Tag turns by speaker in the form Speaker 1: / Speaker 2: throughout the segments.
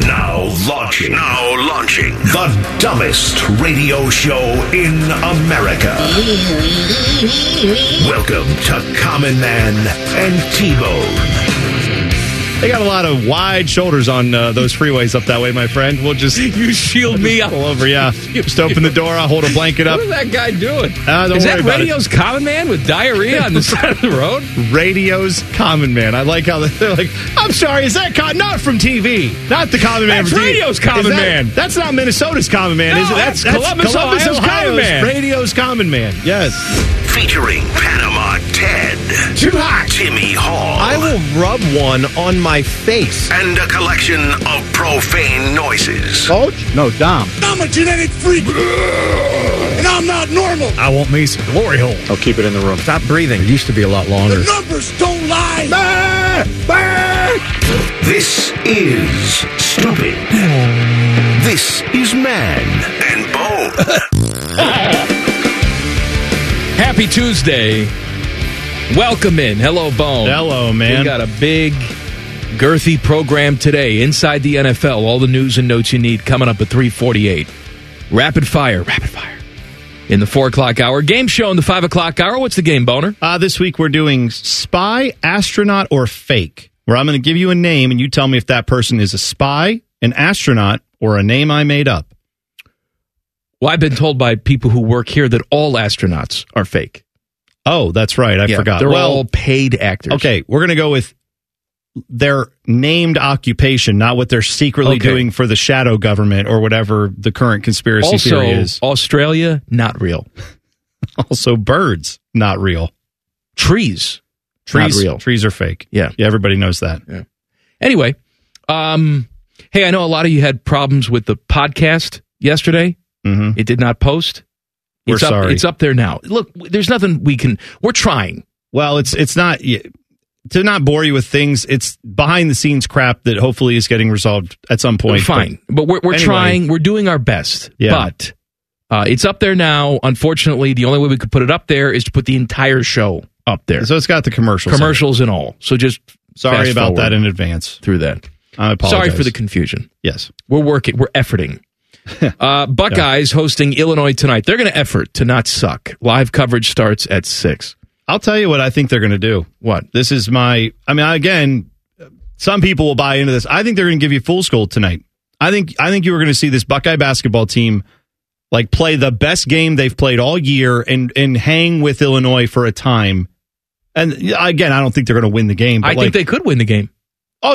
Speaker 1: Now launching. Now launching. The dumbest radio show in America. Welcome to Common Man and T-Bone.
Speaker 2: They got a lot of wide shoulders on uh, those freeways up that way, my friend. We'll just
Speaker 3: You shield me up.
Speaker 2: pull over. Yeah, just open the door. I'll hold a blanket up.
Speaker 3: What is that guy doing?
Speaker 2: Ah, don't
Speaker 3: is
Speaker 2: worry
Speaker 3: that
Speaker 2: about it.
Speaker 3: radio's common man with diarrhea on the side of the road?
Speaker 2: Radio's Common Man. I like how they're like. I'm sorry, is that con- not from TV? Not the Common Man.
Speaker 3: That's
Speaker 2: from TV.
Speaker 3: radio's
Speaker 2: Is
Speaker 3: Common
Speaker 2: that-
Speaker 3: Man.
Speaker 2: That's not Minnesota's Common Man,
Speaker 3: No,
Speaker 2: is it?
Speaker 3: that's Columbus, Ohio's Common Man.
Speaker 2: Radio's Common Man. Yes.
Speaker 1: Featuring Panama Ted.
Speaker 2: Too hot.
Speaker 1: Timmy Hall.
Speaker 4: I will rub one on my face.
Speaker 1: and a collection of profane noises.
Speaker 2: Coach? No, Oh, Dom.
Speaker 5: I'm a genetic freak, and I'm not normal.
Speaker 2: I want me some glory hole.
Speaker 4: I'll keep it in the room. Stop breathing. It used to be a lot longer.
Speaker 5: Numbers don't lie.
Speaker 1: This is stupid. This is man and bone.
Speaker 3: Happy Tuesday. Welcome in. Hello, Bone.
Speaker 2: Hello, man.
Speaker 3: We got a big, girthy program today inside the NFL. All the news and notes you need coming up at 348. Rapid fire. Rapid fire. In the 4 o'clock hour. Game show in the 5 o'clock hour. What's the game, Boner?
Speaker 2: Uh, this week we're doing spy, astronaut, or fake, where I'm going to give you a name and you tell me if that person is a spy, an astronaut, or a name I made up.
Speaker 3: Well, I've been told by people who work here that all astronauts are fake.
Speaker 2: Oh, that's right. I
Speaker 3: Yeah,
Speaker 2: forgot.
Speaker 3: They're
Speaker 2: well,
Speaker 3: all paid actors.
Speaker 2: okay, we're going to go with their named occupation, not what they're secretly
Speaker 3: Okay.
Speaker 2: doing for the shadow government or whatever the current conspiracy
Speaker 3: Also,
Speaker 2: theory is.
Speaker 3: Australia, not real.
Speaker 2: Also, birds, not real.
Speaker 3: Trees.
Speaker 2: Trees,
Speaker 3: Not real.
Speaker 2: trees are fake.
Speaker 3: Yeah.
Speaker 2: yeah, everybody knows that.
Speaker 3: Anyway, um, hey, I know a lot of you had problems with the podcast yesterday.
Speaker 2: hmm
Speaker 3: It did not post.
Speaker 2: We're
Speaker 3: it's up,
Speaker 2: sorry.
Speaker 3: It's up there now. Look, there's nothing we can. We're trying.
Speaker 2: Well, it's it's not y- to not bore you with things. It's behind the scenes crap that hopefully is getting resolved at some point.
Speaker 3: Fine, but, we're we're
Speaker 2: anyway.
Speaker 3: trying. We're doing our best.
Speaker 2: Yeah.
Speaker 3: But uh, it's up there now. Unfortunately, the only way we could put it up there is to put the entire show up there,
Speaker 2: But- so it's got the commercials. in it.
Speaker 3: commercials and all. So just
Speaker 2: Sorry
Speaker 3: fast
Speaker 2: about
Speaker 3: forward
Speaker 2: that in advance.
Speaker 3: through that.
Speaker 2: I apologize.
Speaker 3: Sorry for the confusion.
Speaker 2: yes.
Speaker 3: We're working. We're efforting. Uh, Buckeyes hosting Illinois tonight. They're going to effort to not suck. Live coverage starts at six.
Speaker 2: I'll tell you what I think they're going to do.
Speaker 3: What?
Speaker 2: This is my. I mean, again, some people will buy into this. I think they're going to give you fool's gold tonight. I think I think you were going to see this Buckeye basketball team like play the best game they've played all year and and hang with Illinois for a time. And yeah, again, I don't think they're going to win the game. But
Speaker 3: I
Speaker 2: like,
Speaker 3: think they could win the game.
Speaker 2: Oh,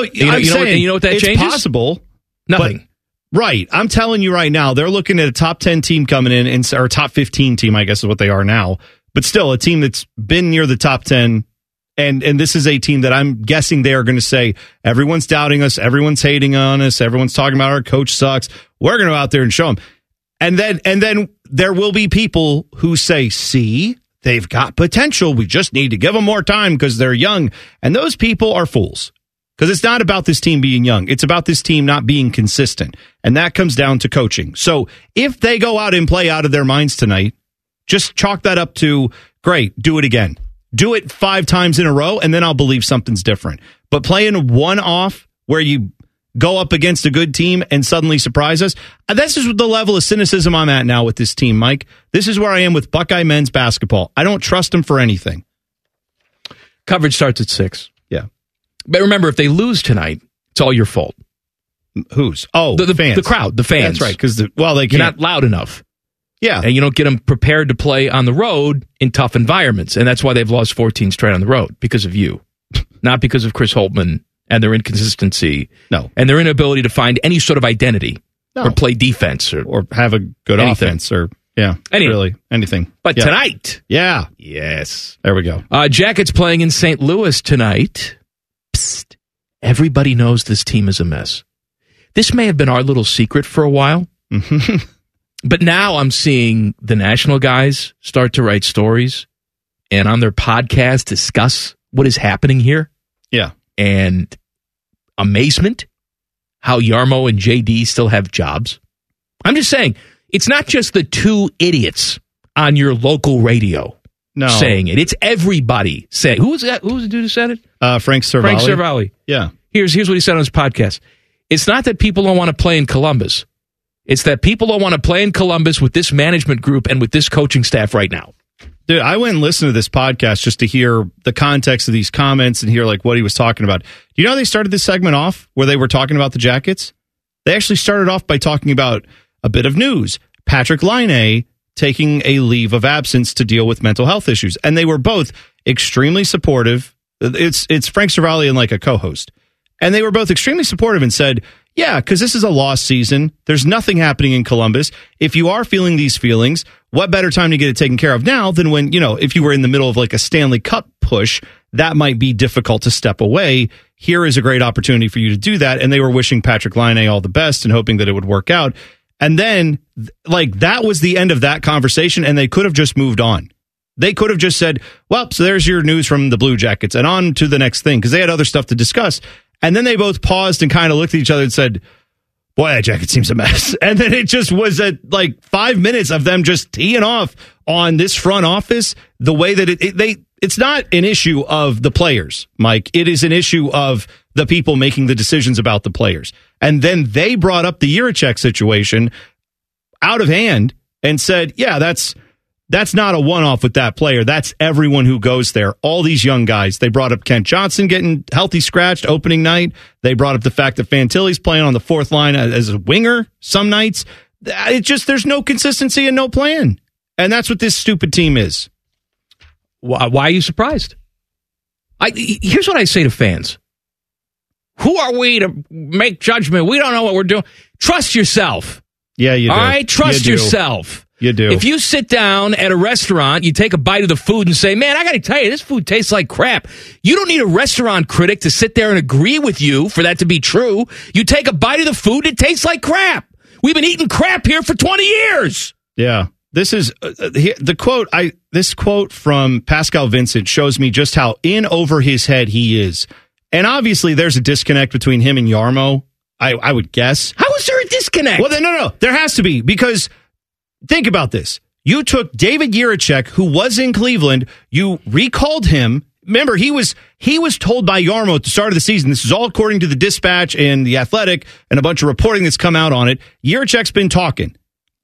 Speaker 3: know-
Speaker 2: I'm
Speaker 3: you know what-
Speaker 2: saying
Speaker 3: you know what that
Speaker 2: it's
Speaker 3: changes?
Speaker 2: possible.
Speaker 3: Nothing.
Speaker 2: Right. I'm telling you right now, they're looking at a top 10 team coming in, and, or top 15 team, I guess is what they are now. But still, a team that's been near the top 10. And, and this is a team that I'm guessing they are going to say, everyone's doubting us. Everyone's hating on us. Everyone's talking about our coach sucks. We're going to go out there and show them. And then, and then there will be people who say, see, they've got potential. We just need to give them more time because they're young. And those people are fools because it's not about this team being young. It's about this team not being consistent. And that comes down to coaching. So if they go out and play out of their minds tonight, just chalk that up to great, do it again. Do it five times in a row, and then I'll believe something's different. But playing one off where you go up against a good team and suddenly surprise us, uh, this is the level of cynicism I'm at now with this team, Mike. This is where I am with Buckeye men's basketball. I don't trust them for anything.
Speaker 3: Coverage starts at six.
Speaker 2: Yeah.
Speaker 3: But remember, if they lose tonight, it's all your fault.
Speaker 2: Who's? Oh,
Speaker 3: The, the,
Speaker 2: fans.
Speaker 3: the crowd, the fans.
Speaker 2: That's right. Because, the, well, they
Speaker 3: You're
Speaker 2: can't.
Speaker 3: not loud enough,
Speaker 2: yeah.
Speaker 3: and you don't get them prepared to play on the road in tough environments, and that's why they've lost 14 straight on the road because of you, not because of Chris Holtman and their inconsistency
Speaker 2: No.
Speaker 3: and their inability to find any sort of identity
Speaker 2: No.
Speaker 3: or play defense. Or,
Speaker 2: or have a good
Speaker 3: Anything.
Speaker 2: offense or yeah,
Speaker 3: Anything.
Speaker 2: really anything.
Speaker 3: but
Speaker 2: yeah.
Speaker 3: tonight,
Speaker 2: yeah,
Speaker 3: yes,
Speaker 2: there we go.
Speaker 3: Uh, Jackets playing in St. Louis tonight. Psst. Everybody knows this team is a mess. This may have been our little secret for a while.
Speaker 2: Mm-hmm.
Speaker 3: but now I'm seeing the national guys start to write stories and on their podcast discuss what is happening here.
Speaker 2: Yeah.
Speaker 3: And amazement how Yarmo and JD still have jobs. I'm just saying, it's not just the two idiots on your local radio
Speaker 2: No.
Speaker 3: saying it. It's everybody saying. Who was that? Who was the dude who said it?
Speaker 2: Uh, Frank Cervalli.
Speaker 3: Frank Cervalli.
Speaker 2: Yeah.
Speaker 3: Here's here's what he said on his podcast. It's not that people don't want to play in Columbus. It's that people don't want to play in Columbus with this management group and with this coaching staff right now.
Speaker 2: Dude, I went and listened to this podcast just to hear the context of these comments and hear like what he was talking about. Do you know how they started this segment off where they were talking about the Jackets? They actually started off by talking about a bit of news. Patrick Line taking a leave of absence to deal with mental health issues. And they were both extremely supportive. It's it's Frank Cervalli and like a co-host. And they were both extremely supportive and said, Yeah, because this is a lost season. There's nothing happening in Columbus. If you are feeling these feelings, what better time to get it taken care of now than when, you know, if you were in the middle of like a Stanley Cup push, that might be difficult to step away. Here is a great opportunity for you to do that. And they were wishing Patrick Line all the best and hoping that it would work out. And then, th- like, that was the end of that conversation, and they could have just moved on. They could have just said, well, so there's your news from the Blue Jackets and on to the next thing because they had other stuff to discuss. And then they both paused and kind of looked at each other and said, boy, that jacket seems a mess. And then it just was at like five minutes of them just teeing off on this front office the way that it, it- they, it's not an issue of the players, Mike. It is an issue of the people making the decisions about the players. And then they brought up the Yurichek situation out of hand and said, "Yeah, that's that's not a one-off with that player. That's everyone who goes there. All these young guys. They brought up Kent Johnson getting healthy scratched opening night. They brought up the fact that Fantilli's playing on the fourth line as as a winger some nights. It just there's no consistency and no plan, and that's what this stupid team is.
Speaker 3: Why, why are you surprised? I, here's what I say to fans Who are we to make judgment? We don't know what we're doing. Trust yourself.
Speaker 2: Yeah, you.
Speaker 3: All
Speaker 2: do.
Speaker 3: right, trust
Speaker 2: You do.
Speaker 3: yourself.
Speaker 2: You do.
Speaker 3: If you sit down at a restaurant, you take a bite of the food and say, "Man, I got to tell you, this food tastes like crap." You don't need a restaurant critic to sit there and agree with you for that to be true. You take a bite of the food, it tastes like crap. We've been eating crap here for 20 years.
Speaker 2: Yeah. This is uh, uh, he- the quote I this quote from Pascal Vincent shows me just how in over his head he is. And obviously there's a disconnect between him and Yarmo. I I would guess.
Speaker 3: How is there a disconnect?
Speaker 2: Well, then, no, no, there has to be because think about this. You took David Yerichek, who was in Cleveland. You recalled him. Remember, he was he was told by Yarmo at the start of the season. This is all according to the Dispatch and the Athletic and a bunch of reporting that's come out on it. Yerichek's been talking,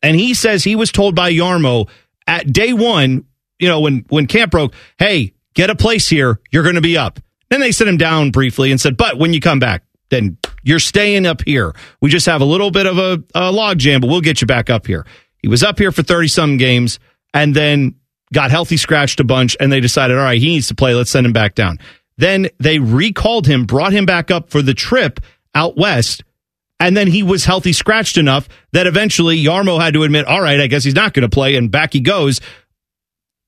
Speaker 2: and he says he was told by Yarmo at day one. You know, when when camp broke, hey, get a place here. You're going to be up. Then they sent him down briefly and said, but when you come back, then you're staying up here. We just have a little bit of a, a log jam, but we'll get you back up here. He was up here for 30 some games and then got healthy, scratched a bunch, and they decided, all right, he needs to play. Let's send him back down. Then they recalled him, brought him back up for the trip out west, and then he was healthy, scratched enough that eventually Yarmo had to admit, all right, I guess he's not going to play, and back he goes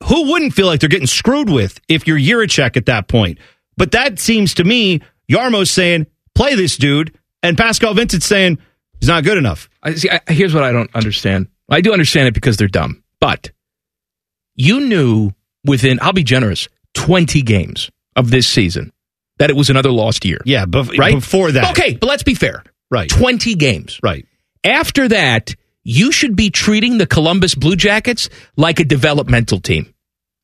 Speaker 2: who wouldn't feel like they're getting screwed with if you're Yurichek at that point? But that seems to me Yarmo's saying, play this dude, and Pascal Vincent's saying, he's not good enough.
Speaker 3: I, see, I, here's what I don't understand. I do understand it because they're dumb, but you knew within, I'll be generous, 20 games of this season that it was another lost year.
Speaker 2: Yeah, bef-
Speaker 3: Right?
Speaker 2: before that.
Speaker 3: Okay, but let's be fair.
Speaker 2: Right.
Speaker 3: 20 games.
Speaker 2: Right.
Speaker 3: After that, you should be treating the Columbus Blue Jackets like a developmental team.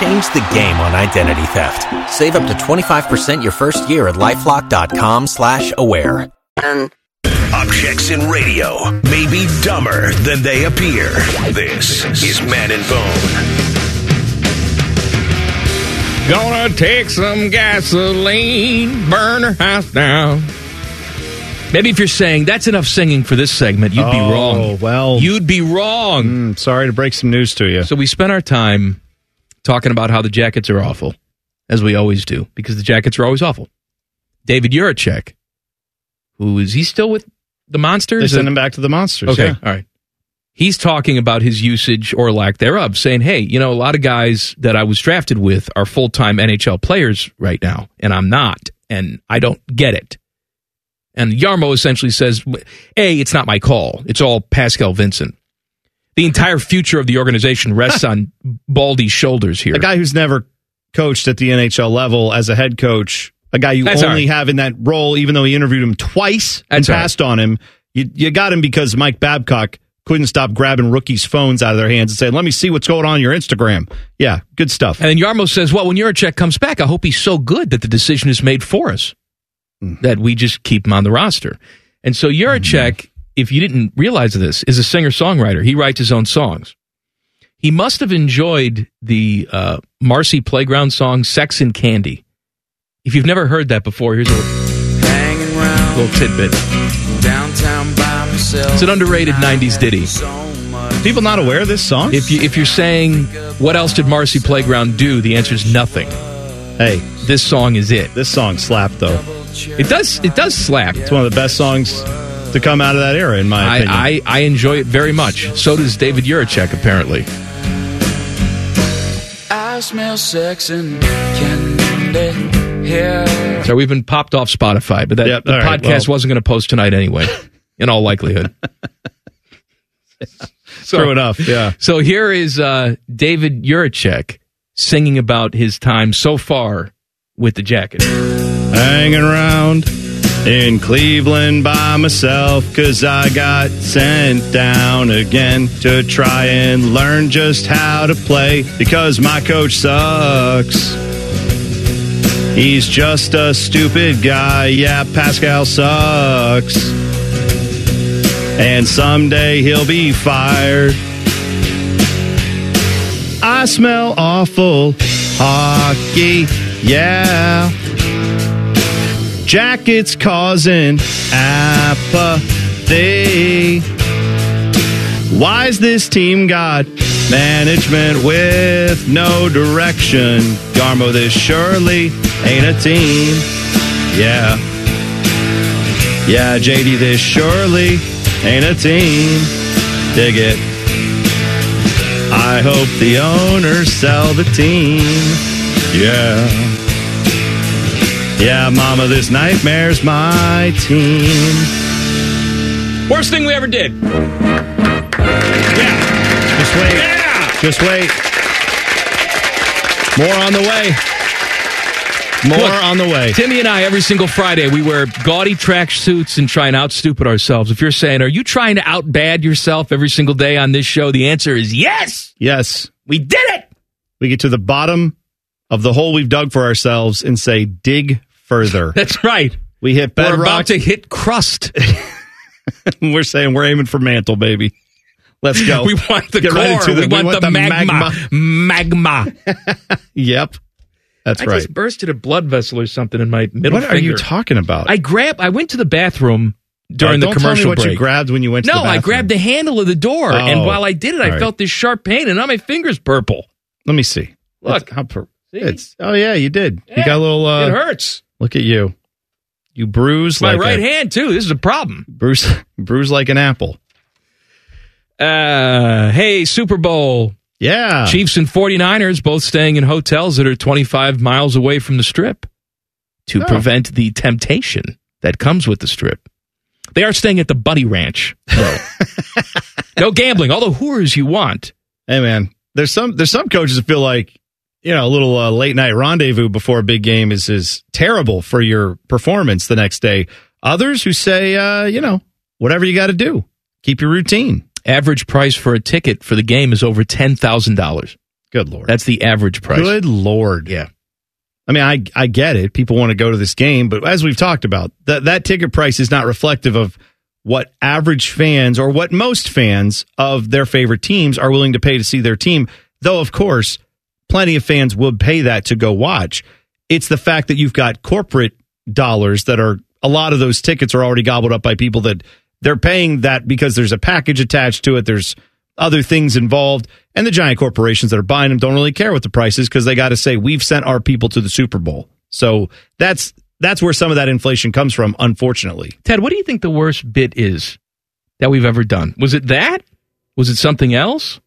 Speaker 6: Change the game on identity theft. Save up to 25% your first year at LifeLock.com slash aware.
Speaker 7: And
Speaker 1: Objects in radio may be dumber than they appear. This is Man and Bone.
Speaker 3: Gonna take some gasoline, burn her house down. Maybe if you're saying that's enough singing for this segment, you'd be
Speaker 2: Oh,
Speaker 3: wrong.
Speaker 2: well.
Speaker 3: you'd be wrong.
Speaker 2: I'm sorry to break some news to you.
Speaker 3: So we spent our time talking about how the Jackets are awful, as we always do, because the Jackets are always awful. David Juracek, who is he still with the Monsters?
Speaker 2: They send him back to the Monsters.
Speaker 3: Okay,
Speaker 2: yeah.
Speaker 3: all right. He's talking about his usage or lack thereof, saying, "Hey, you know, a lot of guys that I was drafted with are full-time NHL players right now, and I'm not, and I don't get it." And Yarmo essentially says, "A, it's not my call. It's all Pascal Vincent. The entire future of the organization rests on Baldy's shoulders here."
Speaker 2: A guy who's never coached at the NHL level as a head coach, a guy you
Speaker 3: That's all
Speaker 2: only
Speaker 3: right.
Speaker 2: have in that role, even though he interviewed him twice and
Speaker 3: That's all right.
Speaker 2: passed on him. You, you got him because Mike Babcock couldn't stop grabbing rookies' phones out of their hands and saying, let me see what's going on on your Instagram. Yeah, good stuff.
Speaker 3: And then Yarmo says, "Well, when Juracek comes back, I hope he's so good that the decision is made for us, that we just keep him on the roster." And so Juracek, if you didn't realize this, is a singer-songwriter. He writes his own songs. He must have enjoyed the uh, Marcy Playground song "Sex and Candy." If you've never heard that before, here's a little,
Speaker 8: Hanging round
Speaker 3: little tidbit.
Speaker 8: downtown by myself.
Speaker 3: It's an underrated '90s ditty.
Speaker 2: People not aware of this song?
Speaker 3: If you if you're saying, "What else did Marcy Playground do?" the answer is nothing.
Speaker 2: hey,
Speaker 3: This song is it.
Speaker 2: this song slapped, though.
Speaker 3: It does it does slap.
Speaker 2: It's one of the best songs to come out of that era, in my opinion.
Speaker 3: I, I, I enjoy it very much. So does David Juracek, apparently.
Speaker 8: I smell sex and candy here.
Speaker 3: So we've been popped off Spotify, but that
Speaker 2: Yep,
Speaker 3: the
Speaker 2: all right,
Speaker 3: podcast
Speaker 2: well.
Speaker 3: wasn't going to post tonight anyway, in all likelihood. so,
Speaker 2: True enough. Yeah.
Speaker 3: So here is uh, David Juracek singing about his time so far with the jacket.
Speaker 2: Hanging around in Cleveland by myself because I got sent down again to try and learn just how to play because my coach sucks. He's just a stupid guy. Yeah, Pascal sucks. And someday he'll be fired. I smell awful hockey. Yeah. Jackets causing apathy. Why's this team got management with no direction? Garmo, this surely ain't a team. Yeah. Yeah, JD, this surely ain't a team. Dig it. I hope the owners sell the team. Yeah. Yeah, mama, this nightmare's my team.
Speaker 3: Worst thing we ever did.
Speaker 2: Just wait. Just wait. More on the way. More
Speaker 3: Look,
Speaker 2: on the way.
Speaker 3: Timmy and I, every single Friday, we wear gaudy track suits and try and out stupid ourselves. If you're saying, are you trying to out bad yourself every single day on this show? The answer is yes.
Speaker 2: Yes.
Speaker 3: We did it.
Speaker 2: We get to the bottom of the hole we've dug for ourselves and say, dig further.
Speaker 3: That's right.
Speaker 2: We hit
Speaker 3: We're
Speaker 2: bedrock.
Speaker 3: about to hit crust.
Speaker 2: and we're saying we're aiming for mantle, baby. Let's go.
Speaker 3: We want the
Speaker 2: Get
Speaker 3: core.
Speaker 2: right
Speaker 3: we,
Speaker 2: into the- we
Speaker 3: want
Speaker 2: want
Speaker 3: the,
Speaker 2: the
Speaker 3: magma. Magma.
Speaker 2: yep. That's
Speaker 3: I
Speaker 2: right.
Speaker 3: just bursted a blood vessel or something in my middle
Speaker 2: what
Speaker 3: finger.
Speaker 2: are you talking about?
Speaker 3: I grab. I went to the bathroom during
Speaker 2: Don't
Speaker 3: the
Speaker 2: tell me
Speaker 3: commercial
Speaker 2: what
Speaker 3: break.
Speaker 2: you grabbed when you went to
Speaker 3: no,
Speaker 2: the
Speaker 3: I
Speaker 2: bathroom.
Speaker 3: grabbed the handle of the door,
Speaker 2: Oh.
Speaker 3: and while I did it, I
Speaker 2: All right.
Speaker 3: felt this sharp pain, and now my fingers purple.
Speaker 2: Let me see.
Speaker 3: Look.
Speaker 2: It's- how per-
Speaker 3: See?
Speaker 2: it's- oh yeah, you did. you got a little. Uh,
Speaker 3: it hurts.
Speaker 2: Look at you. You bruise
Speaker 3: My
Speaker 2: like
Speaker 3: right
Speaker 2: a,
Speaker 3: hand too. This is a problem.
Speaker 2: bruise bruise like an apple.
Speaker 3: Uh, hey, Super Bowl.
Speaker 2: Yeah.
Speaker 3: Chiefs and 49ers both staying in hotels that are 25 miles away from the strip to
Speaker 2: Oh.
Speaker 3: prevent the temptation that comes with the strip. They are staying at the Bunny Ranch, though. no gambling, all the whores you want.
Speaker 2: Hey man, there's some there's some coaches that feel like you know a little uh, late night rendezvous before a big game is is terrible for your performance the next day. Others who say uh, you know whatever you got to do, keep your routine.
Speaker 3: Average price for a ticket for the game is over $10,000.
Speaker 2: Good lord.
Speaker 3: That's the average price.
Speaker 2: good lord.
Speaker 3: Yeah.
Speaker 2: I mean, I I get it. People want to go to this game, but as we've talked about, that that ticket price is not reflective of what average fans or what most fans of their favorite teams are willing to pay to see their team. Though, of course, plenty of fans would pay that to go watch. It's the fact that you've got corporate dollars that are a lot of those tickets are already gobbled up by people that they're paying that because there's a package attached to it. There's other things involved. And the giant corporations that are buying them don't really care what the price is because they got to say we've sent our people to the Super Bowl. So that's that's where some of that inflation comes from, unfortunately.
Speaker 3: Ted, what do you think the worst bit is that we've ever done? Was it that? Was it something else?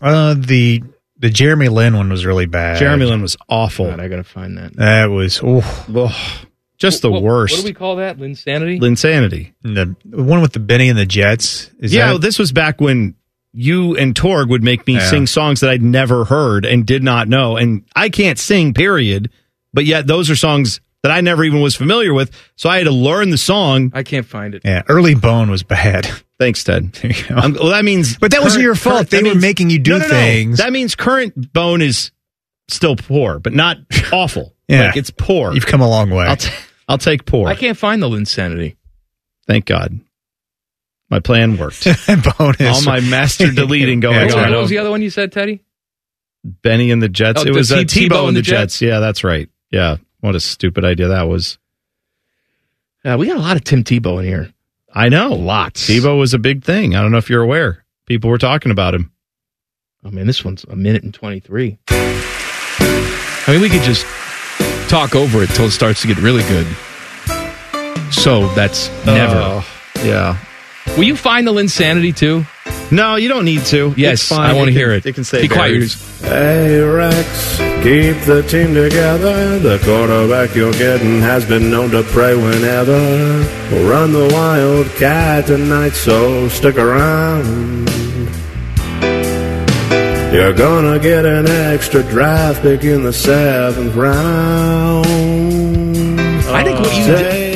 Speaker 9: Uh, the the Jeremy Lin one was really bad.
Speaker 2: Jeremy Lin was awful.
Speaker 3: I gotta find that.
Speaker 9: That was oh,
Speaker 2: just the
Speaker 3: What-
Speaker 2: worst.
Speaker 3: What do we call that? Linsanity?
Speaker 2: Linsanity.
Speaker 9: the one with the Benny and the Jets. Is
Speaker 2: yeah,
Speaker 9: that,
Speaker 2: this was back when you and Torg would make me
Speaker 9: Yeah.
Speaker 2: sing songs that I'd never heard and did not know, and I can't sing, period. But yet, those are songs that I never even was familiar with, so I had to learn the song.
Speaker 3: I can't find it.
Speaker 9: yeah, early bone was bad.
Speaker 2: Thanks, Ted.
Speaker 9: There you go.
Speaker 2: I'm- well, that means,
Speaker 9: But that wasn't your fault.
Speaker 2: that
Speaker 9: They were making you do
Speaker 2: No, no, no.
Speaker 9: things.
Speaker 2: That means current bone is still poor, but not awful.
Speaker 9: Yeah.
Speaker 2: like it's poor.
Speaker 9: You've come a long way.
Speaker 2: I'll, t- I'll take poor.
Speaker 3: I can't find the Linsanity.
Speaker 2: Thank God, my plan worked.
Speaker 9: Bonus.
Speaker 2: All my master deleting going
Speaker 9: Yeah,
Speaker 3: What,
Speaker 9: go
Speaker 2: on.
Speaker 9: on.
Speaker 3: what was the other one you said, Teddy?
Speaker 2: Benny and the Jets.
Speaker 3: Oh, the
Speaker 2: it was
Speaker 3: T-
Speaker 2: uh,
Speaker 3: Tebow
Speaker 2: Tebow
Speaker 3: and
Speaker 2: and
Speaker 3: the
Speaker 2: the Jets. Yeah, that's right. Yeah, what a stupid idea that was.
Speaker 3: Uh, we got a lot of Tim Tebow in here.
Speaker 2: I know lots. Tebow was a big thing. I don't know if you're aware. People were talking about him.
Speaker 3: Oh man, this one's a minute and twenty three. I mean, we could just talk over it till it starts to get really good. So that's never.
Speaker 2: Uh, yeah.
Speaker 3: Will you find the Linsanity too?
Speaker 2: No, you don't need to.
Speaker 3: Yes,
Speaker 2: It's fine.
Speaker 3: I want to
Speaker 2: can-
Speaker 3: hear it.
Speaker 2: It can stay
Speaker 3: Be quiet.
Speaker 2: buried.
Speaker 5: Hey, Rex, keep the team together. The quarterback you're getting has been known to pray whenever. We'll run the Wildcat tonight, so stick around. You're gonna get an extra draft pick in the seventh round.
Speaker 3: I think what you did.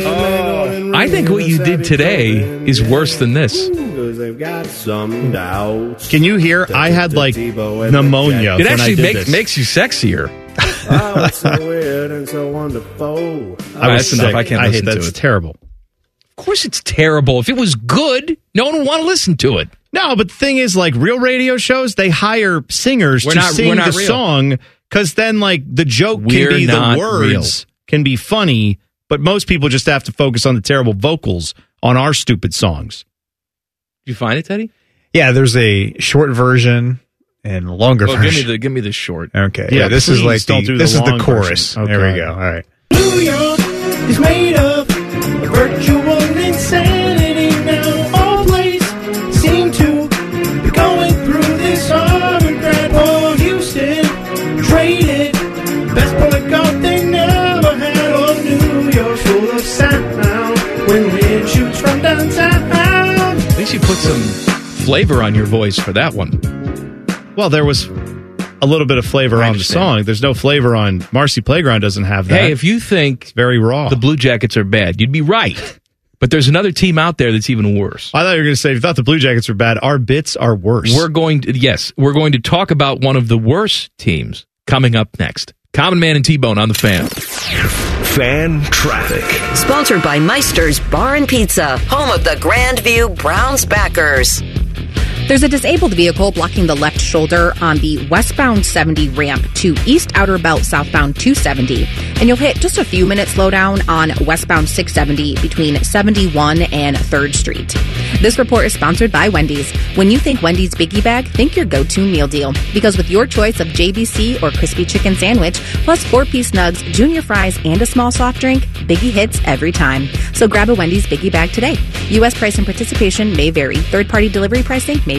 Speaker 3: I think what you did today is worse than this.
Speaker 5: Because they've got some doubts.
Speaker 2: Can you hear? I had like
Speaker 5: Tebow and the
Speaker 2: pneumonia.
Speaker 5: Jets.
Speaker 3: It
Speaker 2: when I
Speaker 3: actually
Speaker 2: did
Speaker 3: makes
Speaker 2: this.
Speaker 3: makes you sexier.
Speaker 5: Oh, it's so weird and so wonderful.
Speaker 2: I was
Speaker 3: That's enough.
Speaker 2: sick.
Speaker 3: I can't
Speaker 2: hate-
Speaker 3: listen to
Speaker 2: that's
Speaker 3: it.
Speaker 2: terrible.
Speaker 3: Of course, it's terrible. If it was good, no one would want to listen to it.
Speaker 2: No, but the thing is, like real radio shows, they hire singers
Speaker 3: We're
Speaker 2: to
Speaker 3: not-
Speaker 2: sing
Speaker 3: we're not
Speaker 2: the
Speaker 3: real.
Speaker 2: song because then, like, the joke
Speaker 3: We're
Speaker 2: can be the
Speaker 3: not
Speaker 2: words can be funny, but most people just have to focus on the terrible vocals on our stupid songs.
Speaker 3: Did you find it, Teddy?
Speaker 9: yeah, there's a short version and longer
Speaker 3: Well, give me
Speaker 9: version.
Speaker 3: the give me the short.
Speaker 9: Okay.
Speaker 2: Yeah,
Speaker 9: Yeah, this is
Speaker 2: please
Speaker 9: like
Speaker 2: don't
Speaker 9: the,
Speaker 2: do the
Speaker 9: this is
Speaker 2: long
Speaker 9: the chorus.
Speaker 2: version. Oh,
Speaker 9: there
Speaker 2: God.
Speaker 9: we go. All right.
Speaker 5: New York is made of virtual insanity now. All plays seem to be going through this armored grind. Paul Houston traded best point guard they never had. Oh, New York full of sound when Lynn shoots from downtown.
Speaker 3: At least you put some flavor on your voice for that one.
Speaker 2: Well, there was a little bit of flavor
Speaker 3: I
Speaker 2: on the
Speaker 3: understand.
Speaker 2: song. There's no flavor on Marcy Playground. Doesn't have that.
Speaker 3: Hey, if you think
Speaker 2: it's very raw.
Speaker 3: the Blue Jackets are bad, you'd be right. But there's another team out there that's even worse.
Speaker 2: I thought you were going to say if you thought the Blue Jackets were bad. Our bits are worse.
Speaker 3: We're going to yes, we're going to talk about one of the worst teams coming up next. Common Man and T Bone on the fan.
Speaker 1: Fan traffic.
Speaker 7: Sponsored by Meister's Bar and Pizza, home of the Grandview Browns backers.
Speaker 10: There's a disabled vehicle blocking the left shoulder on the westbound 70 ramp to East Outer Belt southbound 270. And you'll hit just a few minutes slowdown on westbound 670 between 71 and 3rd Street. This report is sponsored by Wendy's. When you think Wendy's Biggie Bag, think your go-to meal deal. Because with your choice of JBC or crispy chicken sandwich, plus four-piece nugs, junior fries, and a small soft drink, Biggie hits every time. So grab a Wendy's Biggie Bag today. U.S. price and participation may vary. Third-party delivery pricing may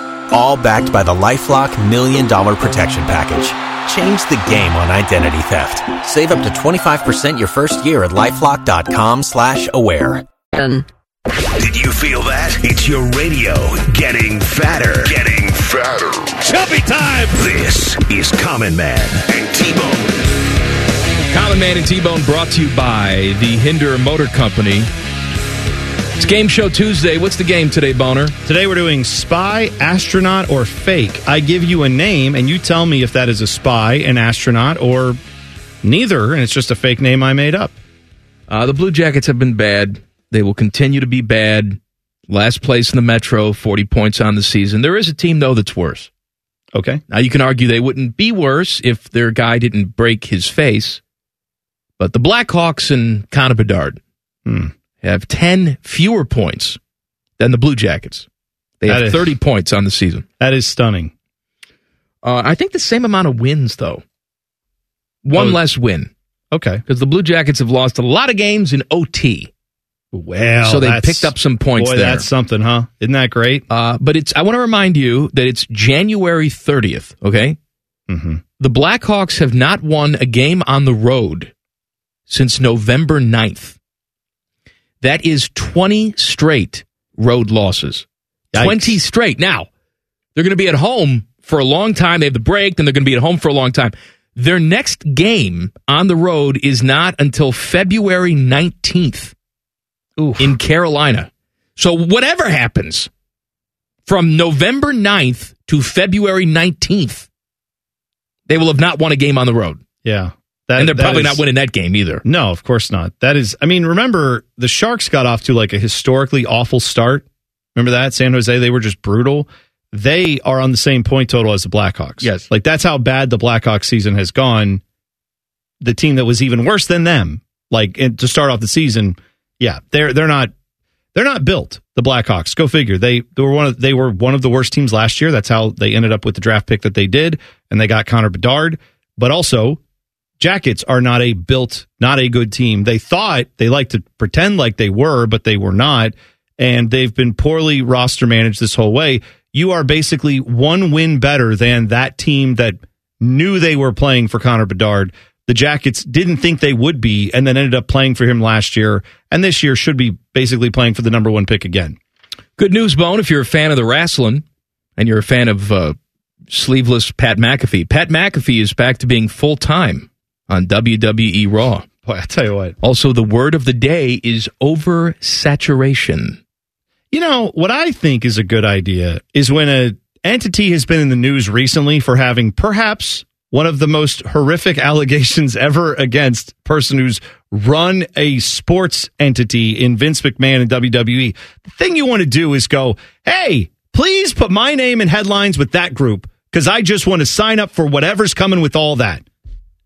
Speaker 6: All backed by the LifeLock Million Dollar Protection Package. Change the game on identity theft. Save up to 25% your first year at LifeLock.com slash aware.
Speaker 7: And
Speaker 1: Did you feel that? It's your radio getting fatter. Getting fatter. Chubby time! This is Common Man and T Bone.
Speaker 3: Common Man and T Bone brought to you by the Hinder Motor Company. It's Game Show Tuesday. What's the game today, Boner?
Speaker 2: Today we're doing spy, astronaut, or fake. I give you a name and you tell me if that is a spy, an astronaut, or Neither, and it's just a fake name I made up.
Speaker 3: Uh, the Blue Jackets have been bad. They will continue to be bad. Last place in the Metro, 40 points on the season. There is a team, though, that's worse.
Speaker 2: Okay.
Speaker 3: Now, you can argue they wouldn't be worse if their guy didn't break his face. But the Blackhawks and Connor Bedard
Speaker 2: Hmm.
Speaker 3: have 10 fewer points than the Blue Jackets. They
Speaker 2: That
Speaker 3: have
Speaker 2: is-
Speaker 3: 30 points on the season.
Speaker 2: That is stunning.
Speaker 3: Uh, I think the same amount of wins, though. One
Speaker 2: Oh.
Speaker 3: less win.
Speaker 2: Okay.
Speaker 3: Because the Blue Jackets have lost a lot of games in OT.
Speaker 2: Well,
Speaker 3: so they
Speaker 2: that's-
Speaker 3: picked up some points
Speaker 2: Boy,
Speaker 3: there.
Speaker 2: that's something, huh? Isn't that great?
Speaker 3: Uh, but it's. I want to remind you that it's January 30th, okay? The Blackhawks have not won a game on the road since November 9th. That is 20 straight road losses. 20 straight. Now, they're going to be at home for a long time. They have the break, then they're going to be at home for a long time. Their next game on the road is not until February 19th in Carolina. So, whatever happens from November 9th to February 19th, they will have not won a game on the road.
Speaker 2: Yeah. That-
Speaker 3: and they're
Speaker 2: that
Speaker 3: probably
Speaker 2: is-
Speaker 3: not winning that game either.
Speaker 2: No, of course not. That is, I mean, remember the Sharks got off to like a historically awful start. Remember that San Jose? They were just brutal. They are on the same point total as the Blackhawks. Yes, like that's how bad the Blackhawks season has gone. The team that was even worse than them, like and to start off the season, yeah, they're they're not they're not built. The Blackhawks, go figure. They, they were one of they were one of the worst teams last year. That's how they ended up with the draft pick that they did, and they got Connor Bedard. But also, Jackets are not a built, not a good team. They thought they like to pretend like they were, but they were not, and they've been poorly roster managed this whole way. You are basically one win better than that team that knew they were playing for Connor Bedard. The Jackets didn't think they would be, and then ended up playing for him last year, and this year should be basically playing for the number one pick again.
Speaker 3: Good news, Bone, if you're a fan of the wrestling and you're a fan of uh, sleeveless Pat McAfee, Pat McAfee is back to being full time on WWE Raw.
Speaker 2: Boy, I tell you what.
Speaker 3: Also, the word of the day is oversaturation.
Speaker 2: You know, what I think is a good idea is when a entity has been in the news recently for having perhaps one of the most horrific allegations ever against person who's run a sports entity in Vince McMahon and WWE. The thing you want to do is go, "Hey, please put my name in headlines with that group cuz I just want to sign up for whatever's coming with all that."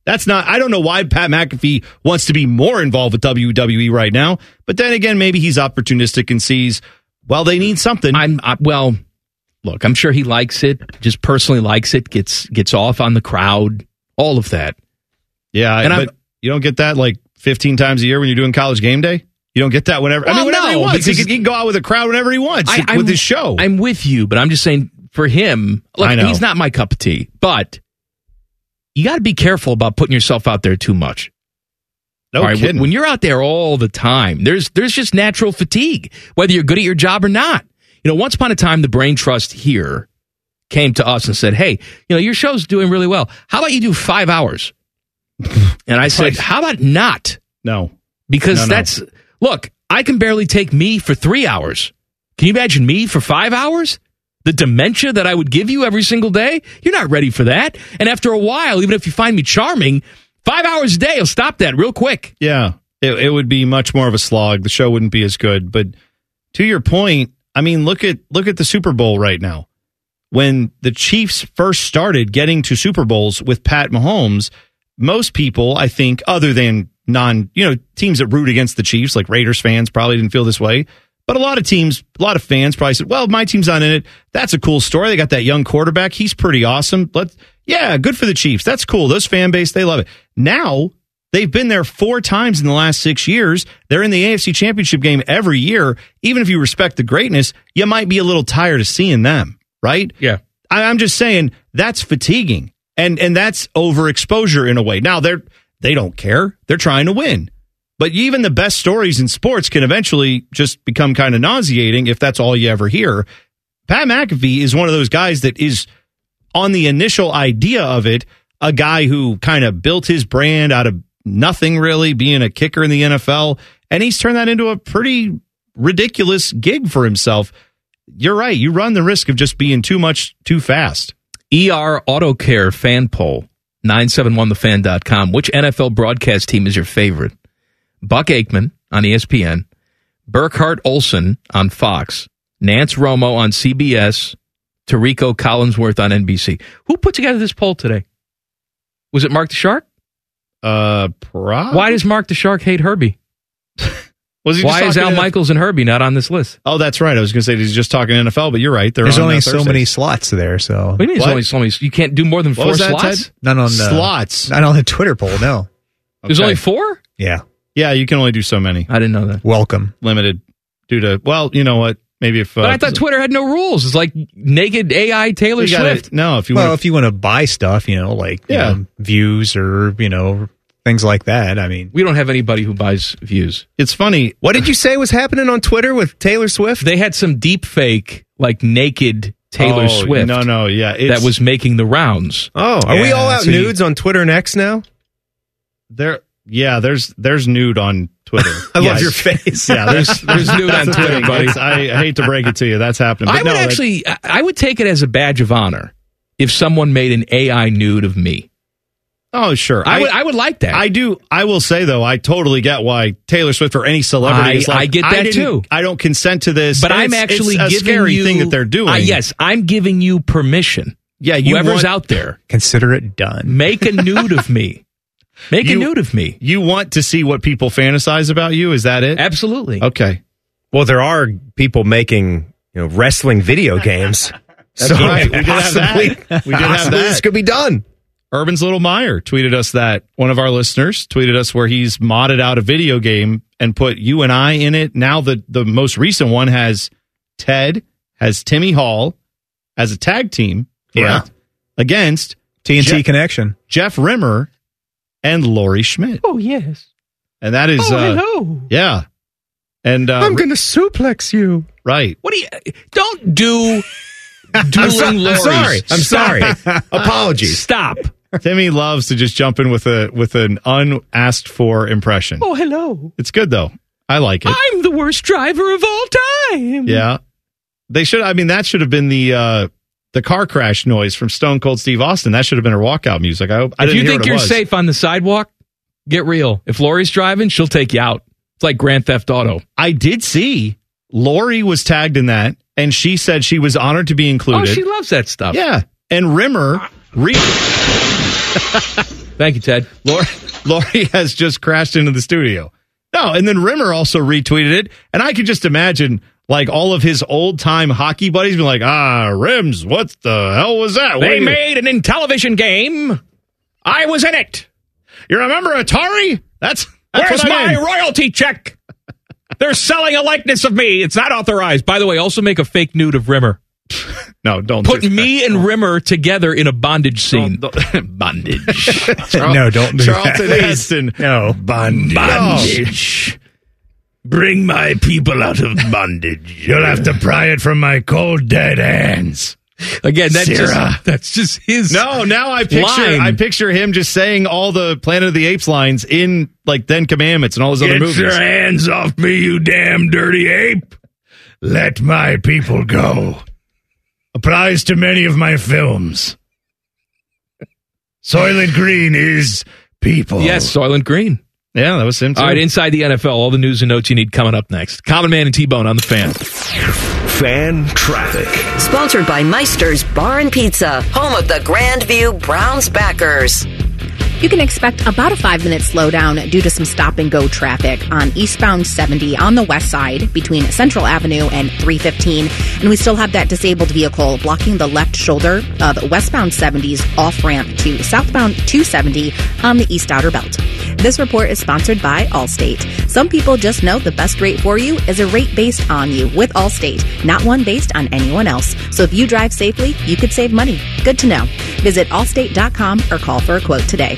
Speaker 2: That's not. I don't know why Pat McAfee wants to be more involved with WWE right now. But then again, maybe he's opportunistic and sees, well, they need something.
Speaker 3: I'm I, well. Look, I'm sure he likes it. Just personally likes it. Gets gets off on the crowd. All of that.
Speaker 2: Yeah,
Speaker 3: And I'm-
Speaker 2: but you don't get that like 15 times a year when you're doing college game day. You don't get that whenever. I mean,
Speaker 3: Well,
Speaker 2: whenever he
Speaker 3: no,
Speaker 2: wants, he
Speaker 3: because-
Speaker 2: can, he can go out with a crowd whenever he wants
Speaker 3: I'm-
Speaker 2: with his show.
Speaker 3: I'm with you, but I'm just saying for him, look,
Speaker 2: I know.
Speaker 3: he's not my cup of tea. But you got to be careful about putting yourself out there too much.
Speaker 2: No
Speaker 3: All right,
Speaker 2: kidding.
Speaker 3: When, when you're out there all the time, there's there's just natural fatigue, whether you're good at your job or not. You know, once upon a time, the brain trust here came to us and said, "Hey, you know, your show's doing really well. How about you do five hours?" And I said, "How about not?"
Speaker 2: No,
Speaker 3: because
Speaker 2: No, no.
Speaker 3: that's look. I can barely take me for three hours. Can you imagine me for five hours? The dementia that I would give you every single day? You're not ready for that. And after a while, even if you find me charming, five hours a day will stop that real quick.
Speaker 2: Yeah, it, it would be much more of a slog. The show wouldn't be as good. But to your point, I mean, look at look at the Super Bowl right now. When the Chiefs first started getting to Super Bowls with Pat Mahomes, most people, I think, other than non, you know, teams that root against the Chiefs, like Raiders fans, probably didn't feel this way. But a lot of teams, a lot of fans probably said, "Well, my team's not in it. That's a cool story. They got that young quarterback. He's pretty awesome. Let's, yeah, good for the Chiefs. That's cool. Those fan base, they love it. Now They've been there four times in the last six years. They're in the AFC Championship game every year. Even if you respect the greatness, you might be a little tired of seeing them, right?
Speaker 3: Yeah.
Speaker 2: I, I'm just saying that's fatiguing, and and that's overexposure in a way. Now they're they don't care. They're trying to win, but even the best stories in sports can eventually just become kind of nauseating if that's all you ever hear. Pat McAfee is one of those guys that is on the initial idea of it, a guy who kind of built his brand out of nothing really, being a kicker in the NFL, and he's turned that into a pretty ridiculous gig for himself. You're right. You run the risk of just being too much too fast.
Speaker 3: ER Auto Care E fan poll. 971thefan.com. Which NFL broadcast team is your favorite? Buck Aikman on E ESPN, Burkhart Olson on Fox, Nance Romo on CBS, Tarico Collinsworth on NBC. Who put together this poll today? Was it Mark the Shark?
Speaker 2: Uh, probably.
Speaker 3: Why does Mark the Shark hate Herbie?
Speaker 2: Was he just
Speaker 3: Why is
Speaker 2: talking
Speaker 3: Al
Speaker 2: to-
Speaker 3: Michaels and Herbie not on this list?
Speaker 2: Oh, that's right. I was going to say he's just talking NFL, but you're right. They're
Speaker 9: There's
Speaker 2: on,
Speaker 9: only
Speaker 2: uh,
Speaker 9: so
Speaker 2: Thursdays.
Speaker 9: many slots there, so
Speaker 3: What do you mean there's only so many? You can't do more than
Speaker 2: What
Speaker 3: four
Speaker 2: was that,
Speaker 3: slots?
Speaker 2: Ted?
Speaker 9: Not on the,
Speaker 2: Slots.
Speaker 9: Not on the Twitter poll. No.
Speaker 3: There's only four?
Speaker 9: Yeah.
Speaker 2: Yeah, you can only do so many.
Speaker 3: I didn't know that.
Speaker 9: Welcome.
Speaker 2: Limited due to well, you know what? Maybe if uh,
Speaker 3: But I thought Twitter had no rules. It's like naked AI Taylor
Speaker 2: You gotta-
Speaker 3: Swift.
Speaker 2: no, if you
Speaker 9: well,
Speaker 2: want,
Speaker 9: if you want to buy stuff, you know, like you
Speaker 2: Yeah.
Speaker 9: know, views or you know things like that. I mean,
Speaker 3: We don't have anybody who buys views.
Speaker 2: it's funny.
Speaker 4: What did you say was happening on Twitter with Taylor Swift?
Speaker 3: They had some deep fake, like naked Taylor
Speaker 2: Oh,
Speaker 3: Swift
Speaker 2: No, no, yeah, it's,
Speaker 3: that was making the rounds.
Speaker 4: Oh, are we
Speaker 9: Yeah,
Speaker 4: all out
Speaker 9: so you-
Speaker 4: nudes on Twitter and X now?
Speaker 2: there. Yeah, there's there's nude on Twitter.
Speaker 4: I
Speaker 2: yes.
Speaker 4: love your face.
Speaker 2: Yeah, there's
Speaker 3: There's nude on
Speaker 2: that's the
Speaker 3: Twitter,
Speaker 2: thing.
Speaker 3: buddy.
Speaker 2: It's- I, I hate to break it to you, that's happening. But
Speaker 3: I would
Speaker 2: no, that-
Speaker 3: actually, I- I would take it as a badge of honor if someone made an AI nude of me.
Speaker 2: oh sure,
Speaker 3: I, would, I would like that.
Speaker 2: I do. I will say though, I totally get why Taylor Swift or any celebrity.
Speaker 3: I-
Speaker 2: is like,
Speaker 3: I get that,
Speaker 2: didn't-
Speaker 3: too.
Speaker 2: I don't consent to this,
Speaker 3: but
Speaker 2: And
Speaker 3: I'm
Speaker 2: it's- it's
Speaker 3: actually
Speaker 2: a
Speaker 3: giving
Speaker 2: scary
Speaker 3: you
Speaker 2: thing that they're doing.
Speaker 3: Ah, yes, I'm giving you permission.
Speaker 2: yeah. You
Speaker 3: Whoever's
Speaker 2: want,
Speaker 3: out there,
Speaker 9: consider it done.
Speaker 3: make a nude of me. Make
Speaker 2: You-
Speaker 3: a nude of me.
Speaker 2: you want to see what people fantasize about you? Is that it?
Speaker 3: Absolutely.
Speaker 2: Okay.
Speaker 4: Well, there are people making you know wrestling video games. so
Speaker 2: right. We did have that.
Speaker 4: possibly,
Speaker 2: We did have
Speaker 4: possibly this
Speaker 2: that.
Speaker 4: could be done.
Speaker 2: Urban's Little Meyer tweeted us that one of our listeners tweeted us where he's modded out a video game and put you and I in it. Now the the most recent one has Ted, has Timmy Hall as a tag team, correct? Against
Speaker 9: TNT
Speaker 2: Je-
Speaker 9: connection.
Speaker 2: Jeff Rimmer and Lori Schmidt.
Speaker 3: Oh yes. Oh,
Speaker 2: And that is uh,
Speaker 3: hello.
Speaker 2: yeah. And uh,
Speaker 4: gonna suplex you.
Speaker 2: right.
Speaker 3: What do you? Don't do dueling
Speaker 4: I'm
Speaker 3: Loris.
Speaker 4: sorry. I'm
Speaker 3: Stop
Speaker 4: sorry.
Speaker 3: it.
Speaker 4: Apologies.
Speaker 3: Stop.
Speaker 2: Timmy loves to just jump in with a with an unasked for impression.
Speaker 3: Oh hello. Um.
Speaker 2: It's good though. I like it.
Speaker 3: I'm the worst driver of all time.
Speaker 2: Yeah. They should I mean that should have been the uh the car crash noise from Stone Cold Steve Austin. That should have been her walkout music. I hope I
Speaker 3: If
Speaker 2: didn't
Speaker 3: you
Speaker 2: hear
Speaker 3: think
Speaker 2: what it
Speaker 3: you're
Speaker 2: was.
Speaker 3: safe on the sidewalk, get real. If Lori's driving, she'll take you out. It's like Grand Theft Auto.
Speaker 2: I did see Lori was tagged in that and she said she was honored to be
Speaker 3: Oh,
Speaker 2: included.
Speaker 3: she loves that stuff.
Speaker 2: yeah. And Rimmer re-
Speaker 3: Thank you, Ted.
Speaker 2: Lori, Lori has just crashed into the studio. No, and then Rimmer also retweeted it, and I could just imagine like all of his old time hockey buddies being like, "Ah, Rims, what the hell was that? What are
Speaker 3: They
Speaker 2: you-
Speaker 3: made an television game. I was in it.
Speaker 2: you remember Atari? That's, that's
Speaker 3: Where's
Speaker 2: what I
Speaker 3: my
Speaker 2: mean.
Speaker 3: royalty check? They're selling a likeness of me. It's not authorized. By the way, also make a fake nude of Rimmer.
Speaker 2: No, don't
Speaker 3: Put
Speaker 2: do that.
Speaker 3: me and Rimmer together in a bondage scene.
Speaker 2: Don't-
Speaker 3: bondage.
Speaker 9: no, don't do
Speaker 2: Charlton
Speaker 9: that.
Speaker 2: Heston.
Speaker 9: No.
Speaker 2: Bondage. Bring my people out of bondage. You'll have to pry it from my cold dead hands.
Speaker 3: Again, that's
Speaker 2: Sarah.
Speaker 3: just, that's just his.
Speaker 2: No, now I picture
Speaker 3: Line.
Speaker 2: I picture him just saying all the Planet of the Apes lines in like Ten Commandments and all his other movies.
Speaker 1: hands off me, you damn dirty ape! Let my people go. Applies to many of my films. Soylent Green is people.
Speaker 3: Yes, Soylent Green.
Speaker 2: Yeah, that was him too.
Speaker 3: All right, inside the NFL, all the news and notes you need coming up next. Common Man and T Bone on the fan.
Speaker 1: Fan traffic.
Speaker 7: Sponsored by Meister's Bar and Pizza, home of the Grandview Browns backers.
Speaker 10: You can expect about a five minute slowdown due to some stop and go traffic on eastbound 70 on the west side between Central Avenue and 315. And we still have that disabled vehicle blocking the left shoulder of westbound 70's off ramp to southbound 270 on the east outer belt. This report is sponsored by Allstate. Some people just know the best rate for you is a rate based on you with Allstate, not one based on anyone else. So if you drive safely, you could save money. Good to know. Visit allstate.com or call for a quote today.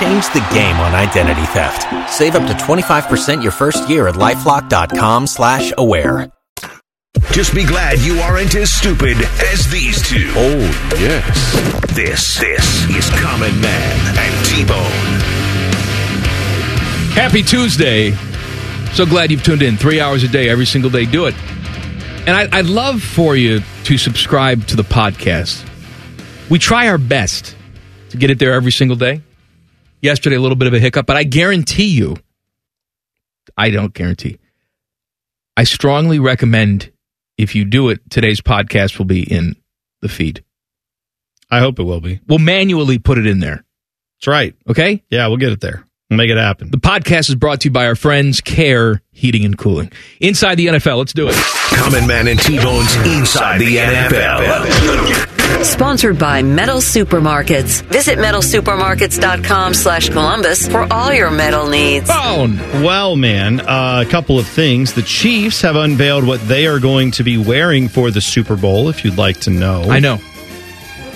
Speaker 6: Change the game on identity theft. Save up to 25% your first year at lifelock.com slash aware.
Speaker 1: Just be glad you aren't as stupid as these two. Oh, yes. This, this is Common Man and T-Bone.
Speaker 3: Happy Tuesday. So glad you've tuned in. Three hours a day, every single day. Do it. And I, I'd love for you to subscribe to the podcast. We try our best to get it there every single day. Yesterday, a little bit of a hiccup, but I guarantee you, I don't guarantee. I strongly recommend if you do it, today's podcast will be in the feed.
Speaker 2: I hope it will be.
Speaker 3: We'll manually put it in there.
Speaker 2: That's right.
Speaker 3: Okay?
Speaker 2: Yeah, we'll get it there. We'll make it happen.
Speaker 3: The podcast is brought to you by our friends, Care Heating and Cooling. Inside the NFL, let's do it.
Speaker 1: Common Man and T-Bone's Inside the NFL.
Speaker 7: Sponsored by Metal Supermarkets. Visit metalsupermarkets.com slash Columbus for all your metal needs.
Speaker 2: Well, man, uh, a couple of things. The Chiefs have unveiled what they are going to be wearing for the Super Bowl. If you'd like to know,
Speaker 3: I know.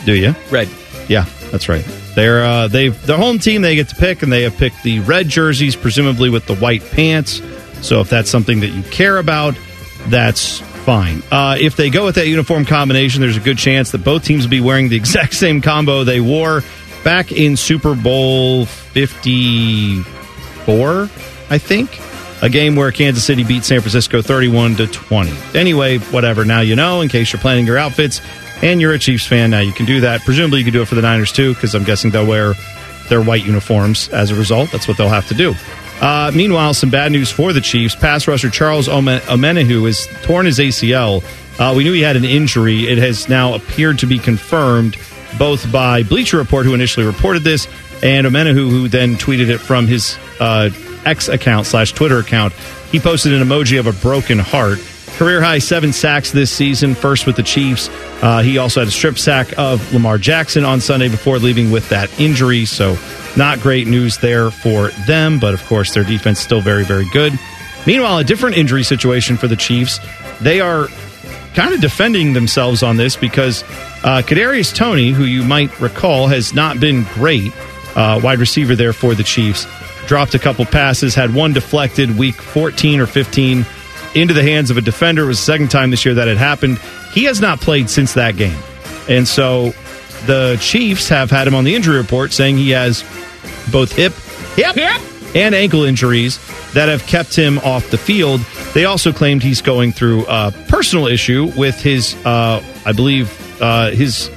Speaker 2: Do you?
Speaker 3: Red.
Speaker 2: Yeah, that's right. They're uh, they've their home team. They get to pick, and they have picked the red jerseys, presumably with the white pants. So if that's something that you care about, that's fine. Uh, if they go with that uniform combination, there's a good chance that both teams will be wearing the exact same combo they wore back in Super Bowl 54, I think. A game where Kansas City beat San Francisco 31 to 20. Anyway, whatever. Now you know in case you're planning your outfits and you're a Chiefs fan. Now you can do that. Presumably you can do it for the Niners too because I'm guessing they'll wear their white uniforms as a result. That's what they'll have to do. Uh, meanwhile, some bad news for the Chiefs. Pass rusher Charles Ome- Omenahu has torn his ACL. Uh, we knew he had an injury. It has now appeared to be confirmed both by Bleacher Report, who initially reported this, and Omenahu, who then tweeted it from his uh, X account slash Twitter account. He posted an emoji of a broken heart. Career high seven sacks this season, first with the Chiefs. Uh, he also had a strip sack of Lamar Jackson on Sunday before leaving with that injury. So, not great news there for them, but of course, their defense still very, very good. Meanwhile, a different injury situation for the Chiefs. They are kind of defending themselves on this because uh, Kadarius Tony, who you might recall has not been great, uh, wide receiver there for the Chiefs, dropped a couple passes, had one deflected week 14 or 15 into the hands of a defender. It was the second time this year that had happened. He has not played since that game. And so the Chiefs have had him on the injury report saying he has both hip, hip, and ankle injuries that have kept him off the field. They also claimed he's going through a personal issue with his, uh, I believe, uh, his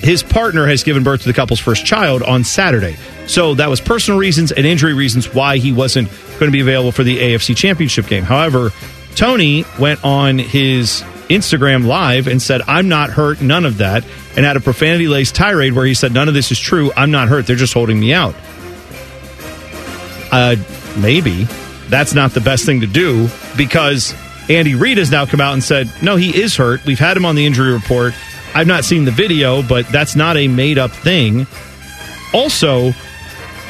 Speaker 2: his partner has given birth to the couple's first child on Saturday. So that was personal reasons and injury reasons why he wasn't going to be available for the AFC Championship game. However, Tony went on his Instagram live and said, I'm not hurt, none of that, and had a profanity laced tirade where he said, None of this is true. I'm not hurt. They're just holding me out. Uh, maybe that's not the best thing to do because Andy Reid has now come out and said, no, he is hurt. We've had him on the injury report. I've not seen the video, but that's not a made up thing. Also,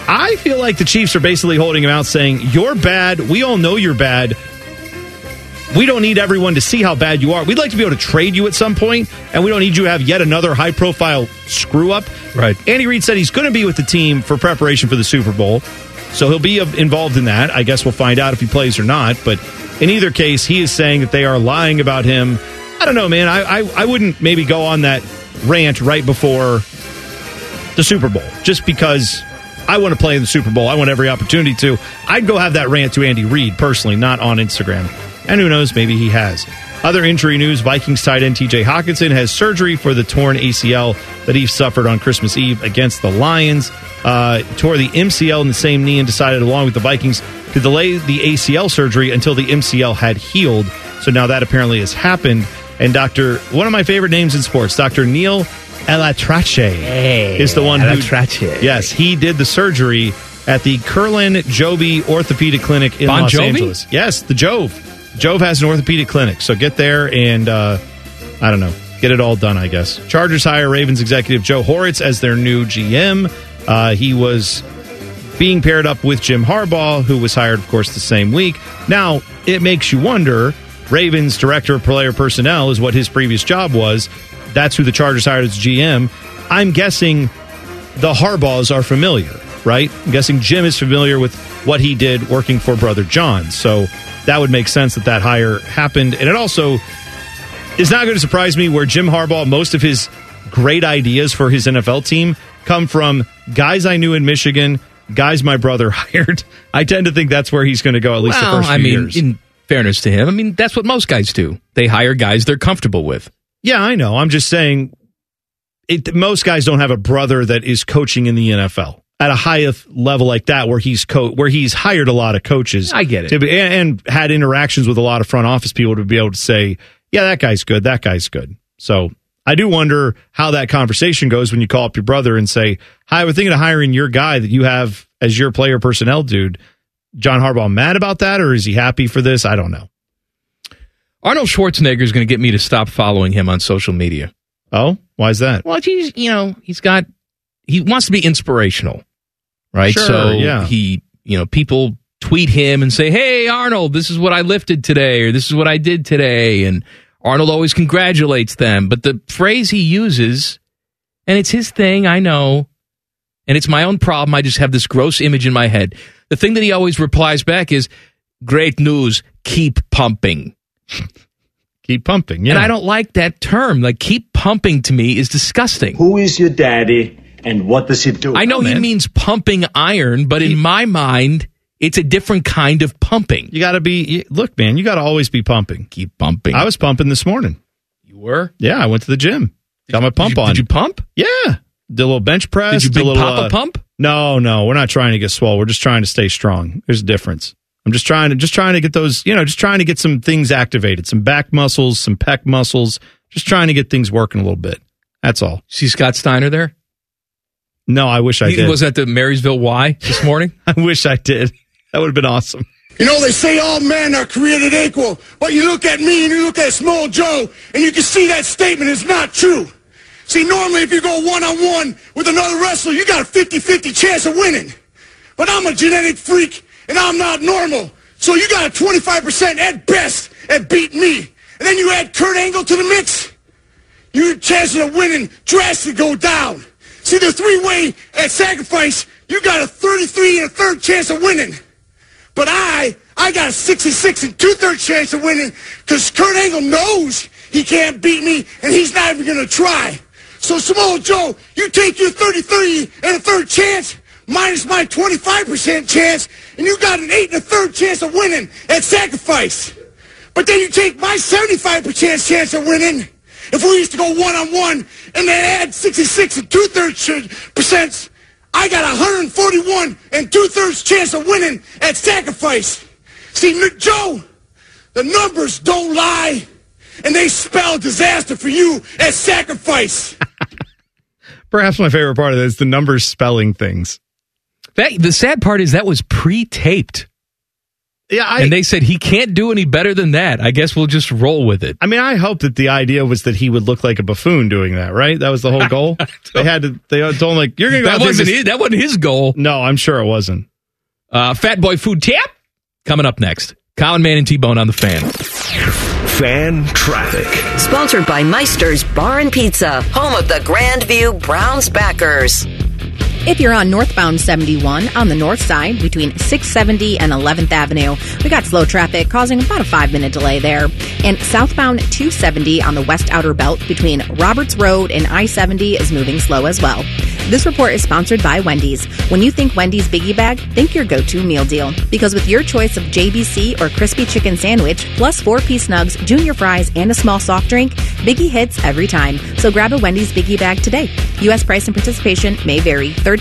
Speaker 2: I feel like the Chiefs are basically holding him out saying, you're bad. We all know you're bad. We don't need everyone to see how bad you are. We'd like to be able to trade you at some point, and we don't need you to have yet another high profile screw up. Right. Andy Reid said he's going to be with the team for preparation for the Super Bowl. So he'll be of- involved in that. I guess we'll find out if he plays or not. But in either case, he is saying that they are lying about him. I don't know, man. I, I, I wouldn't maybe go on that rant right before the Super Bowl just because I want to play in the Super Bowl. I want every opportunity to. I'd go have that rant to Andy Reid personally, not on Instagram. And who knows, maybe he has. Other injury news Vikings tight end TJ Hawkinson has surgery for the torn ACL that he suffered on Christmas Eve against the Lions. Uh, tore the MCL in the same knee and decided, along with the Vikings, to delay the ACL surgery until the MCL had healed. So now that apparently has happened. And Dr. One of my favorite names in sports, Dr. Neil Elatrache, is the one who.
Speaker 4: Elatrache.
Speaker 2: Yes, he did the surgery at the Curlin Joby Orthopedic Clinic in
Speaker 3: Bon
Speaker 2: Los
Speaker 3: Jovi?
Speaker 2: Angeles. Yes, the Jove. Jove has an orthopedic clinic, so get there and uh, I don't know, get it all done. I guess. Chargers hire Ravens executive Joe Horitz as their new GM. Uh, he was being paired up with Jim Harbaugh, who was hired, of course, the same week. Now it makes you wonder. Ravens director of player personnel is what his previous job was. That's who the Chargers hired as GM. I'm guessing the Harbaughs are familiar, right? I'm guessing Jim is familiar with what he did working for Brother John. So that would make sense that that hire happened. And it also is not going to surprise me where Jim Harbaugh, most of his great ideas for his NFL team come from guys I knew in Michigan, guys my brother hired. I tend to think that's where he's going to go at least
Speaker 3: well,
Speaker 2: the first few
Speaker 3: I mean,
Speaker 2: years.
Speaker 3: in fairness to him, I mean that's what most guys do. They hire guys they're comfortable with.
Speaker 2: Yeah, I know. I'm just saying, it, most guys don't have a brother that is coaching in the NFL at a high of- level like that, where he's co- where he's hired a lot of coaches. I get it, to be, and, and had interactions with a lot of front office people to be able to say, yeah, that guy's good, that guy's good. So I do wonder how that conversation goes when you call up your brother and say, "Hi, we're thinking of hiring your guy that you have as your player personnel dude." John Harbaugh mad about that, or is he happy for this? I don't know.
Speaker 3: Arnold Schwarzenegger is going to get me to stop following him on social media.
Speaker 2: Oh, why is that?
Speaker 3: Well, he's you know he's got he wants to be inspirational, right?
Speaker 2: Sure,
Speaker 3: so
Speaker 2: yeah.
Speaker 3: he you know people tweet him and say, "Hey Arnold, this is what I lifted today, or this is what I did today," and Arnold always congratulates them. But the phrase he uses, and it's his thing, I know, and it's my own problem. I just have this gross image in my head. The thing that he always replies back is, "Great news, keep pumping."
Speaker 2: keep pumping, yeah.
Speaker 3: And I don't like that term. Like keep pumping to me is disgusting.
Speaker 11: Who is your daddy and what does he do?
Speaker 3: I know he means pumping iron, but in my mind, it's a different kind of pumping.
Speaker 2: You got to be look, man. You got to always be pumping.
Speaker 3: Keep pumping.
Speaker 2: I was pumping this morning.
Speaker 3: You were?
Speaker 2: Yeah, I went to the gym. Got my pump on. Did you
Speaker 3: pump?
Speaker 2: Yeah, did a little bench press.
Speaker 3: you
Speaker 2: did a
Speaker 3: big
Speaker 2: little, uh,
Speaker 3: pop a pump?
Speaker 2: No, no, we're not trying to get swole. We're just trying to stay strong. There's a difference. I'm just trying to just trying to get those, you know, just trying to get some things activated, some back muscles, some pec muscles, just trying to get things working a little bit. That's all.
Speaker 3: See Scott Steiner there?
Speaker 2: No, I wish I
Speaker 3: He
Speaker 2: did.
Speaker 3: was at the Marysville Y this morning.
Speaker 2: I wish I did. That would have been awesome.
Speaker 12: You know, they say all men are created equal, but you look at me and you look at Small Joe, and you can see that statement is not true. See, normally if you go one-on-one with another wrestler, you got a 50-50 chance of winning. But I'm a genetic freak, and I'm not normal. So you got a 25% at best at beating me. And then you add Kurt Angle to the mix, your chances of winning drastically go down. See, the three-way at sacrifice, you got a 33 and a third chance of winning. But I, I got a 66 and two-thirds chance of winning because Kurt Angle knows he can't beat me and he's not even going to try. So Samoa Joe, you take your 33 and a third chance minus my 25% chance and you got an eight and a third chance of winning at sacrifice. But then you take my 75% chance of winning if we used to go one-on-one and then add 66 and two-thirds percent I got 141 and two-thirds chance of winning at sacrifice. See, Nick Joe, the numbers don't lie, and they spell disaster for you at sacrifice.
Speaker 2: Perhaps my favorite part of that is the numbers spelling things.
Speaker 3: That, the sad part is that was pre-taped.
Speaker 2: Yeah, I,
Speaker 3: and they said he can't do any better than that. I guess we'll just roll with it.
Speaker 2: I mean, I hope that the idea was that he would look like a buffoon doing that, right? That was the whole goal. they had to. They told him like, "You're going to go."
Speaker 3: That
Speaker 2: out there and
Speaker 3: wasn't
Speaker 2: just-
Speaker 3: it. That wasn't his goal.
Speaker 2: No, I'm sure it wasn't.
Speaker 3: Uh, Fat Boy Food Tap coming up next. Colin Man and T Bone on the fan.
Speaker 1: Fan traffic.
Speaker 7: Sponsored by Meister's Bar and Pizza, home of the Grand View Browns backers.
Speaker 10: If you're on northbound 71 on the north side between 670 and 11th Avenue, we got slow traffic causing about a five minute delay there. And southbound 270 on the west outer belt between Roberts Road and I 70 is moving slow as well. This report is sponsored by Wendy's. When you think Wendy's Biggie Bag, think your go to meal deal. Because with your choice of JBC or crispy chicken sandwich, plus four piece nugs, junior fries, and a small soft drink, Biggie hits every time. So grab a Wendy's Biggie Bag today. U.S. price and participation may vary. Third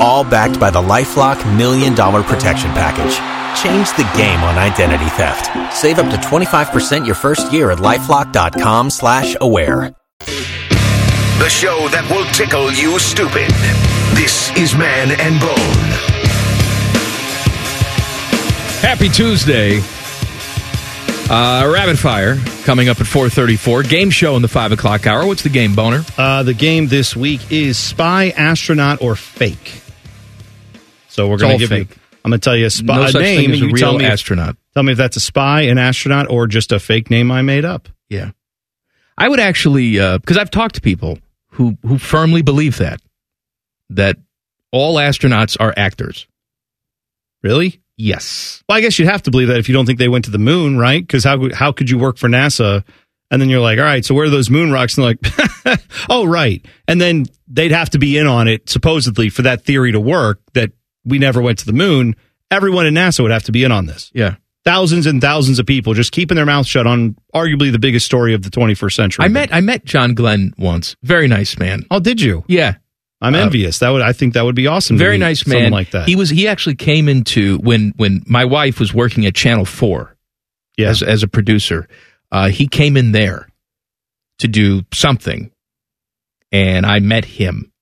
Speaker 6: All backed by the LifeLock Million Dollar Protection Package. Change the game on identity theft. Save up to 25% your first year at LifeLock.com slash aware.
Speaker 1: The show that will tickle you stupid. This is Man and Bone.
Speaker 3: Happy Tuesday. Uh, rapid fire coming up at 4:34. Game show in the five o'clock hour. What's the game, boner?
Speaker 2: Uh, the game this week is spy, astronaut, or fake. So we're
Speaker 3: It's
Speaker 2: going to
Speaker 3: all
Speaker 2: give
Speaker 3: fake.
Speaker 2: you. I'm going to tell you a spy
Speaker 3: No
Speaker 2: a
Speaker 3: such
Speaker 2: name,
Speaker 3: thing as
Speaker 2: and
Speaker 3: a
Speaker 2: you
Speaker 3: real
Speaker 2: tell me if-
Speaker 3: astronaut.
Speaker 2: tell me if that's a spy, an astronaut, or just a fake name I made up.
Speaker 3: Yeah, I would actually because I've talked to people who who firmly believe that that all astronauts are actors.
Speaker 2: Really?
Speaker 3: Yes.
Speaker 2: Well, I guess you'd have to believe that if you don't think they went to the moon, right? Because how how could you work for NASA? And then you're like, all right, so where are those moon rocks? And they're like, oh, right. And then they'd have to be in on it, supposedly, for that theory to work that we never went to the moon. Everyone in NASA would have to be in on this.
Speaker 3: Yeah.
Speaker 2: Thousands and thousands of people just keeping their mouth shut on arguably the biggest story of the 21st century.
Speaker 3: I met I met John Glenn once. Very nice man.
Speaker 2: Oh, did you?
Speaker 3: Yeah.
Speaker 2: I'm
Speaker 3: Uh,
Speaker 2: envious. That would I think that would be awesome. to
Speaker 3: Very
Speaker 2: meet
Speaker 3: nice man.
Speaker 2: someone like that.
Speaker 3: He was. He actually came into when when my wife was working at Channel Four, as as a producer. Uh, he came in there to do something, and I met him.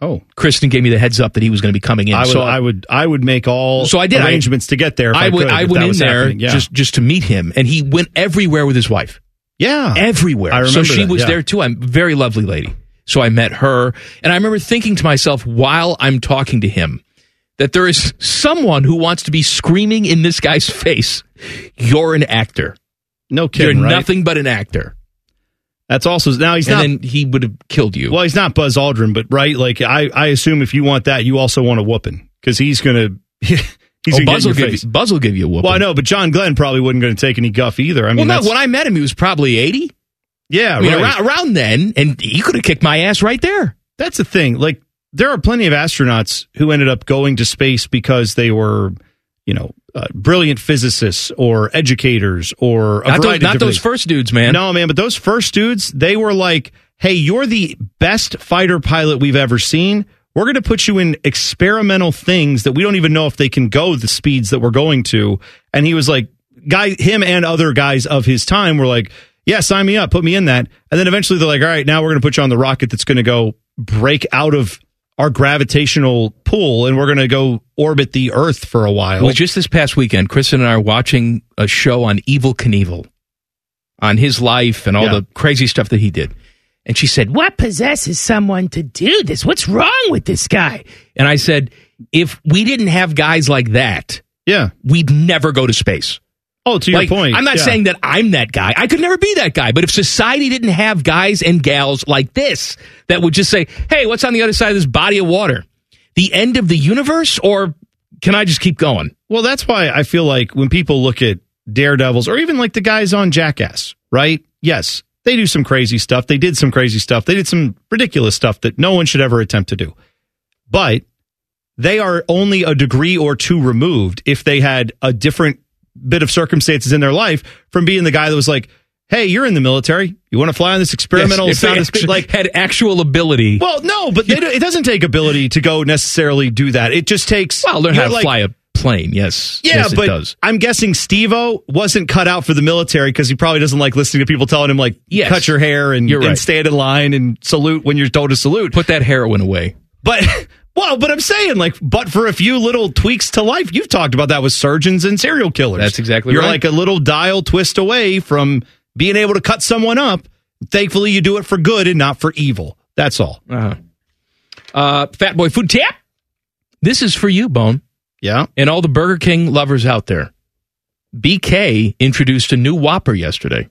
Speaker 2: Oh,
Speaker 3: Kristen gave me the heads up that he was going to be coming in.
Speaker 2: I would,
Speaker 3: so
Speaker 2: I would, I would make all
Speaker 3: so I did I-
Speaker 2: arrangements to get there. If I,
Speaker 3: I would.
Speaker 2: could,
Speaker 3: I
Speaker 2: if
Speaker 3: went
Speaker 2: that
Speaker 3: in
Speaker 2: was
Speaker 3: there
Speaker 2: happening. Yeah.
Speaker 3: just just to meet him, and he went everywhere with his wife.
Speaker 2: Yeah,
Speaker 3: everywhere.
Speaker 2: I
Speaker 3: so
Speaker 2: remember
Speaker 3: she
Speaker 2: that,
Speaker 3: was
Speaker 2: yeah.
Speaker 3: there too. I'm very lovely lady. So I met her, and I remember thinking to myself while I'm talking to him that there is someone who wants to be screaming in this guy's face, "You're an actor.
Speaker 2: No kidding,
Speaker 3: You're
Speaker 2: right?
Speaker 3: nothing but an actor."
Speaker 2: That's also now he's
Speaker 3: And
Speaker 2: not.
Speaker 3: then he would have killed you.
Speaker 2: Well, he's not Buzz Aldrin, but right, like I, I assume if you want that, you also want a whooping because he's gonna. He's
Speaker 3: Oh,
Speaker 2: gonna
Speaker 3: Buzz will
Speaker 2: get in your
Speaker 3: give
Speaker 2: face.
Speaker 3: you- Buzz will give you a whooping.
Speaker 2: Well, I know, but John Glenn probably wasn't going to take any guff either. I mean,
Speaker 3: well,
Speaker 2: that's,
Speaker 3: no, when I met him, he was probably eighty.
Speaker 2: Yeah,
Speaker 3: I mean,
Speaker 2: right.
Speaker 3: around, around then, and he could have kicked my ass right there.
Speaker 2: That's the thing. Like there are plenty of astronauts who ended up going to space because they were, you know, uh, brilliant physicists or educators or a
Speaker 3: Not those,
Speaker 2: variety of
Speaker 3: not
Speaker 2: different
Speaker 3: those
Speaker 2: things.
Speaker 3: first dudes, man.
Speaker 2: No, man, but those first dudes, they were like, "Hey, you're the best fighter pilot we've ever seen. We're going to put you in experimental things that we don't even know if they can go the speeds that we're going to." And he was like, "Guy, him and other guys of his time were like, "Yeah, sign me up, put me in that." And then eventually they're like, "All right, now we're going to put you on the rocket that's going to go break out of our gravitational pull and we're going to go orbit the earth for a while."
Speaker 3: Well, just this past weekend, Kristen and I are watching a show on Evil Knievel, on his life and all
Speaker 13: Yeah.
Speaker 3: the crazy stuff that he did. And she said, What possesses someone to do this? What's wrong with this guy? And I said, If we didn't have guys like that,
Speaker 2: yeah,
Speaker 3: we'd never go to space.
Speaker 2: Oh, to your
Speaker 3: Like,
Speaker 2: point,
Speaker 3: I'm not
Speaker 2: yeah.
Speaker 3: saying that I'm that guy. I could never be that guy. But if society didn't have guys and gals like this that would just say, hey, what's on the other side of this body of water? The end of the universe? Or can I just keep going?
Speaker 2: Well, that's why I feel like when people look at daredevils or even like the guys on Jackass, right? Yes, they do some crazy stuff. They did some crazy stuff. They did some ridiculous stuff that no one should ever attempt to do. But they are only a degree or two removed if they had a different bit of circumstances in their life from being the guy that was like, Hey, you're in the military. You want to fly on this experimental
Speaker 3: Yes, if they
Speaker 2: sound
Speaker 3: actually
Speaker 2: like
Speaker 3: had actual ability.
Speaker 2: well, no, but they, don't- it doesn't take ability to go necessarily do that. It just takes
Speaker 3: Well, learn how
Speaker 2: you're
Speaker 3: to
Speaker 2: like-
Speaker 3: fly a plane. Yes.
Speaker 2: Yeah,
Speaker 3: yes,
Speaker 2: but
Speaker 3: it does.
Speaker 2: I'm guessing Steve-O wasn't cut out for the military because he probably doesn't like listening to people telling him like,
Speaker 3: Yes.
Speaker 2: cut your hair and,
Speaker 3: You're
Speaker 2: and
Speaker 3: right.
Speaker 2: stand in line and salute when you're told to salute.
Speaker 3: Put that heroin away.
Speaker 2: But well, but I'm saying like, but for a few little tweaks to life, you've talked about that with surgeons and serial killers.
Speaker 3: That's exactly
Speaker 2: you're
Speaker 3: right.
Speaker 2: like a little dial twist away from being able to cut someone up. Thankfully, you do it for good and not for evil. That's all.
Speaker 3: Uh-huh. Uh, Fat Boy Food Tap. This is for you, Bone.
Speaker 2: Yeah.
Speaker 3: And all the Burger King lovers out there. BK introduced a new Whopper yesterday.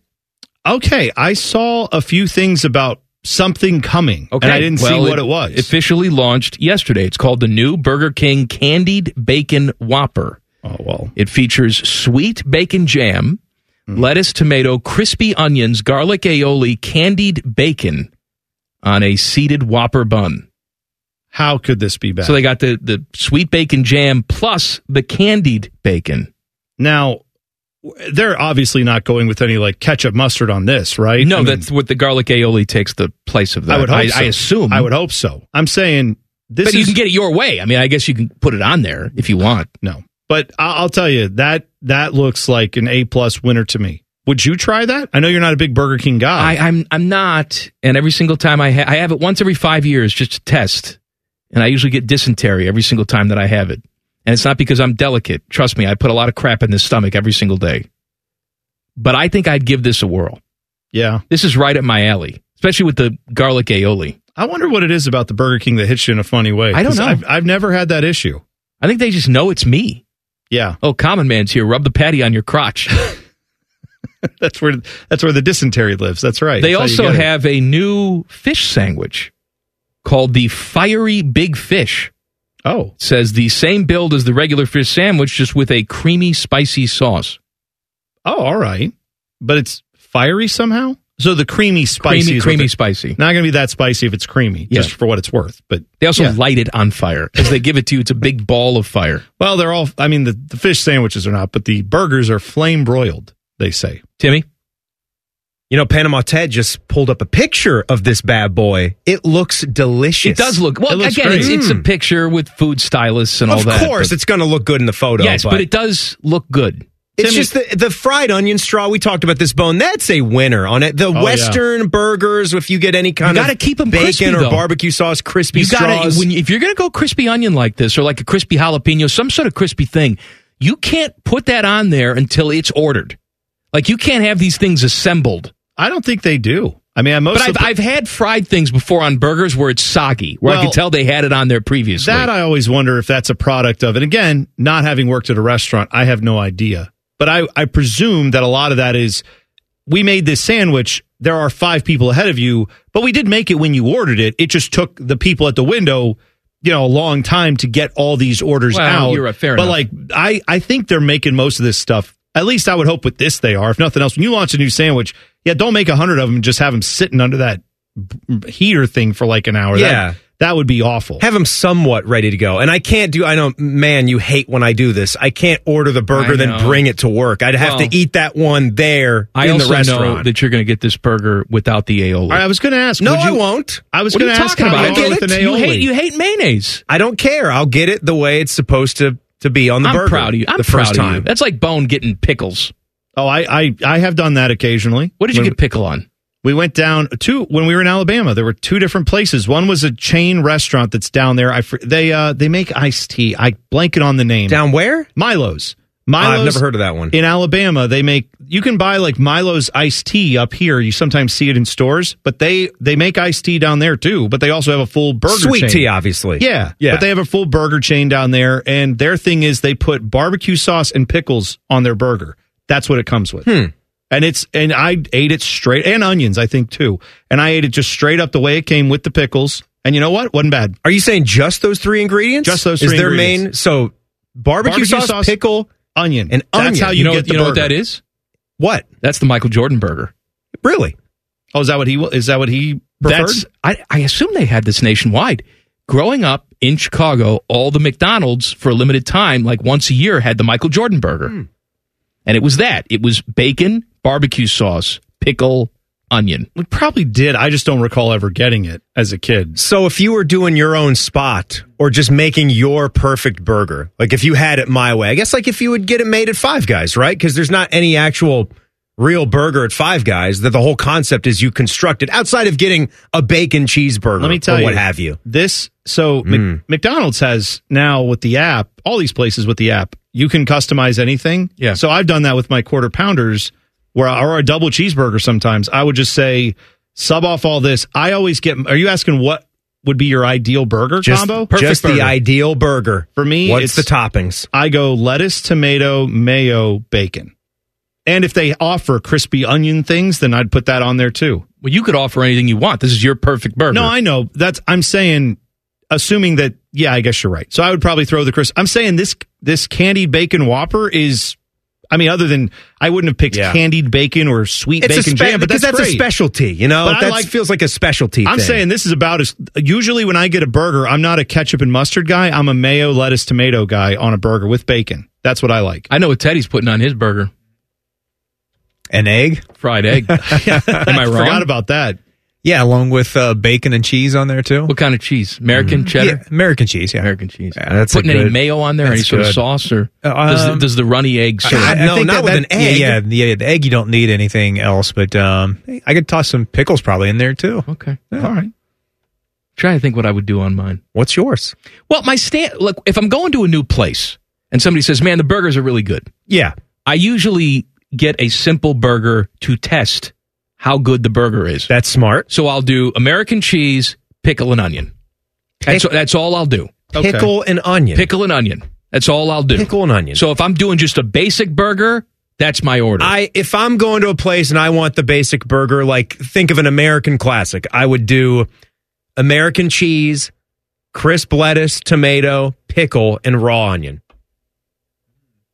Speaker 2: Okay, I saw a few things about something coming, and I didn't
Speaker 3: well,
Speaker 2: see what it was.
Speaker 3: Officially launched yesterday. It's called the new Burger King Candied Bacon Whopper.
Speaker 2: Oh, well. Hmm.
Speaker 3: It features sweet bacon jam, lettuce, tomato, crispy onions, garlic aioli, candied bacon on a seeded Whopper bun.
Speaker 2: How could this be bad?
Speaker 3: So they got the, the sweet bacon jam plus the candied bacon.
Speaker 2: Now, they're obviously not going with any like ketchup mustard on this, right?
Speaker 3: No,
Speaker 2: I mean,
Speaker 3: that's what the garlic aioli takes the place of that.
Speaker 2: I would hope. so.
Speaker 3: I assume.
Speaker 2: I would hope so. I'm saying this
Speaker 3: but
Speaker 2: is
Speaker 3: you can get it your way. I mean, I guess you can put it on there if you want.
Speaker 2: no. But I- I'll tell you that that looks like an A plus winner to me. Would you try that? I know you're not a big Burger King guy.
Speaker 3: I, I'm I'm not, and every single time I ha- I have it once every five years just to test, and I usually get dysentery every single time that I have it, and it's not because I'm delicate. Trust me, I put a lot of crap in this stomach every single day. but I think I'd give this a whirl.
Speaker 2: Yeah.
Speaker 3: This is right up my alley, especially with the garlic aioli.
Speaker 2: I wonder what it is about the Burger King that hits you in a funny way.
Speaker 3: I don't
Speaker 2: 'cause
Speaker 3: know.
Speaker 2: I've, I've never had that issue.
Speaker 3: I think they just know it's me.
Speaker 2: Yeah.
Speaker 3: Oh, common man's here. Rub the patty on your crotch.
Speaker 2: that's where that's where the dysentery lives. That's right.
Speaker 3: They
Speaker 2: That's how you
Speaker 3: also
Speaker 2: get it.
Speaker 3: have a new fish sandwich called the Fiery Big Fish.
Speaker 2: Oh.
Speaker 3: Says the same build as the regular fish sandwich, just with a creamy, spicy sauce.
Speaker 2: Oh, all right. But it's fiery somehow? So the creamy spicy
Speaker 3: Creamy-
Speaker 2: is what
Speaker 3: creamy
Speaker 2: they're-
Speaker 3: spicy.
Speaker 2: Not going to be that spicy if it's creamy,
Speaker 3: Yeah.
Speaker 2: just for what it's worth. But
Speaker 3: They also light it on fire. As they give it to you, it's a big ball of fire.
Speaker 2: well, they're all I mean the, the fish sandwiches are not, but the burgers are flame broiled, they say.
Speaker 3: Timmy?
Speaker 4: You know, Panama Ted just pulled up a picture of this bad boy. It looks delicious.
Speaker 3: It does look well. again, it's, it's a
Speaker 4: Mm.
Speaker 3: picture with food stylists and all
Speaker 4: of
Speaker 3: that.
Speaker 4: course,
Speaker 3: but-
Speaker 4: it's going to look good in the photo.
Speaker 3: yes, but, it does look good.
Speaker 4: It's
Speaker 3: Timmy-
Speaker 4: just the, the fried onion straw. We talked about this bone. That's a winner on it. The
Speaker 3: Oh, yeah.
Speaker 4: Western burgers, if you get any kind
Speaker 3: gotta
Speaker 4: of
Speaker 3: keep 'em
Speaker 4: bacon
Speaker 3: crispy,
Speaker 4: or
Speaker 3: though.
Speaker 4: barbecue sauce, crispy
Speaker 3: you gotta
Speaker 4: straws.
Speaker 3: when you- if you're gonna go crispy onion like this or like a crispy jalapeno, some sort of crispy thing. You can't put that on there until it's ordered. Like you can't have these things assembled.
Speaker 2: I don't think they do. I mean, I most
Speaker 3: but I've,
Speaker 2: of the-
Speaker 3: I've had fried things before on burgers where it's soggy, where I
Speaker 2: Well,
Speaker 3: can tell they had it on there previously.
Speaker 2: That I always wonder if that's a product of. And again, not having worked at a restaurant, I have no idea. But I, I presume that a lot of that is we made this sandwich. There are five people ahead of you, but we did make it when you ordered it. It just took the people at the window, you know, a long time to get all these orders
Speaker 3: Well,
Speaker 2: out.
Speaker 3: you're right, fair
Speaker 2: but
Speaker 3: enough.
Speaker 2: like, I, I think they're making most of this stuff. At least I would hope with this they are. If nothing else, when you launch a new sandwich, yeah, don't make a hundred of them. and Just have them sitting under that b- heater thing for like an hour. That-
Speaker 4: Yeah.
Speaker 2: that would be awful.
Speaker 4: Have them somewhat ready to go. And I can't do, I know, man, you hate when I do this. I can't order the burger,
Speaker 3: I
Speaker 4: then
Speaker 3: know.
Speaker 4: bring it to work. I'd have
Speaker 3: Well,
Speaker 4: to eat that one there
Speaker 3: I
Speaker 4: in
Speaker 3: also
Speaker 4: the
Speaker 3: know
Speaker 4: restaurant.
Speaker 3: that you're gonna get this burger without the aioli.
Speaker 2: All right, I was going to ask.
Speaker 4: no,
Speaker 2: would you,
Speaker 4: I won't.
Speaker 2: I was
Speaker 3: What are
Speaker 2: going to
Speaker 3: you
Speaker 2: ask
Speaker 3: talking
Speaker 2: how
Speaker 3: about?
Speaker 2: you
Speaker 3: I
Speaker 2: go
Speaker 3: get
Speaker 2: with an
Speaker 3: it. You
Speaker 2: aioli.
Speaker 3: hate you hate mayonnaise.
Speaker 4: I don't care. I'll get it the way it's supposed to, to be on the
Speaker 3: I'm
Speaker 4: burger.
Speaker 3: proud of you. I'm
Speaker 4: the
Speaker 3: proud
Speaker 4: first
Speaker 3: of you.
Speaker 4: time.
Speaker 3: That's like bone getting pickles.
Speaker 2: oh, I, I I have done that occasionally.
Speaker 3: What did you
Speaker 2: When
Speaker 3: get pickle on?
Speaker 2: We went down to when we were in Alabama. There were two different places. One was a chain restaurant that's down there. I fr- they uh they make iced tea. I blanket on the name.
Speaker 4: Down where?
Speaker 2: Milo's.
Speaker 4: I've
Speaker 2: Milo's
Speaker 4: never heard of that one.
Speaker 2: In Alabama, they make you can buy like Milo's iced tea up here. You sometimes see it in stores, but they they make iced tea down there too. But they also have a full burger
Speaker 4: Sweet
Speaker 2: chain.
Speaker 4: tea, obviously.
Speaker 2: Yeah,
Speaker 4: Yeah.
Speaker 2: But they have a full burger chain down there, and their thing is they put barbecue sauce and pickles on their burger. That's what it comes with.
Speaker 4: Hmm.
Speaker 2: And it's and I ate it straight and onions, I think too. And I ate it just straight up the way it came with the pickles. And you know what? wasn't bad.
Speaker 4: Are you saying just those three ingredients?
Speaker 2: Just those
Speaker 4: Is
Speaker 2: three
Speaker 4: their
Speaker 2: ingredients.
Speaker 4: main so barbecue, sauce, pickle,
Speaker 2: onion,
Speaker 4: and
Speaker 2: That's
Speaker 4: onion.
Speaker 2: how you,
Speaker 3: You know,
Speaker 2: get the
Speaker 3: you know what
Speaker 2: burger.
Speaker 3: that is?
Speaker 4: what?
Speaker 3: That's the Michael Jordan burger.
Speaker 4: Really?
Speaker 2: Oh, is that what he is? That what he preferred?
Speaker 3: That's I, I assume they had this nationwide. Growing up in Chicago, all the McDonald's for a limited time, like once a year, had the Michael Jordan burger.
Speaker 2: Hmm.
Speaker 3: And it was that. It was bacon, barbecue sauce, pickle, onion.
Speaker 2: we probably did. I just don't recall ever getting it as a kid.
Speaker 4: So if you were doing your own spot or just making your perfect burger, like if you had it my way, I guess like if you would get it made at Five Guys, right? Because there's not any actual real burger at Five Guys. That the whole concept is you construct it outside of getting a bacon cheeseburger.
Speaker 2: Let me tell
Speaker 4: or
Speaker 2: you,
Speaker 4: what have you. Hmm.
Speaker 2: This so Mc- McDonald's has now with the app, all these places with the app, you can customize anything.
Speaker 3: Yeah.
Speaker 2: So I've done that with my quarter pounders, where or a double cheeseburger. Sometimes I would just say sub off all this. I always get. Are you asking what would be your ideal burger
Speaker 4: Just,
Speaker 2: combo?
Speaker 4: just
Speaker 2: burger.
Speaker 4: the ideal burger.
Speaker 2: For me,
Speaker 4: What's
Speaker 2: it's-
Speaker 4: the toppings?
Speaker 2: I go lettuce, tomato, mayo, bacon, and if they offer crispy onion things, then I'd put that on there too.
Speaker 3: Well, you could offer anything you want. This is your perfect burger.
Speaker 2: No, I know. That's I'm saying assuming that yeah, I guess you're right. So I would probably throw the crisp. I'm saying this this candied bacon whopper is I mean other than I wouldn't have picked
Speaker 4: Yeah.
Speaker 2: candied bacon or sweet
Speaker 4: It's a
Speaker 2: bacon
Speaker 4: spe-
Speaker 2: jam, but
Speaker 4: because
Speaker 2: that's,
Speaker 4: that's, a
Speaker 2: great.
Speaker 4: specialty, you know.
Speaker 2: But I
Speaker 4: That
Speaker 2: like-
Speaker 4: feels like a specialty.
Speaker 2: I'm
Speaker 4: thing.
Speaker 2: saying this is about as usually when I get a burger, I'm not a ketchup and mustard guy. I'm a mayo, lettuce, tomato guy on a burger with bacon. That's what I like.
Speaker 3: I know what Teddy's putting on his burger.
Speaker 9: An egg?
Speaker 3: Fried egg. Am I wrong?
Speaker 2: Forgot about that.
Speaker 9: Yeah, along with uh, bacon and cheese on there too. Mm-hmm.
Speaker 3: what kind of cheese? American cheddar?
Speaker 9: Yeah, American cheese. Yeah,
Speaker 3: American cheese.
Speaker 9: Yeah, that's a
Speaker 3: putting any
Speaker 9: good-
Speaker 3: mayo on there, any
Speaker 9: that's
Speaker 3: sort of
Speaker 9: good.
Speaker 3: sauce, or
Speaker 9: Uh,
Speaker 3: does, the,
Speaker 9: um,
Speaker 3: does the runny egg? Sort
Speaker 9: I,
Speaker 3: of,
Speaker 9: I
Speaker 4: No,
Speaker 9: think
Speaker 4: not
Speaker 9: that,
Speaker 4: with
Speaker 9: that-
Speaker 4: an egg.
Speaker 9: Yeah, yeah, yeah, the egg you don't need anything else, but um, I could toss some pickles probably in there too.
Speaker 3: okay.
Speaker 9: All right.
Speaker 3: Trying to think what I would do on mine.
Speaker 4: What's yours?
Speaker 3: Well, my stand. Look, if I'm going to a new place and somebody says, "Man, the burgers are really good,"
Speaker 4: Yeah,
Speaker 3: I usually get a simple burger to test how good the burger is.
Speaker 4: That's smart.
Speaker 3: So I'll do American cheese, pickle, and onion. That's, that's all I'll do.
Speaker 4: Pickle and onion.
Speaker 3: Pickle and onion. That's all I'll do. Pickle
Speaker 4: and onion.
Speaker 3: So if I'm doing just a basic burger, that's my order.
Speaker 4: I if I'm going to a place and I want the basic burger, like think of an American classic, I would do American cheese, crisp lettuce, tomato, pickle, and raw onion.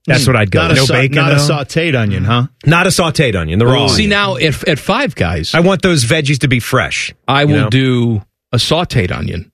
Speaker 4: That's what I'd go.
Speaker 2: Mm. Hmm. Not
Speaker 4: with.
Speaker 2: a
Speaker 4: no
Speaker 2: sa-
Speaker 4: bacon,
Speaker 2: not a
Speaker 4: though.
Speaker 2: sautéed onion, huh?
Speaker 4: Not a sautéed onion. The raw.
Speaker 3: See
Speaker 4: onion.
Speaker 3: now, if at Five Guys,
Speaker 4: I want those veggies to be fresh.
Speaker 3: I
Speaker 4: you
Speaker 3: will
Speaker 4: know?
Speaker 3: do a sautéed onion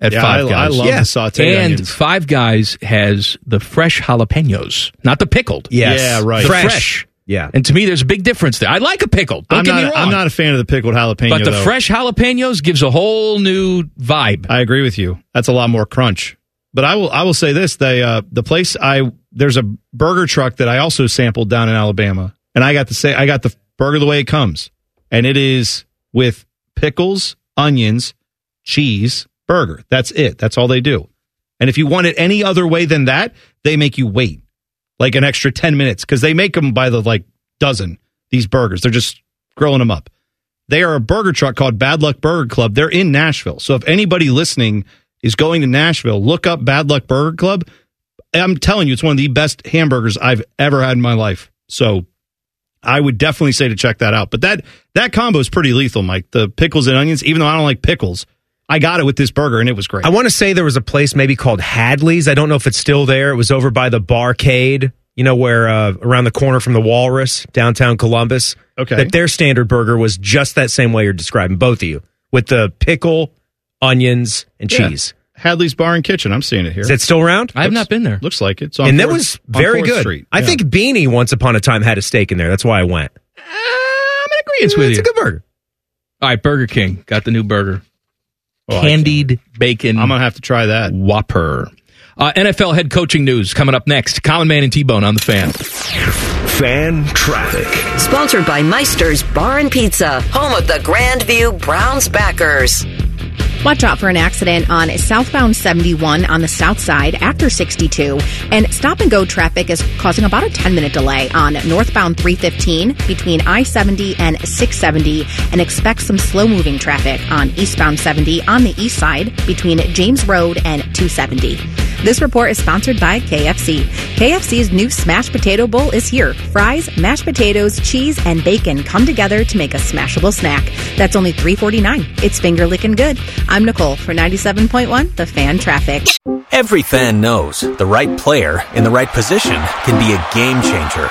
Speaker 3: at
Speaker 4: Yeah,
Speaker 3: Five
Speaker 4: I- I
Speaker 3: Guys.
Speaker 4: love Yeah. the sautéed
Speaker 3: And
Speaker 4: onions.
Speaker 3: Five Guys has the fresh jalapenos, not the pickled.
Speaker 2: Yes. Yeah, right.
Speaker 3: The
Speaker 2: Fresh.
Speaker 3: fresh.
Speaker 4: Yeah.
Speaker 3: And to me, there's a big difference there. I like a pickled. Don't
Speaker 2: I'm
Speaker 3: get
Speaker 2: not,
Speaker 3: me wrong.
Speaker 2: I'm not a fan of the pickled jalapeno.
Speaker 3: but the
Speaker 2: though.
Speaker 3: fresh jalapenos gives a whole new vibe.
Speaker 2: I agree with you. That's a lot more crunch. But I will I will say this: they uh, the place I there's a burger truck that I also sampled down in Alabama, and I got to say I got the burger the way it comes, and it is with pickles, onions, cheese, burger. That's it. That's all they do. And if you want it any other way than that, they make you wait like an extra ten minutes because they make them by the like dozen. These burgers, they're just grilling them up. They are a burger truck called Bad Luck Burger Club. They're in Nashville. So if anybody listening is going to Nashville, look up Bad Luck Burger Club. I'm telling you, it's one of the best hamburgers I've ever had in my life. So I would definitely say to check that out. But that that combo is pretty lethal, Mike. The pickles and onions, even though I don't like pickles, I got it with this burger and it was great.
Speaker 4: I want to say there was a place maybe called Hadley's. I don't know if it's still there. It was over by the barcade, you know, where uh, around the corner from the Walrus, downtown Columbus.
Speaker 2: Okay.
Speaker 4: That their standard burger was just that same way you're describing, both of you, with the pickle, onions, and
Speaker 2: Yeah.
Speaker 4: cheese.
Speaker 2: Hadley's Bar and Kitchen. I'm seeing it here.
Speaker 4: Is it still around?
Speaker 3: I have not been there.
Speaker 2: Looks like it. It's on
Speaker 4: And that
Speaker 2: Fourth-
Speaker 4: was
Speaker 2: on
Speaker 4: very
Speaker 2: Fourth
Speaker 4: good.
Speaker 2: Street.
Speaker 4: I
Speaker 2: Yeah.
Speaker 4: think Beanie once upon a time had a steak in there. That's why I went.
Speaker 3: It's with
Speaker 4: It's
Speaker 3: you.
Speaker 4: a good burger.
Speaker 3: All right, Burger King got the new burger.
Speaker 2: Oh, I
Speaker 3: Candied bacon. I'm
Speaker 2: gonna have to try that
Speaker 3: Whopper. Uh, NFL head coaching news coming up next. Common Man and T Bone on the fan.
Speaker 1: Fan traffic.
Speaker 7: Sponsored by Meister's Bar and Pizza, home of the Grandview Browns backers.
Speaker 10: Watch out for an accident on southbound 71 on the south side after 62. And stop and go traffic is causing about a 10 minute delay on northbound 315 between I 70 and 670. And expect some slow moving traffic on eastbound 70 on the east side between James Road and 270. This report is sponsored by KFC. KFC's new Smash Potato Bowl is here. Fries, mashed potatoes, cheese, and bacon come together to make a smashable snack. That's only $3.49. It's finger licking good. I'm Nicole for 97.1 The Fan Traffic.
Speaker 6: Every fan knows the right player in the right position can be a game changer.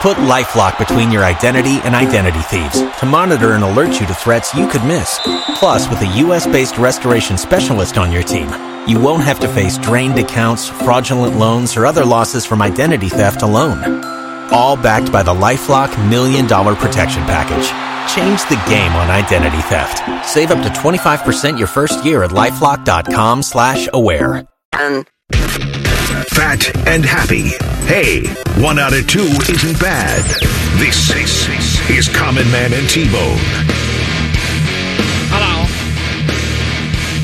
Speaker 6: Put LifeLock between your identity and identity thieves to monitor and alert you to threats you could miss. Plus, with a U.S.-based restoration specialist on your team, you won't have to face drained accounts, fraudulent loans, or other losses from identity theft alone. All backed by the LifeLock Million Dollar Protection Package. Change the game on identity theft. Save up to 25% your first year at LifeLock.com slash aware.
Speaker 1: Fat and happy. Hey, one out of two isn't bad. This is Common Man and T Bone.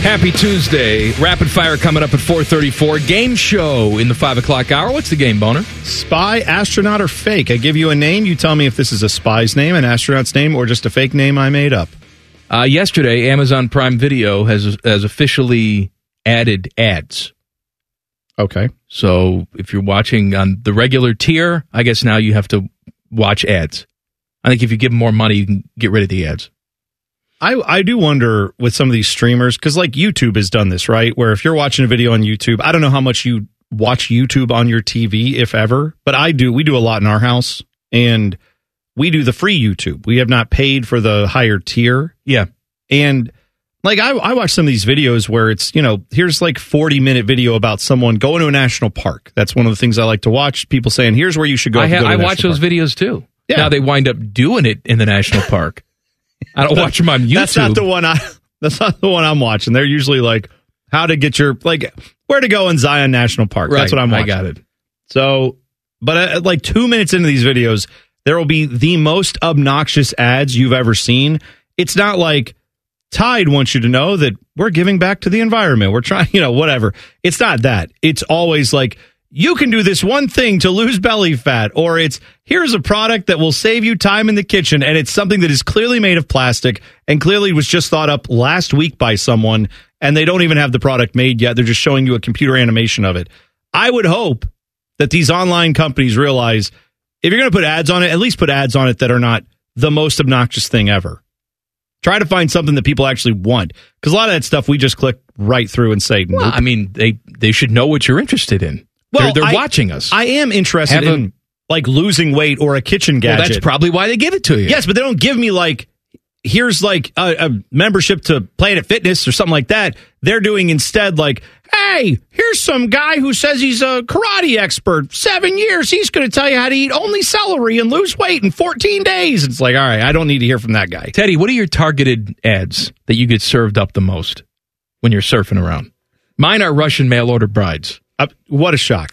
Speaker 3: Happy Tuesday. Rapid fire coming up at 434. Game show in the 5 o'clock hour. What's the game, Boner?
Speaker 2: Spy, astronaut, or fake? I give you a name. You tell me if this is a spy's name, an astronaut's name, or just a fake name I made up.
Speaker 3: Uh, yesterday, Amazon Prime Video has, has officially added ads.
Speaker 2: Okay.
Speaker 3: So if you're watching on the regular tier, I guess now you have to watch ads. I think if you give them more money, you can get rid of the ads.
Speaker 2: I, I do wonder with some of these streamers, because like YouTube has done this, right? Where if you're watching a video on YouTube, I don't know how much you watch YouTube on your TV, if ever, but I do. We do a lot in our house and we do the free YouTube. We have not paid for the higher tier.
Speaker 3: Yeah.
Speaker 2: And like I, I watch some of these videos where it's, you know, here's like 40 minute video about someone going to a national park. That's one of the things I like to watch. People saying, here's where you should go.
Speaker 3: I,
Speaker 2: if you
Speaker 3: ha-
Speaker 2: go to a
Speaker 3: I
Speaker 2: national
Speaker 3: watch those
Speaker 2: park."
Speaker 3: videos too.
Speaker 2: Yeah.
Speaker 3: Now they wind up doing it in the national park. I don't watch them on YouTube.
Speaker 2: That's not the one I. That's not the one I'm watching. They're usually like how to get your like where to go in Zion National Park. That's
Speaker 3: Right,
Speaker 2: what I'm
Speaker 3: I
Speaker 2: watching.
Speaker 3: got it.
Speaker 2: So, but at, at, like two minutes into these videos, there will be the most obnoxious ads you've ever seen. It's not like Tide wants you to know that we're giving back to the environment. We're trying, you know, whatever. It's not that. It's always like you can do this one thing to lose belly fat, or it's Here's a product that will save you time in the kitchen, and it's something that is clearly made of plastic and clearly was just thought up last week by someone, and they don't even have the product made yet. They're just showing you a computer animation of it. I would hope that these online companies realize if you're going to put ads on it, at least put ads on it that are not the most obnoxious thing ever. Try to find something that people actually want because a lot of that stuff we just click right through and say,
Speaker 3: Well, I mean, they they should know what you're interested in. They're- they're watching us.
Speaker 2: I am interested
Speaker 3: Have a-
Speaker 2: in like losing weight or a kitchen
Speaker 3: Well,
Speaker 2: gadget.
Speaker 3: that's probably why they give it to you.
Speaker 2: Yes, but they don't give me like here's like a, a membership to Planet Fitness or something like that. They're doing instead like, hey, here's some guy who says he's a karate expert. Seven years, he's going to tell you how to eat only celery and lose weight in 14 days. It's like, all right, I don't need to hear from that guy.
Speaker 3: Teddy, what are your targeted ads that you get served up the most when you're surfing around? Mine are Russian mail order brides.
Speaker 2: what a shock!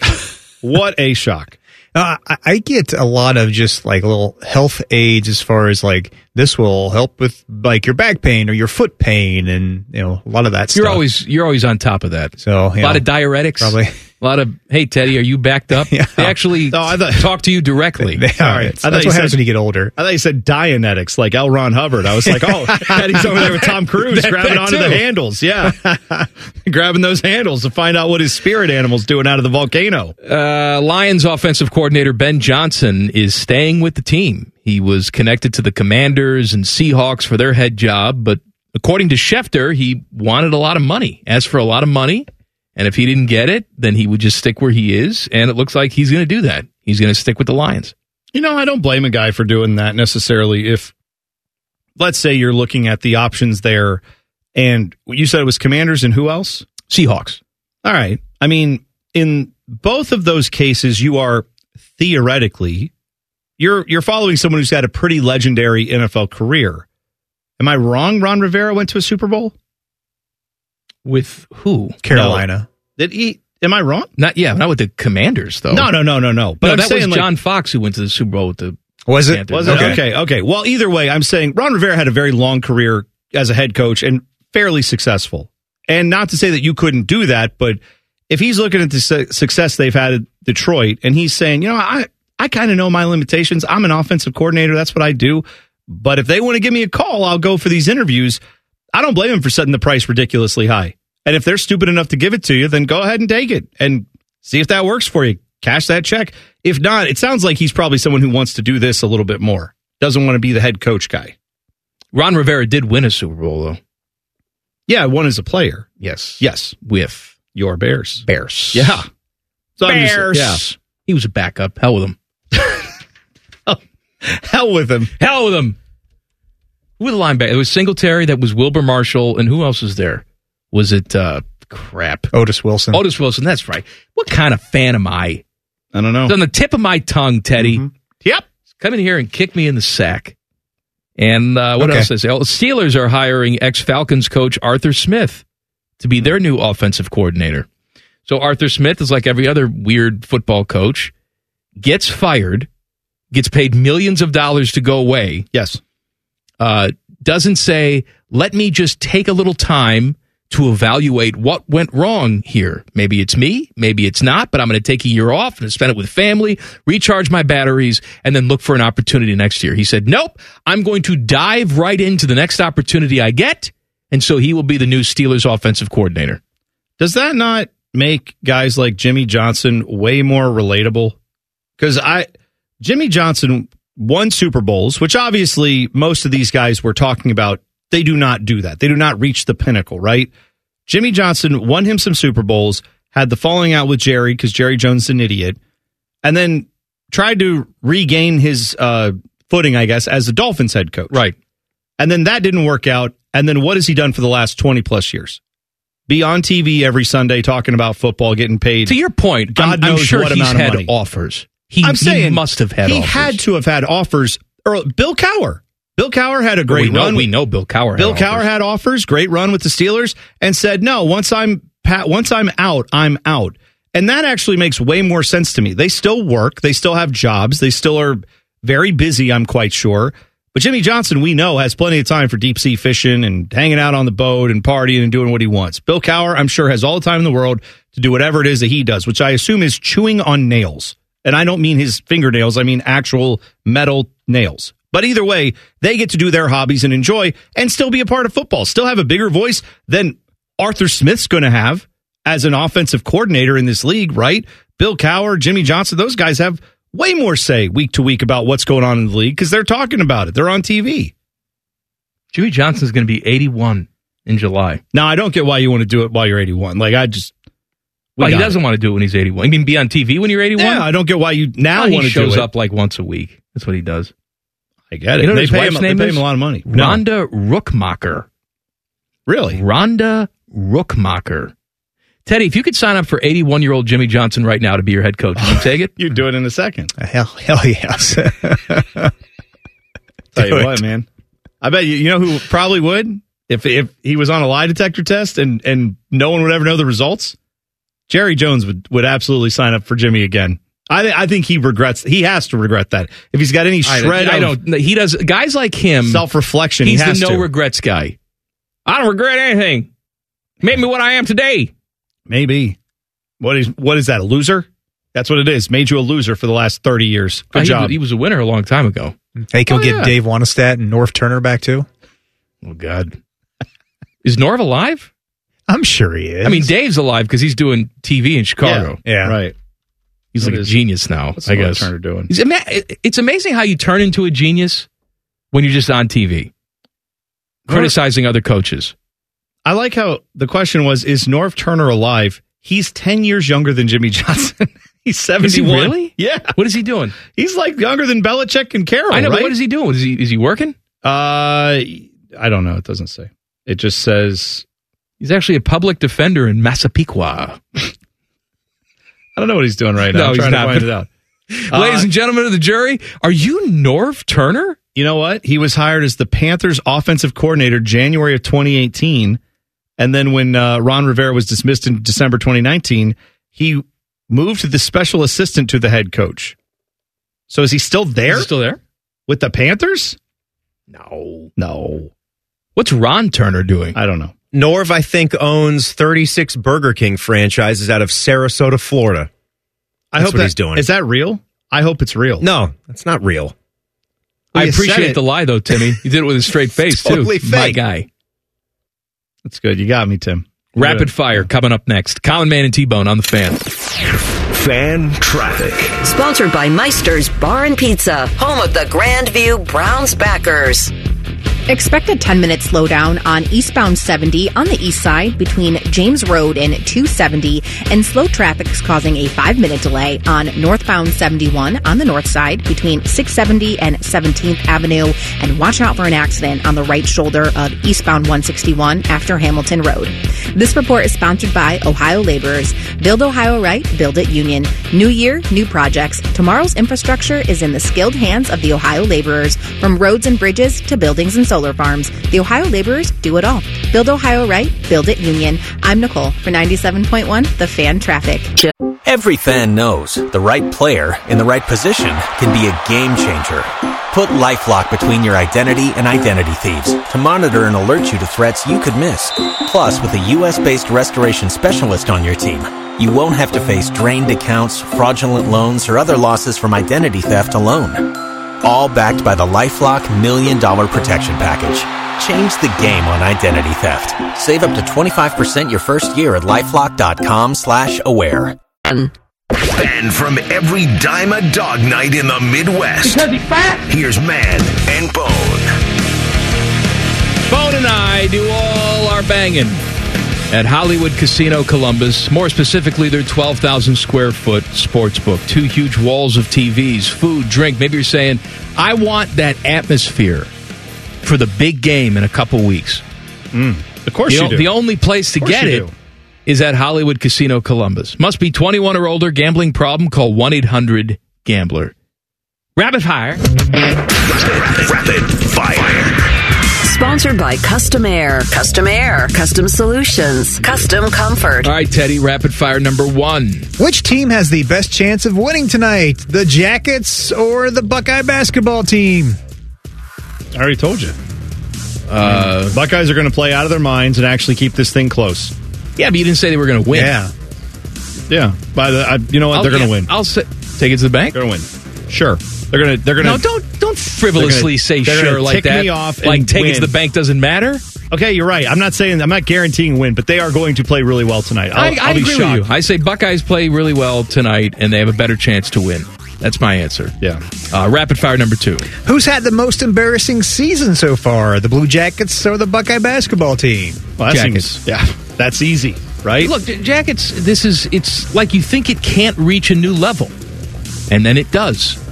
Speaker 2: what a shock!
Speaker 9: Uh, I- I get a lot of just like little health aids as far as like this will help with like your back pain or your foot pain and you know a lot of that
Speaker 3: You're
Speaker 9: stuff.
Speaker 3: always you're always on top of that.
Speaker 9: So
Speaker 3: a lot of diuretics,
Speaker 9: Probably.
Speaker 3: A lot of hey Teddy, are you backed up? They actually talk to you directly.
Speaker 2: All right. I thought you said- I thought you said Dianetics, like L. Ron Hubbard. I was like, oh, Patty's over there with Tom Cruise
Speaker 3: That-
Speaker 2: grabbing
Speaker 3: that
Speaker 2: onto
Speaker 3: too.
Speaker 2: the handles. Yeah. grabbing those handles to find out what his spirit animal's doing out of the volcano.
Speaker 3: Uh, Lions offensive coordinator Ben Johnson is staying with the team. He was connected to the Commanders and Seahawks for their head job, but according to Schefter, he wanted a lot of money. Asked for a lot of money, and if he didn't get it, then he would just stick where he is. And it looks like he's going to do that. He's going to stick with the Lions.
Speaker 2: You know, I don't blame a guy for doing that necessarily. If, let's say, you're looking at the options there, and you said it was Commanders and who else?
Speaker 3: Seahawks.
Speaker 2: All right. I mean, in both of those cases, you are theoretically you're you're following someone who's had a pretty legendary NFL career. Am I wrong? Ron Rivera went to a Super Bowl
Speaker 3: with who?
Speaker 9: Carolina.
Speaker 2: Did he? Am I wrong?
Speaker 3: Not yeah, not with the Commanders though.
Speaker 2: No, no, no, no, no. But
Speaker 3: no,
Speaker 2: I'm
Speaker 3: that
Speaker 2: saying,
Speaker 3: was
Speaker 2: like-
Speaker 3: John Fox who went to the Super Bowl with the
Speaker 9: Was
Speaker 3: Panthers.
Speaker 2: Was it? Okay. okay, Well, either way, I'm saying Ron Rivera had a very long career as a head coach and fairly successful. And not to say that you couldn't do that, but if he's looking at the su- success they've had at Detroit and he's saying, you know, I I kind of know my limitations. I'm an offensive coordinator. That's what I do. But if they want to give me a call, I'll go for these interviews. I don't blame him for setting the price ridiculously high. And if they're stupid enough to give it to you, then go ahead and take it and see if that works for you. Cash that check. If not, it sounds like he's probably someone who wants to do this a little bit more. Doesn't want to be the head coach guy.
Speaker 3: Ron Rivera did win a Super Bowl though.
Speaker 2: Yeah, one as a player.
Speaker 3: Yes.
Speaker 2: Yes.
Speaker 3: With
Speaker 2: your Bears.
Speaker 3: Bears.
Speaker 2: Yeah. So I'm just-
Speaker 3: Bears.
Speaker 2: yeah.
Speaker 3: He was a backup. Hell with him.
Speaker 2: Oh, Hell with him.
Speaker 3: Hell with him. Who were the linebacker? It was Singletary. That was Wilbur Marshall. And who else was there? Was it uh crap?
Speaker 9: Otis Wilson.
Speaker 3: Otis Wilson. That's right. What kind of fan am I?
Speaker 2: I don't know. Mm-hmm.
Speaker 3: It's on the tip of my tongue, Teddy.
Speaker 2: Yep.
Speaker 3: Come in here and kick me in the sack. And uh, what
Speaker 9: Okay.
Speaker 3: else is there? Oh, Steelers are hiring ex Falcons coach Arthur Smith to be their new offensive coordinator. So Arthur Smith is like every other weird football coach, gets fired, gets paid millions of dollars to go away.
Speaker 2: Yes.
Speaker 3: Uh, doesn't say, let me just take a little time to evaluate what went wrong here. Maybe it's me, maybe it's not, but I'm going to take a year off and spend it with family, recharge my batteries, and then look for an opportunity next year. He said, nope, I'm going to dive right into the next opportunity I get. And so he will be the new Steelers offensive coordinator.
Speaker 2: Does that not make guys like Jimmy Johnson way more relatable? Because I, Jimmy Johnson won Super Bowls, which obviously most of these guys we're talking about, they do not do that. They do not reach the pinnacle, right? Jimmy Johnson won him some Super Bowls, had the falling out with Jerry because Jerry Jones is an idiot, and then tried to regain his uh, footing, I guess, as the Dolphins head coach.
Speaker 3: Right.
Speaker 2: And then that didn't work out. And then what has he done for the last 20 plus years? be on TV every Sunday talking about football, getting paid. To
Speaker 3: your point,
Speaker 2: God
Speaker 3: I'm- I'm
Speaker 2: knows
Speaker 3: sure
Speaker 2: what
Speaker 3: he's
Speaker 2: amount of
Speaker 3: had
Speaker 2: money.
Speaker 3: offers. He- he must have had
Speaker 2: He
Speaker 3: offers.
Speaker 2: had to have had offers. Or Bill Cower. Bill Cower had a great
Speaker 3: we know,
Speaker 2: run.
Speaker 3: We know Bill Cowher.
Speaker 2: Bill
Speaker 3: had offers.
Speaker 2: Cower had offers, great run with the Steelers, and said, "No, once I'm pa- once I'm out, I'm out." And that actually makes way more sense to me. They still work, they still have jobs, they still are very busy. I'm quite sure. But Jimmy Johnson, we know, has plenty of time for deep sea fishing and hanging out on the boat and partying and doing what he wants. Bill Cower, I'm sure, has all the time in the world to do whatever it is that he does, which I assume is chewing on nails And I don't mean his fingernails, I mean actual metal nails. But either way, they get to do their hobbies and enjoy and still be a part of football, still have a bigger voice than Arthur Smith's going to have as an offensive coordinator in this league, right? Bill Cower, Jimmy Johnson, those guys have way more say week to week about what's going on in the league because they're talking about it. They're on TV.
Speaker 3: Jimmy Johnson's going to be 81 in July.
Speaker 2: Now, I don't get why you want to do it while you're 81. Like, I just. we
Speaker 3: Well, he
Speaker 2: got
Speaker 3: doesn't
Speaker 2: it.
Speaker 3: want to do it when he's 81. You mean be on TV when you're 81?
Speaker 2: Yeah, I don't get why you now
Speaker 3: Well,
Speaker 2: want
Speaker 3: he
Speaker 2: to
Speaker 3: shows
Speaker 2: do it.
Speaker 3: up like once a week. That's what he does.
Speaker 2: I get it.
Speaker 3: You know what
Speaker 2: they
Speaker 3: his
Speaker 2: pay
Speaker 3: wife's
Speaker 2: him, they
Speaker 3: name
Speaker 2: pay
Speaker 3: is?
Speaker 2: him a lot of money. No.
Speaker 3: Rhonda Rookmacher.
Speaker 2: Really?
Speaker 3: Rhonda Rookmacher. Teddy, if you could sign up for 81 year old Jimmy Johnson right now to be your head coach, would you take it?
Speaker 2: You'd do it in a second.
Speaker 9: Hell, hell yes.
Speaker 2: Tell you
Speaker 9: Do
Speaker 2: what, man. I bet you. You know who probably would if if he was on a lie detector test and and no one would ever know the results. Jerry Jones would would absolutely sign up for Jimmy again. I thi- I think he regrets. He has to regret that if he's got any
Speaker 3: I-
Speaker 2: shred.
Speaker 3: I don't- He does. Guys like him.
Speaker 2: Self reflection.
Speaker 3: He's
Speaker 2: he has
Speaker 3: the no
Speaker 2: to.
Speaker 3: regrets guy. I don't regret anything. Made me what I am today.
Speaker 2: Maybe. What is what is that? A loser? That's what it is. Made you a loser for the last thirty years. Good
Speaker 9: Oh, he
Speaker 2: job.
Speaker 9: was- he
Speaker 3: Uh, was a winner a long time ago.
Speaker 9: Hey, can we
Speaker 2: Oh,
Speaker 9: get
Speaker 2: yeah.
Speaker 9: Dave Wanastat and North Turner back too?
Speaker 3: Oh God, is Norv alive?
Speaker 9: I'm sure he is.
Speaker 3: I mean, Dave's alive because he's doing TV in Chicago.
Speaker 9: Yeah, yeah.
Speaker 2: right.
Speaker 3: He's like a genius now.
Speaker 2: What's
Speaker 3: I
Speaker 2: Norv
Speaker 3: guess.
Speaker 2: Turner doing?
Speaker 3: He's ama- it- it's amazing how you turn into a genius when you're just on TV, criticizing other coaches.
Speaker 2: I like how the question was: Is Norv Turner alive? He's ten years younger than Jimmy Johnson. He's
Speaker 3: Is he
Speaker 2: seventy-one.
Speaker 3: really?
Speaker 2: Yeah.
Speaker 3: What is he doing?
Speaker 2: He's like younger than Belichick and Carroll.
Speaker 3: I know, but
Speaker 2: Right?
Speaker 3: what is he doing? Is he is he working?
Speaker 2: Uh, I don't know. It doesn't say. It just says
Speaker 3: he's actually a public defender in Massapequa.
Speaker 2: I don't know what he's doing right now.
Speaker 3: No,
Speaker 2: I'm
Speaker 3: he's
Speaker 2: trying
Speaker 3: not.
Speaker 2: to find it out. Uh,
Speaker 3: Ladies and gentlemen of the jury, are you Norv Turner?
Speaker 2: You know what? He was hired as the Panthers offensive coordinator January of 2018, and then when uh, Ron Rivera was dismissed in December 2019, he moved to the special assistant to the head coach. So is he still there?
Speaker 3: still there
Speaker 2: with the Panthers?
Speaker 3: No,
Speaker 2: no.
Speaker 3: What's Ron Turner doing?
Speaker 2: I don't know.
Speaker 4: Norv, I think, owns 36 Burger King franchises out of Sarasota, Florida.
Speaker 2: I
Speaker 4: That's
Speaker 2: hope
Speaker 4: what
Speaker 2: that-
Speaker 4: he's doing.
Speaker 2: Is that real? I hope it's real.
Speaker 4: No, that's not real.
Speaker 3: I
Speaker 4: you said
Speaker 3: appreciate
Speaker 4: it.
Speaker 3: the lie though, Timmy. You did it with a straight face too.
Speaker 4: Totally
Speaker 3: My
Speaker 4: fake.
Speaker 3: guy.
Speaker 2: That's good. You got me, Tim.
Speaker 3: Rapid fire coming up next. Colin Man and T Bone on the fan.
Speaker 1: Fan traffic.
Speaker 7: Sponsored by Meister's Bar and Pizza, home of the Grand View Browns backers.
Speaker 10: Expect a 10 minute slowdown on eastbound 70 on the east side between James Road and 270, and slow traffic's causing a 5 minute delay on northbound 71 on the north side between 670 and 17th Avenue. And watch out for an accident on the right shoulder of eastbound 161 after Hamilton Road. This report is sponsored by Ohio Laborers. Build Ohio right, build it union. New year, new projects. Tomorrow's infrastructure is in the skilled hands of the Ohio Laborers. From roads and bridges to buildings and solar farms, the Ohio Laborers do it all. Build Ohio right, build it union. I'm Nicole for 97.1 The Fan Traffic.
Speaker 6: Every fan knows the right player in the right position can be a game changer. Put LifeLock between your identity and identity thieves to monitor and alert you to threats you could miss. Plus, with a U.S.-based restoration specialist on your team, you won't have to face drained accounts, fraudulent loans, or other losses from identity theft alone. All backed by the LifeLock Million Dollar Protection Package. Change the game on identity theft. Save up to 25% your first year at LifeLock.com slash aware.
Speaker 1: And from every dime a dog night in the Midwest. Because he's fat. Here's Man and Bone.
Speaker 3: Bone and I do all our banging at Hollywood Casino Columbus, more specifically their 12,000 square foot sports book. Two huge walls of TVs, food, drink. Maybe you're saying, I want that atmosphere for the big game in a couple weeks.
Speaker 2: Mm. of course
Speaker 3: the,
Speaker 2: you do.
Speaker 3: The only place to
Speaker 2: Of course
Speaker 3: get
Speaker 2: you
Speaker 3: it
Speaker 2: do.
Speaker 3: is at Hollywood Casino Columbus. Must be 21 or older. Gambling problem? Call 1 800 Gambler. Rabbit fire.
Speaker 1: Rapid fire.
Speaker 7: Sponsored by Custom Air, Custom Air, Custom Solutions, Custom Comfort.
Speaker 3: All right, Teddy, rapid fire number one.
Speaker 9: Which team has the best chance of winning tonight? The Jackets or the Buckeye basketball team?
Speaker 2: I already told you. Uh, Buckeyes are going to play out of their minds and actually keep this thing close.
Speaker 3: Yeah, but you didn't say they were going to win.
Speaker 2: Yeah, yeah. By the, I, you know what?
Speaker 3: I'll-
Speaker 2: They're going to
Speaker 3: yeah,
Speaker 2: win.
Speaker 3: I'll say Take it to the bank.
Speaker 2: They're gonna win. Sure, they're gonna they're gonna
Speaker 3: No, don't don't frivolously say
Speaker 2: they're
Speaker 3: sure
Speaker 2: gonna
Speaker 3: like
Speaker 2: tick
Speaker 3: that.
Speaker 2: Me off
Speaker 3: like
Speaker 2: and
Speaker 3: take it to
Speaker 2: win.
Speaker 3: the bank doesn't matter.
Speaker 2: Okay, you're right. I'm not saying I'm not guaranteeing win, but they are going to play really well tonight. I'll,
Speaker 3: I, I
Speaker 2: will be
Speaker 3: agree
Speaker 2: shocked.
Speaker 3: with you. I say Buckeyes play really well tonight, and they have a better chance to win. That's my answer.
Speaker 2: Yeah.
Speaker 3: Uh, rapid fire number two.
Speaker 9: Who's had the most embarrassing season so far? The Blue Jackets or the Buckeye basketball team?
Speaker 2: Well, that seems- yeah, that's easy, right?
Speaker 3: Look, J- Jackets. This is it's like you think it can't reach a new level, and then it does.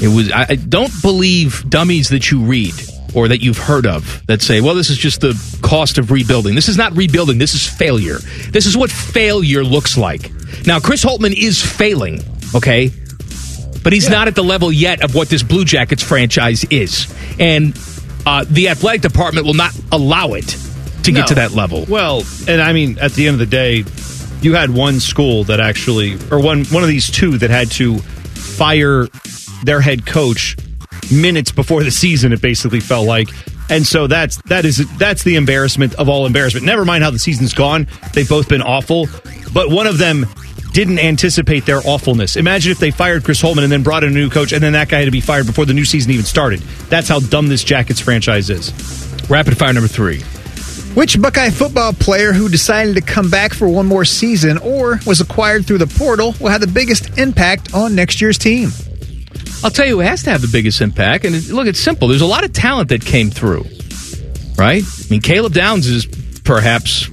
Speaker 3: It was. I, I don't believe dummies that you read or that you've heard of that say, "Well, this is just the cost of rebuilding. This is not rebuilding. This is failure. This is what failure looks like." Now, Chris Holtman is failing. Okay. But he's not at the level yet of what this Blue Jackets franchise is. And uh, the athletic department will not allow it to get
Speaker 2: No.
Speaker 3: to that level.
Speaker 2: Well, and I mean, at the end of the day, you had one school that actually, or one one of these two that had to fire their head coach minutes before the season. It basically felt like, and so that's that is that's the embarrassment of all embarrassment. Never mind how the season's gone; they've both been awful, but one of them didn't anticipate their awfulness. Imagine if they fired Chris Holman and then brought in a new coach, and then that guy had to be fired before the new season even started. That's how dumb this Jackets franchise is.
Speaker 3: Rapid fire number three.
Speaker 9: Which Buckeye football player who decided to come back for one more season or was acquired through the portal will have the biggest impact on next year's team?
Speaker 3: I'll tell you who has to have the biggest impact. And it- look, it's simple. There's a lot of talent that came through, right? I mean, Caleb Downs is perhaps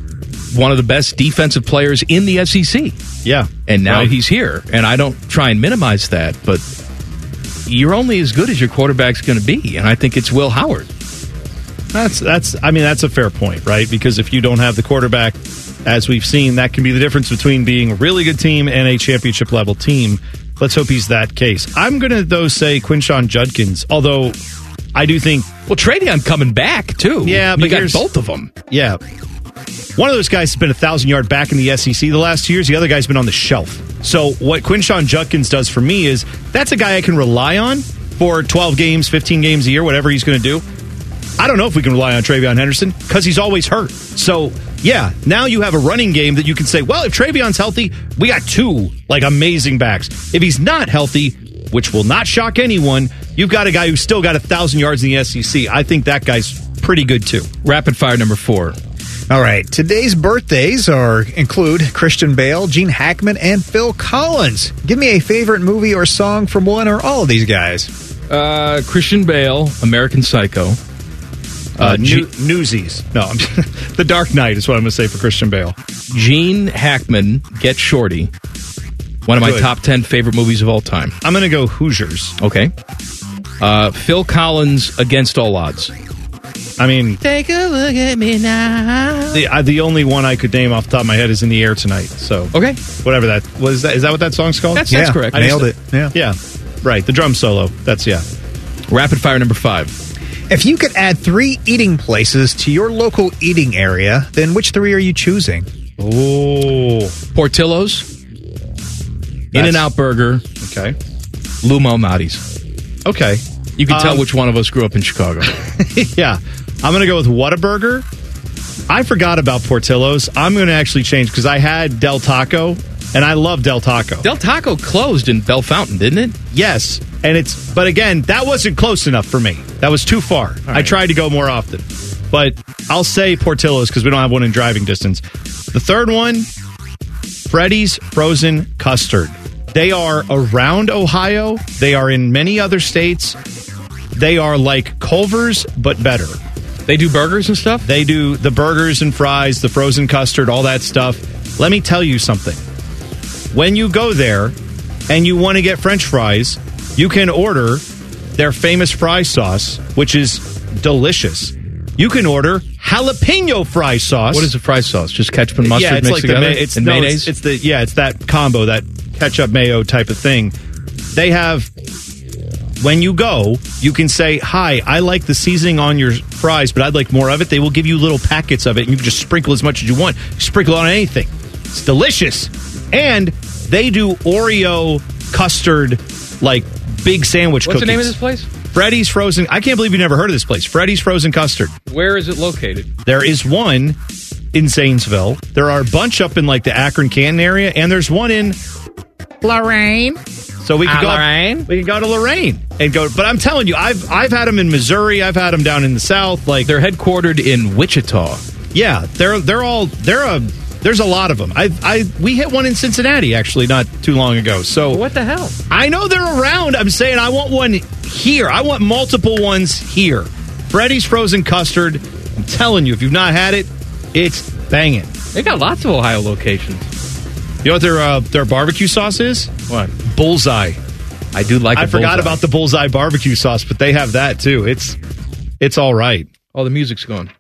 Speaker 3: one of the best defensive players in the SEC.
Speaker 2: Yeah.
Speaker 3: And now
Speaker 2: Right.
Speaker 3: he's here. And I don't try and minimize that, but you're only as good as your quarterback's going to be. And I think it's Will Howard.
Speaker 2: That's that's I mean that's a fair point, right? Because if you don't have the quarterback, as we've seen, that can be the difference between being a really good team and a championship level team. Let's hope he's that case. I'm gonna though say Quinshawn Judkins, although I do think
Speaker 3: well Tradeon coming back too.
Speaker 2: Yeah,
Speaker 3: You
Speaker 2: but
Speaker 3: got
Speaker 2: here's-
Speaker 3: both of them.
Speaker 2: Yeah, one of those guys has been a thousand yard back in the SEC the last two years. The other guy's been on the shelf. So what Quinshawn Judkins does for me is that's a guy I can rely on for 12 games, 15 games a year, whatever he's going to do. I don't know if we can rely on Travion Henderson because he's always hurt. So yeah, now you have a running game that you can say, well, if Travion's healthy, we got two like amazing backs. If he's not healthy, which will not shock anyone, you've got a guy who's still got a thousand yards in the SEC. I think that guy's pretty good too.
Speaker 3: Rapid fire number four.
Speaker 9: All right, today's birthdays are include Christian Bale, Gene Hackman, and Phil Collins. Give me a favorite movie or song from one or all of these guys.
Speaker 3: Uh, Christian Bale, American Psycho.
Speaker 2: Uh, New- Newsies. No, I'm, The Dark Knight is what I'm going to say for Christian Bale.
Speaker 3: Gene Hackman, Get Shorty. One of my
Speaker 2: Good.
Speaker 3: top 10 favorite movies of all time.
Speaker 2: I'm going to go Hoosiers.
Speaker 3: Okay. Uh, Phil Collins, Against All Odds.
Speaker 2: I mean,
Speaker 3: Take a look at me now.
Speaker 2: the I, the only one I could name off the top of my head is in the air tonight. So
Speaker 3: okay,
Speaker 2: whatever that was. That is that what that song's called?
Speaker 3: That's- that's Yeah, correct.
Speaker 2: I just-
Speaker 9: nailed it. Yeah.
Speaker 2: yeah, right. The drum solo. That's yeah.
Speaker 3: Rapid fire number five.
Speaker 9: If you could add three eating places to your local eating area, then which three are you choosing?
Speaker 2: Oh,
Speaker 3: Portillo's, In and Out Burger,
Speaker 2: Okay,
Speaker 3: Lou Malnati's.
Speaker 2: okay.
Speaker 3: You can tell
Speaker 2: Um,
Speaker 3: which one of us grew up in Chicago.
Speaker 2: yeah, I'm going to go with Whataburger. I forgot about Portillo's. I'm going to actually change because I had Del Taco, and I love Del Taco.
Speaker 3: Del Taco closed in Bell Fountain, didn't it?
Speaker 2: Yes, and it's but again, that wasn't close enough for me. That was too far. I tried to go more often, but I'll say Portillo's because we don't have one in driving distance. The third one, Freddy's frozen custard. They are around Ohio. They are in many other states. They are like Culver's but better.
Speaker 3: They do burgers and stuff?
Speaker 2: They do the burgers and fries, the frozen custard, all that stuff. Let me tell you something. When you go there and you want to get french fries, you can order their famous fry sauce, which is delicious. You can order jalapeno fry sauce.
Speaker 3: What is the fry sauce? Just ketchup and mustard
Speaker 2: yeah, it's
Speaker 3: mixed
Speaker 2: like
Speaker 3: together?
Speaker 2: The ma- it's,
Speaker 3: and
Speaker 2: no, it's-
Speaker 3: mayonnaise?
Speaker 2: It's, the yeah, it's that combo, that ketchup mayo type of thing. They have when you go, you can say, "Hi, I like the seasoning on your fries, but I'd like more of it." They will give you little packets of it, and you can just sprinkle as much as you want. Sprinkle on anything. It's delicious, and they do Oreo custard like big sandwich.
Speaker 3: What's the name of
Speaker 2: cookies.
Speaker 3: this place?
Speaker 2: Freddy's Frozen. I can't believe you never heard of this place. Freddy's Frozen Custard.
Speaker 3: Where is it located?
Speaker 2: There is one in Zanesville. There are a bunch up in like the Akron Canton area, and there's one in Lorraine. So we could
Speaker 13: Uh,
Speaker 2: go
Speaker 13: Lorraine?
Speaker 2: We could go to Lorraine and go. But I'm telling you, I've I've had them in Missouri. I've had them down in the South. Like
Speaker 3: they're headquartered in Wichita.
Speaker 2: Yeah, they're they're all they're a there's a lot of them. I I we hit one in Cincinnati actually not too long ago. So
Speaker 13: What the hell?
Speaker 2: I know they're around. I'm saying I want one here. I want multiple ones here. Freddy's frozen custard. I'm telling you, if you've not had it, it's banging.
Speaker 3: They got lots of Ohio locations.
Speaker 2: You know what their uh, their barbecue sauce is?
Speaker 3: What?
Speaker 2: Bullseye.
Speaker 3: I do like.
Speaker 2: I
Speaker 3: a
Speaker 2: forgot
Speaker 3: bullseye.
Speaker 2: about the bullseye barbecue sauce, but they have that too. It's it's all right.
Speaker 3: Oh, the music's gone.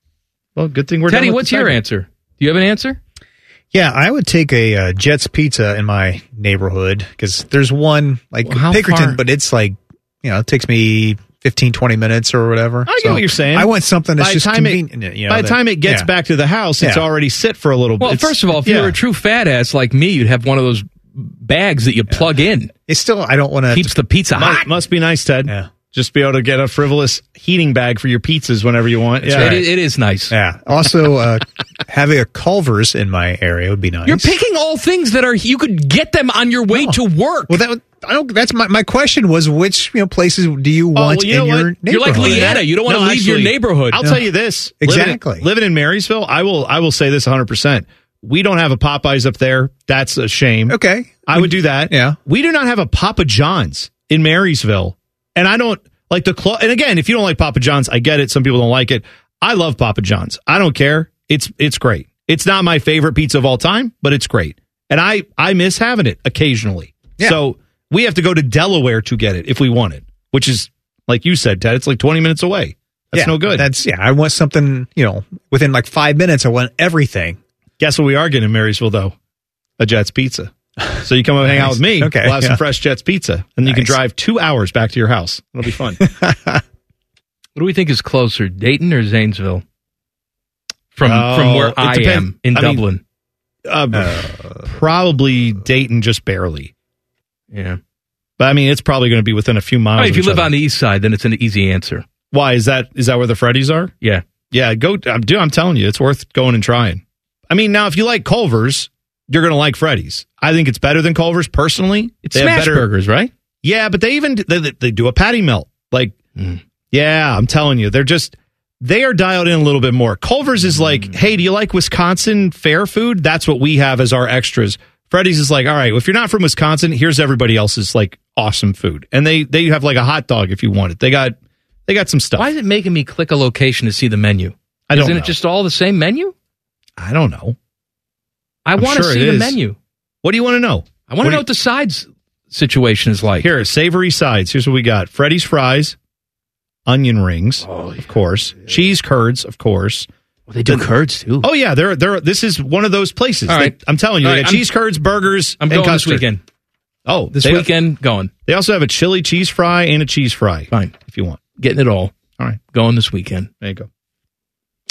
Speaker 2: Well, good thing we're
Speaker 3: Teddy,
Speaker 2: Done with
Speaker 3: what's
Speaker 2: the
Speaker 3: your
Speaker 2: segment.
Speaker 3: answer? Do you have an answer?
Speaker 9: Yeah, I would take a uh, Jets Pizza in my neighborhood because there's one like
Speaker 3: how
Speaker 9: Pickerton,
Speaker 3: far-
Speaker 9: but it's like you know it takes me 15, 20 minutes or whatever.
Speaker 2: I get what you're saying.
Speaker 9: I want something that's
Speaker 2: By the
Speaker 9: just
Speaker 2: time it-
Speaker 9: convenient. you know,
Speaker 2: by the
Speaker 9: that-
Speaker 2: time it gets
Speaker 9: yeah.
Speaker 2: back to the house, it's
Speaker 9: Yeah.
Speaker 2: already sit for a little bit.
Speaker 3: Well,
Speaker 2: It's-
Speaker 3: first of all, if you
Speaker 2: yeah.
Speaker 3: were a true fat ass like me, you'd have one of those bags that you plug in.
Speaker 9: It's still I don't want to
Speaker 3: keeps the pizza
Speaker 2: Mu-
Speaker 3: hot.
Speaker 2: must be nice, Ted. Yeah. Just be able to get a frivolous heating bag for your pizzas whenever you want.
Speaker 3: It- it, it is nice.
Speaker 9: Yeah. Also, uh, having a Culver's in my area would be nice.
Speaker 3: You're picking all things that are you could get them on your way to work.
Speaker 9: well, that would- I don't. That's my, my question was which you know places do you
Speaker 2: Oh,
Speaker 9: want
Speaker 2: well, you know
Speaker 9: in your neighborhood?
Speaker 2: what? No, actually, I'll tell
Speaker 9: Yeah.
Speaker 2: you this.
Speaker 9: Exactly.
Speaker 2: Living, living in Marysville, I will I will say this 100%. We don't have a Popeyes up there. That's a shame.
Speaker 9: Okay.
Speaker 2: I would do that.
Speaker 9: Yeah.
Speaker 2: We do not have a Papa John's in Marysville. And I don't like the clo- and again, if you don't like Papa John's, I get it. Some people don't like it. I love Papa John's. I don't care. It's it's great. It's not my favorite pizza of all time, but it's great. And I I miss having it occasionally. So we have to go to Delaware to get it if we want it, which is like you said, Ted, it's like 20 minutes away. That's
Speaker 9: Yeah,
Speaker 2: no good.
Speaker 9: That's yeah. I want something you know within like five minutes. I want everything.
Speaker 2: Guess what we are getting in Marysville though? A Jets pizza. So you come over and hang out
Speaker 9: Nice.
Speaker 2: with me.
Speaker 9: Okay,
Speaker 2: We'll have
Speaker 9: yeah.
Speaker 2: some fresh Jets pizza. And you can
Speaker 9: Nice.
Speaker 2: drive two hours back to your house. It'll be fun.
Speaker 3: What do we think is closer, Dayton or Zanesville? From
Speaker 2: Oh,
Speaker 3: from where
Speaker 2: it
Speaker 3: I
Speaker 2: depends.
Speaker 3: am in
Speaker 2: I mean,
Speaker 3: Dublin.
Speaker 2: uh, probably Dayton just barely.
Speaker 3: Yeah.
Speaker 2: But I mean, it's probably going to be within a few miles.
Speaker 3: I mean, if
Speaker 2: of
Speaker 3: you
Speaker 2: each
Speaker 3: live
Speaker 2: other.
Speaker 3: on the east side, then it's an easy answer.
Speaker 2: why is that? Is that where the Freddies are?
Speaker 3: Yeah,
Speaker 2: yeah. Go, I'm, dude. I'm telling you, it's worth going and trying. I mean, now if you like Culver's, you're going to like Freddy's. I think it's better than Culver's personally.
Speaker 3: It's
Speaker 2: They have
Speaker 3: smash
Speaker 2: better-
Speaker 3: burgers, right?
Speaker 2: Yeah, but they even they, they- they do a patty melt. Like,
Speaker 3: Hmm.
Speaker 2: yeah, I'm telling you, they're just they are dialed in a little bit more. Culver's is
Speaker 3: Hmm.
Speaker 2: like, hey, do you like Wisconsin fair food? That's what we have as our extras. Freddy's is like, all right, if you're not from Wisconsin, here's everybody else's like awesome food, and they they have like a hot dog if you want it. They got they got some stuff.
Speaker 3: Why is it making me click a location to see the menu?
Speaker 2: I don't
Speaker 3: Isn't
Speaker 2: know.
Speaker 3: it just all the same menu?
Speaker 2: I don't know.
Speaker 3: I
Speaker 2: I'm
Speaker 3: want to
Speaker 2: sure
Speaker 3: see
Speaker 2: it
Speaker 3: the
Speaker 2: is.
Speaker 3: menu.
Speaker 2: What do you want to know?
Speaker 3: I want to
Speaker 2: do
Speaker 3: know
Speaker 2: you-
Speaker 3: what the sides situation is like.
Speaker 2: Here, savory sides. Here's what we got: Freddy's fries, onion rings,
Speaker 3: Oh,
Speaker 2: of course, cheese curds, of course.
Speaker 3: they do curds too.
Speaker 2: Oh yeah, they're they're. This is one of those places.
Speaker 3: All right.
Speaker 2: They- I'm telling you,
Speaker 3: All
Speaker 2: they
Speaker 3: right,
Speaker 2: got
Speaker 3: I'm-
Speaker 2: cheese curds, burgers.
Speaker 3: I'm
Speaker 2: and
Speaker 3: going this
Speaker 2: custard.
Speaker 3: weekend.
Speaker 2: Oh,
Speaker 3: This
Speaker 2: they-
Speaker 3: weekend, going.
Speaker 2: They also have a chili cheese fry and a cheese fry.
Speaker 3: Fine.
Speaker 2: if you want.
Speaker 3: Getting it all.
Speaker 2: All right.
Speaker 3: Going this weekend.
Speaker 2: There you go.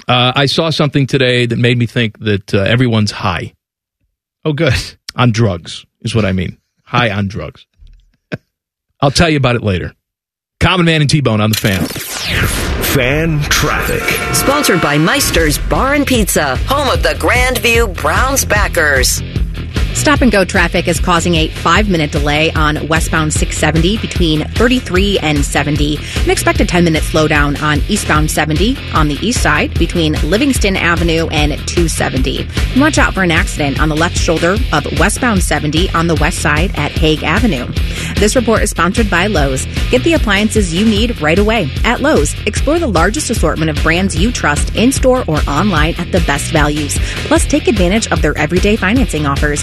Speaker 3: Uh, I saw something today that made me think that uh, everyone's high
Speaker 2: Oh, good.
Speaker 3: on drugs, is what I mean. High on drugs. I'll tell you about it later. Common Man and T Bone on the fan.
Speaker 1: Fan traffic.
Speaker 7: Sponsored by Meister's Bar and Pizza, home of the Grandview Browns backers.
Speaker 10: Stop and go traffic is causing a five minute delay on westbound 670 between 33 and 70. An expected 10 minute slowdown on eastbound 70 on the east side between Livingston Avenue and 270. And Watch out for an accident on the left shoulder of westbound 70 on the west side at Hague Avenue. This report is sponsored by Lowe's. Get the appliances you need right away at Lowe's. Explore the largest assortment of brands you trust in store or online at the best values. Plus, take advantage of their everyday financing offers.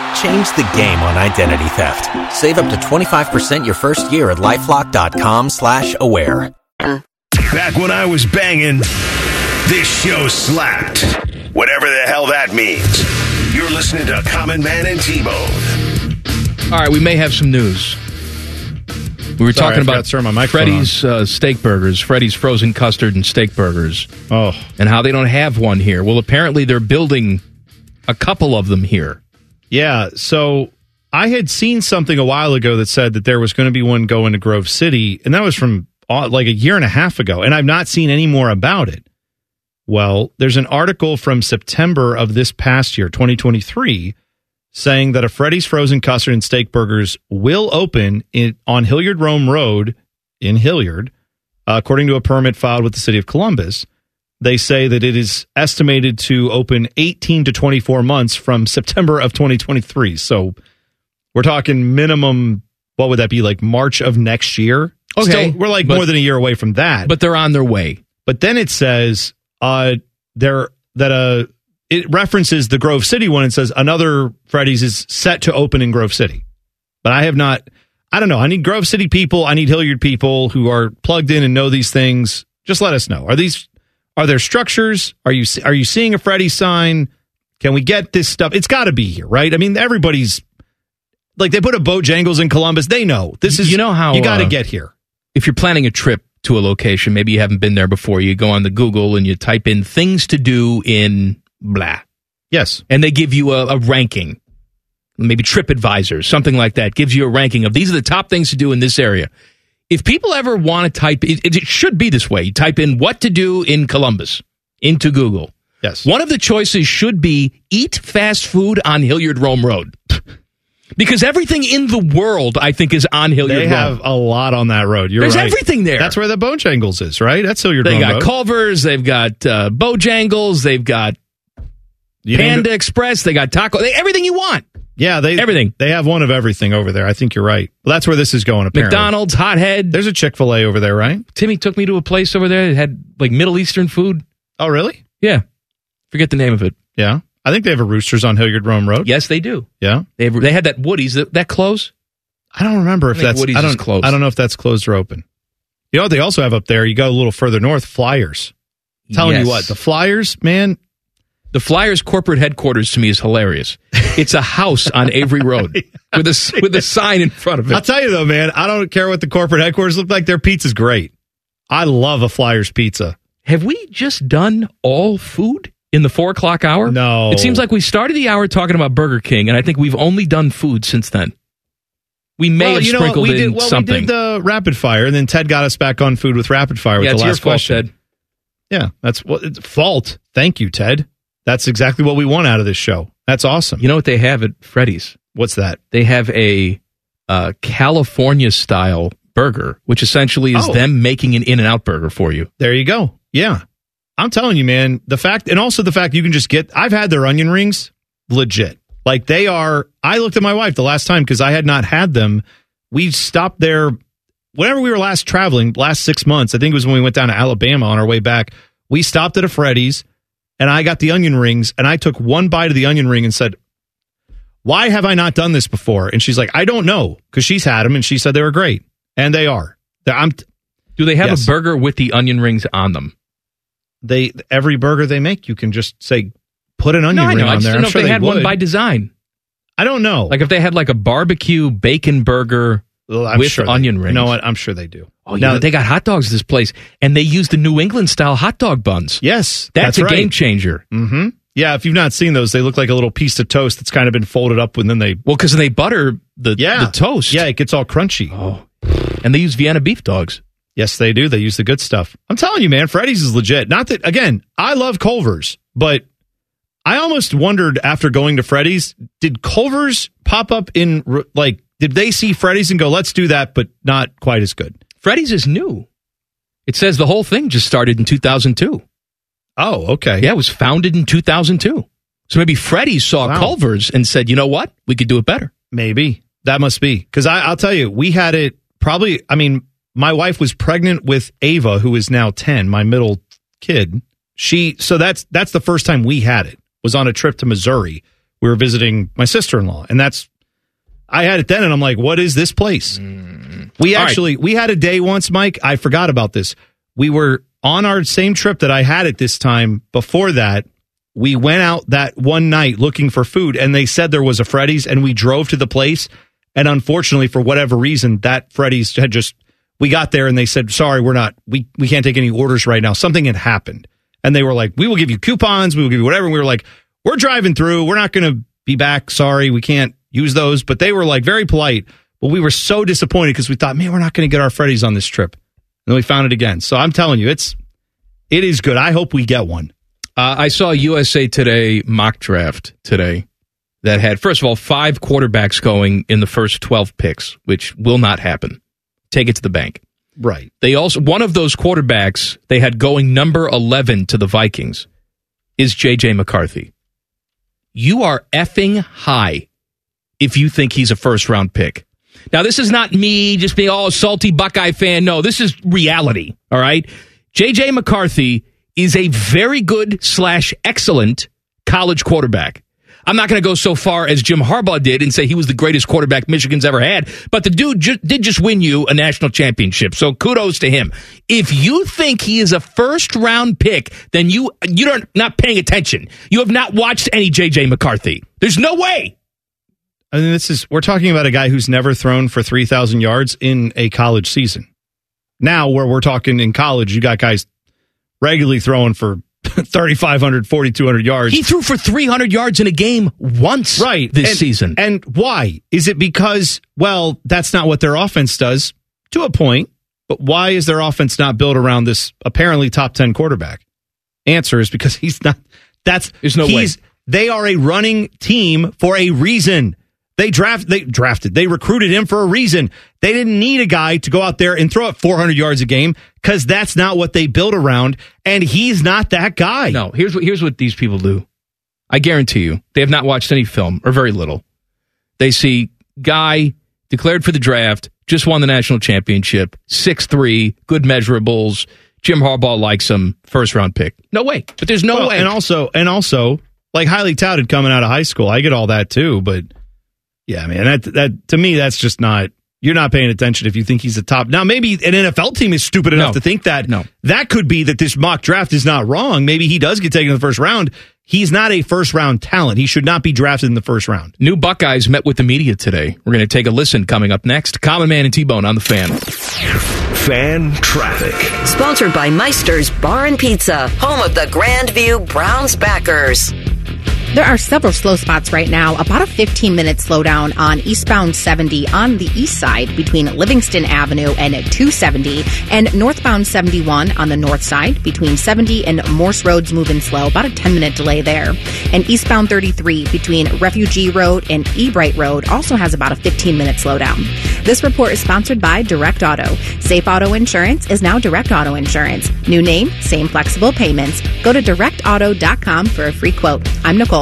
Speaker 6: Change the game on identity theft. Save up to 25% your first year at LifeLock.com slash aware.
Speaker 1: Back when I was banging, this show slapped. Whatever the hell that means. You're listening to Common Man and T-Bone.
Speaker 3: All right, we may have some news. We were
Speaker 2: Sorry, I
Speaker 3: talking
Speaker 2: forgot
Speaker 3: about
Speaker 2: to turn my microphone
Speaker 3: Freddy's uh, steak burgers, Freddy's frozen custard and steak burgers.
Speaker 2: Oh,
Speaker 3: and how they don't have one here. Well, apparently they're building a couple of them here.
Speaker 2: Yeah. So I had seen something a while ago that said that there was going to be one going to Grove City, and that was from uh, like a year and a half ago, and I've not seen any more about it. Well, there's an article from September of this past year, 2023, saying that a Freddy's Frozen Custard and Steak Burgers will open in, on Hilliard Rome Road in Hilliard, uh, according to a permit filed with the city of Columbus. They say that it is estimated to open 18 to 24 months from September of 2023. So we're talking minimum, what would that be, like March of next year?
Speaker 3: Okay.
Speaker 2: Still, we're like
Speaker 3: But-
Speaker 2: more than a year away from that. But
Speaker 3: they're on their way.
Speaker 2: But then it says uh, there that uh, it references the Grove City one and says another Freddy's is set to open in Grove City. But I have not. I don't know. I need Grove City people. I need Hilliard people who are plugged in and know these things. Just let us know. Are these are there structures? Are you are you seeing a Freddy sign? Can we get this stuff? It's got to be here, right? I mean, everybody's like they put a Bojangles in Columbus. They know this is.
Speaker 3: You know how
Speaker 2: you got to
Speaker 3: uh,
Speaker 2: get here.
Speaker 3: If you're planning a trip to a location, maybe you haven't been there before, you go on the Google and you type in things to do in blah.
Speaker 2: Yes.
Speaker 3: And they give you a, a ranking. Maybe TripAdvisor, something like that, gives you a ranking of these are the top things to do in this area. If people ever want to type, it, it should be this way. You type in what to do in Columbus into Google.
Speaker 2: Yes.
Speaker 3: One of the choices should be eat fast food on Hilliard Rome Road. Because everything in the world, I think, is on Hilliard
Speaker 2: They
Speaker 3: Rome.
Speaker 2: have a lot on that road. You're
Speaker 3: There's
Speaker 2: right.
Speaker 3: everything there.
Speaker 2: That's where the Bojangles is, right? That's Hilliard
Speaker 3: They
Speaker 2: Rome
Speaker 3: got
Speaker 2: Road.
Speaker 3: Culver's, they've got uh, Bojangles, they've got
Speaker 2: You named
Speaker 3: Panda Express, they got Taco, they, everything you want.
Speaker 2: Yeah, they everything. They have one of everything over there. I think you're right. Well, that's where this is going. Apparently,
Speaker 3: McDonald's, Hothead.
Speaker 2: There's a Chick Fil A over there, right?
Speaker 3: Timmy took me to a place over there that had like Middle Eastern food.
Speaker 2: Oh, really?
Speaker 3: Yeah. Forget the name of it.
Speaker 2: Yeah, I think they have a Roosters on Hilliard Rome Road.
Speaker 3: Yes, they do.
Speaker 2: Yeah,
Speaker 3: they have, they had that Woody's that, that close.
Speaker 2: I don't remember
Speaker 3: I
Speaker 2: if
Speaker 3: think
Speaker 2: that's
Speaker 3: Woody's
Speaker 2: I
Speaker 3: is
Speaker 2: don't
Speaker 3: closed.
Speaker 2: I don't know if that's closed or open. You know what they also have up there? You go a little further north, Flyers. telling
Speaker 3: Yes.
Speaker 2: you what, the Flyers, man.
Speaker 3: The Flyers corporate headquarters to me is hilarious. It's a house on Avery Road with a s- with a sign in front of it.
Speaker 2: I'll tell you though, man, I don't care what the corporate headquarters look like. Their pizza's great. I love a Flyers pizza.
Speaker 3: Have we just done all food in the four o'clock hour?
Speaker 2: No.
Speaker 3: It seems like we started the hour talking about Burger King, and I think we've only done food since then. We may
Speaker 2: well,
Speaker 3: have
Speaker 2: you know, what?
Speaker 3: sprinkled
Speaker 2: we did,
Speaker 3: in
Speaker 2: well,
Speaker 3: something.
Speaker 2: We did the rapid fire, and then Ted got us back on food with rapid fire with
Speaker 3: Yeah,
Speaker 2: the
Speaker 3: it's
Speaker 2: last
Speaker 3: your fault,
Speaker 2: question.
Speaker 3: Ted.
Speaker 2: Yeah, that's what it's fault. Thank you, Ted. That's exactly what we want out of this show. That's awesome.
Speaker 3: You know what they have at Freddy's?
Speaker 2: What's that?
Speaker 3: They have a uh, California style burger, which essentially is
Speaker 2: Oh.
Speaker 3: them making an In and Out burger for you.
Speaker 2: There you go. Yeah. I'm telling you, man, the fact, and also the fact you can just get, I've had their onion rings legit. Like they are, I looked at my wife the last time because I had not had them. We stopped there whenever we were last traveling, last six months. I think it was when we went down to Alabama on our way back. We stopped at a Freddy's and I got the onion rings and I took one bite of the onion ring and said, why have I not done this before? And she's like, I don't know because she's had them and she said they were great. And they are. They're- I'm,
Speaker 3: Do they have
Speaker 2: Yes.
Speaker 3: a burger with the onion rings on them?
Speaker 2: they every burger they make, you can just say put an onion
Speaker 3: no, I
Speaker 2: ring
Speaker 3: know. I
Speaker 2: on
Speaker 3: just
Speaker 2: there.
Speaker 3: didn't
Speaker 2: I'm
Speaker 3: know
Speaker 2: sure
Speaker 3: if they, had one
Speaker 2: would.
Speaker 3: by design.
Speaker 2: I don't know.
Speaker 3: Like if they had like a barbecue bacon burger
Speaker 2: I'm
Speaker 3: with
Speaker 2: sure they-
Speaker 3: onion
Speaker 2: you
Speaker 3: rings.
Speaker 2: know what? I'm sure they do.
Speaker 3: Oh, now they got hot dogs at this place, and they use the New England style hot dog buns.
Speaker 2: Yes,
Speaker 3: that's,
Speaker 2: that's
Speaker 3: a
Speaker 2: right.
Speaker 3: game changer.
Speaker 2: Mm-hmm. Yeah, if you've not seen those, they look like a little piece of toast that's kind of been folded up, and then they
Speaker 3: well because they butter the
Speaker 2: yeah.
Speaker 3: the toast.
Speaker 2: Yeah, it gets all crunchy.
Speaker 3: Oh, and they use Vienna beef dogs.
Speaker 2: Yes, they do. They use the good stuff. I'm telling you, man, Freddy's is legit. Not that again. I love Culver's, but I almost wondered after going to Freddy's, did Culver's pop up in r- like? Did they see Freddy's and go, "Let's do that," but not quite as good?
Speaker 3: Freddy's is new. It says the whole thing just started in 2002.
Speaker 2: Oh, okay.
Speaker 3: Yeah, it was founded in 2002. So maybe Freddy saw Culver's and said, "You know what? We could do it better."
Speaker 2: Maybe that must be because I'll tell you, we had it probably. I mean, my wife was pregnant with Ava, who is now ten, my middle kid. She so that's that's the first time we had it was on a trip to Missouri. We were visiting my sister in law, and that's I had it then, and I'm like, what is this place? We
Speaker 3: All right.
Speaker 2: actually we had a day once, Mike. I forgot about this. We were on our same trip that I had at this time. Before that, we went out that one night looking for food, and they said there was a Freddy's, and we drove to the place, And unfortunately, for whatever reason, that Freddy's had just we got there and they said, sorry, we're not we we can't take any orders right now. Something had happened, and they were like, we will give you coupons, we will give you whatever. And we were like, we're driving through, we're not going to be back. Sorry, we can't use those. But they were like very polite. But we were so disappointed because we thought, man, we're not going to get our Freddy's on this trip. And then we found it again. So I'm telling you, it's it is good. I hope we get one.
Speaker 3: Uh, I saw USA Today mock draft today that had, first of all, five quarterbacks going in the first 12 picks, which will not happen. Take it to the bank.
Speaker 2: Right.
Speaker 3: They also, one of those quarterbacks they had going number 11 to the Vikings is J.J. McCarthy. You are effing high if you think he's a first round pick. Now, this is not me just being all salty Buckeye fan. No, this is reality. All right. JJ McCarthy is a very good slash excellent college quarterback. I'm not going to go so far as Jim Harbaugh did and say he was the greatest quarterback Michigan's ever had, but the dude ju- did just win you a national championship. So kudos to him. If you think he is a first round pick, then you you're not paying attention. You have not watched any JJ McCarthy. There's no way.
Speaker 2: I mean, this is we're talking about a guy who's never thrown for three thousand yards in a college season. Now, where we're talking in college, you got guys regularly throwing for 3,500, 4,200 yards.
Speaker 3: He threw for 300 yards in a game once
Speaker 2: right.
Speaker 3: this
Speaker 2: And-
Speaker 3: season.
Speaker 2: And why? Is it because, well, that's not what their offense does to a point, but why is their offense not built around this apparently top 10 quarterback? Answer is because he's not. That's
Speaker 3: there's no way.
Speaker 2: They are a running team for a reason. They draft, they drafted, they recruited him for a reason. They didn't need a guy to go out there and throw it 400 yards a game because that's not what they built around. And he's not that guy.
Speaker 3: No, here's what here's what these people do. I guarantee you, they have not watched any film or very little. They see guy declared for the draft, just won the national championship, six three, good measurables. Jim Harbaugh likes him, first round pick. No way. But there's no
Speaker 2: Well,
Speaker 3: way.
Speaker 2: And also, and also, like highly touted coming out of high school. I get all that too, but yeah, man, that that to me, that's just not. You're not paying attention if you think he's a top. Now, maybe an NFL team is stupid enough to think that. No, that could be that this mock draft is not wrong. Maybe he does get taken in the first round. He's not a first round talent. He should not be drafted in the first round.
Speaker 3: New Buckeyes met with the media today. We're going to take a listen coming up next. Common Man and T Bone on the fan.
Speaker 1: Fan traffic.
Speaker 7: Sponsored by Meister's Bar and Pizza, home of the Grand View Browns backers.
Speaker 10: There are several slow spots right now. About a 15 minute slowdown on eastbound 70 on the east side between Livingston Avenue and 270, and northbound 71 on the north side between 70 and Morse Roads moving slow. About a 10 minute delay there. And eastbound 33 between Refugee Road and Ebright Road also has about a 15 minute slowdown. This report is sponsored by Direct Auto. Safe Auto Insurance is now Direct Auto Insurance. New name, same flexible payments. Go to directauto.com for a free quote. I'm Nicole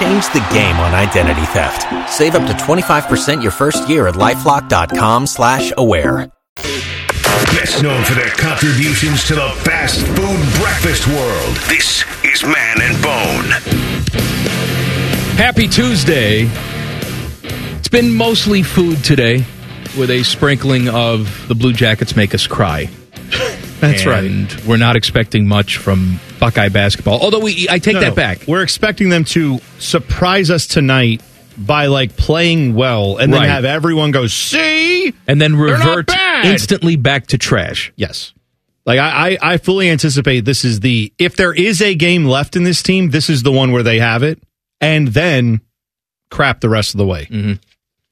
Speaker 6: Change the game on identity theft. Save up to 25% your first year at LifeLock.com slash aware.
Speaker 1: Best known for their contributions to the fast food breakfast world. This is Man and Bone.
Speaker 3: Happy Tuesday. It's been mostly food today with a sprinkling of the Blue Jackets make us cry.
Speaker 2: That's
Speaker 3: And We're not expecting much from Buckeye basketball. Although we I take
Speaker 2: No,
Speaker 3: that
Speaker 2: no.
Speaker 3: back.
Speaker 2: We're expecting them to surprise us tonight by like playing well and
Speaker 3: Right.
Speaker 2: then have everyone go see
Speaker 3: and then
Speaker 2: They're not
Speaker 3: revert
Speaker 2: bad.
Speaker 3: instantly back to trash.
Speaker 2: Yes. Like I, I, I fully anticipate this is the if there is a game left in this team, this is the one where they have it, and then crap the rest of the way. Mm-hmm.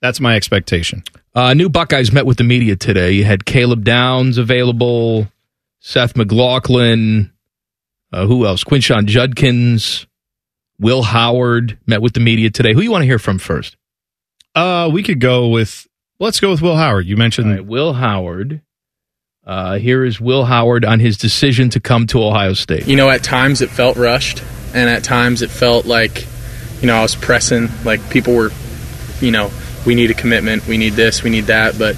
Speaker 2: That's my expectation.
Speaker 3: Uh, new Buckeyes met with the media today. You had Caleb Downs available, Seth McLaughlin, uh, who else? Quinshawn Judkins, Will Howard met with the media today. Who you want to hear from first?
Speaker 2: Uh, we could go with let's go with Will Howard. You mentioned
Speaker 3: Will Howard. Uh, here is Will Howard on his decision to come to Ohio State.
Speaker 13: You know, at times it felt rushed, and at times it felt like, you know, I was pressing. Like people were, you know, we need a commitment, we need this, we need that. But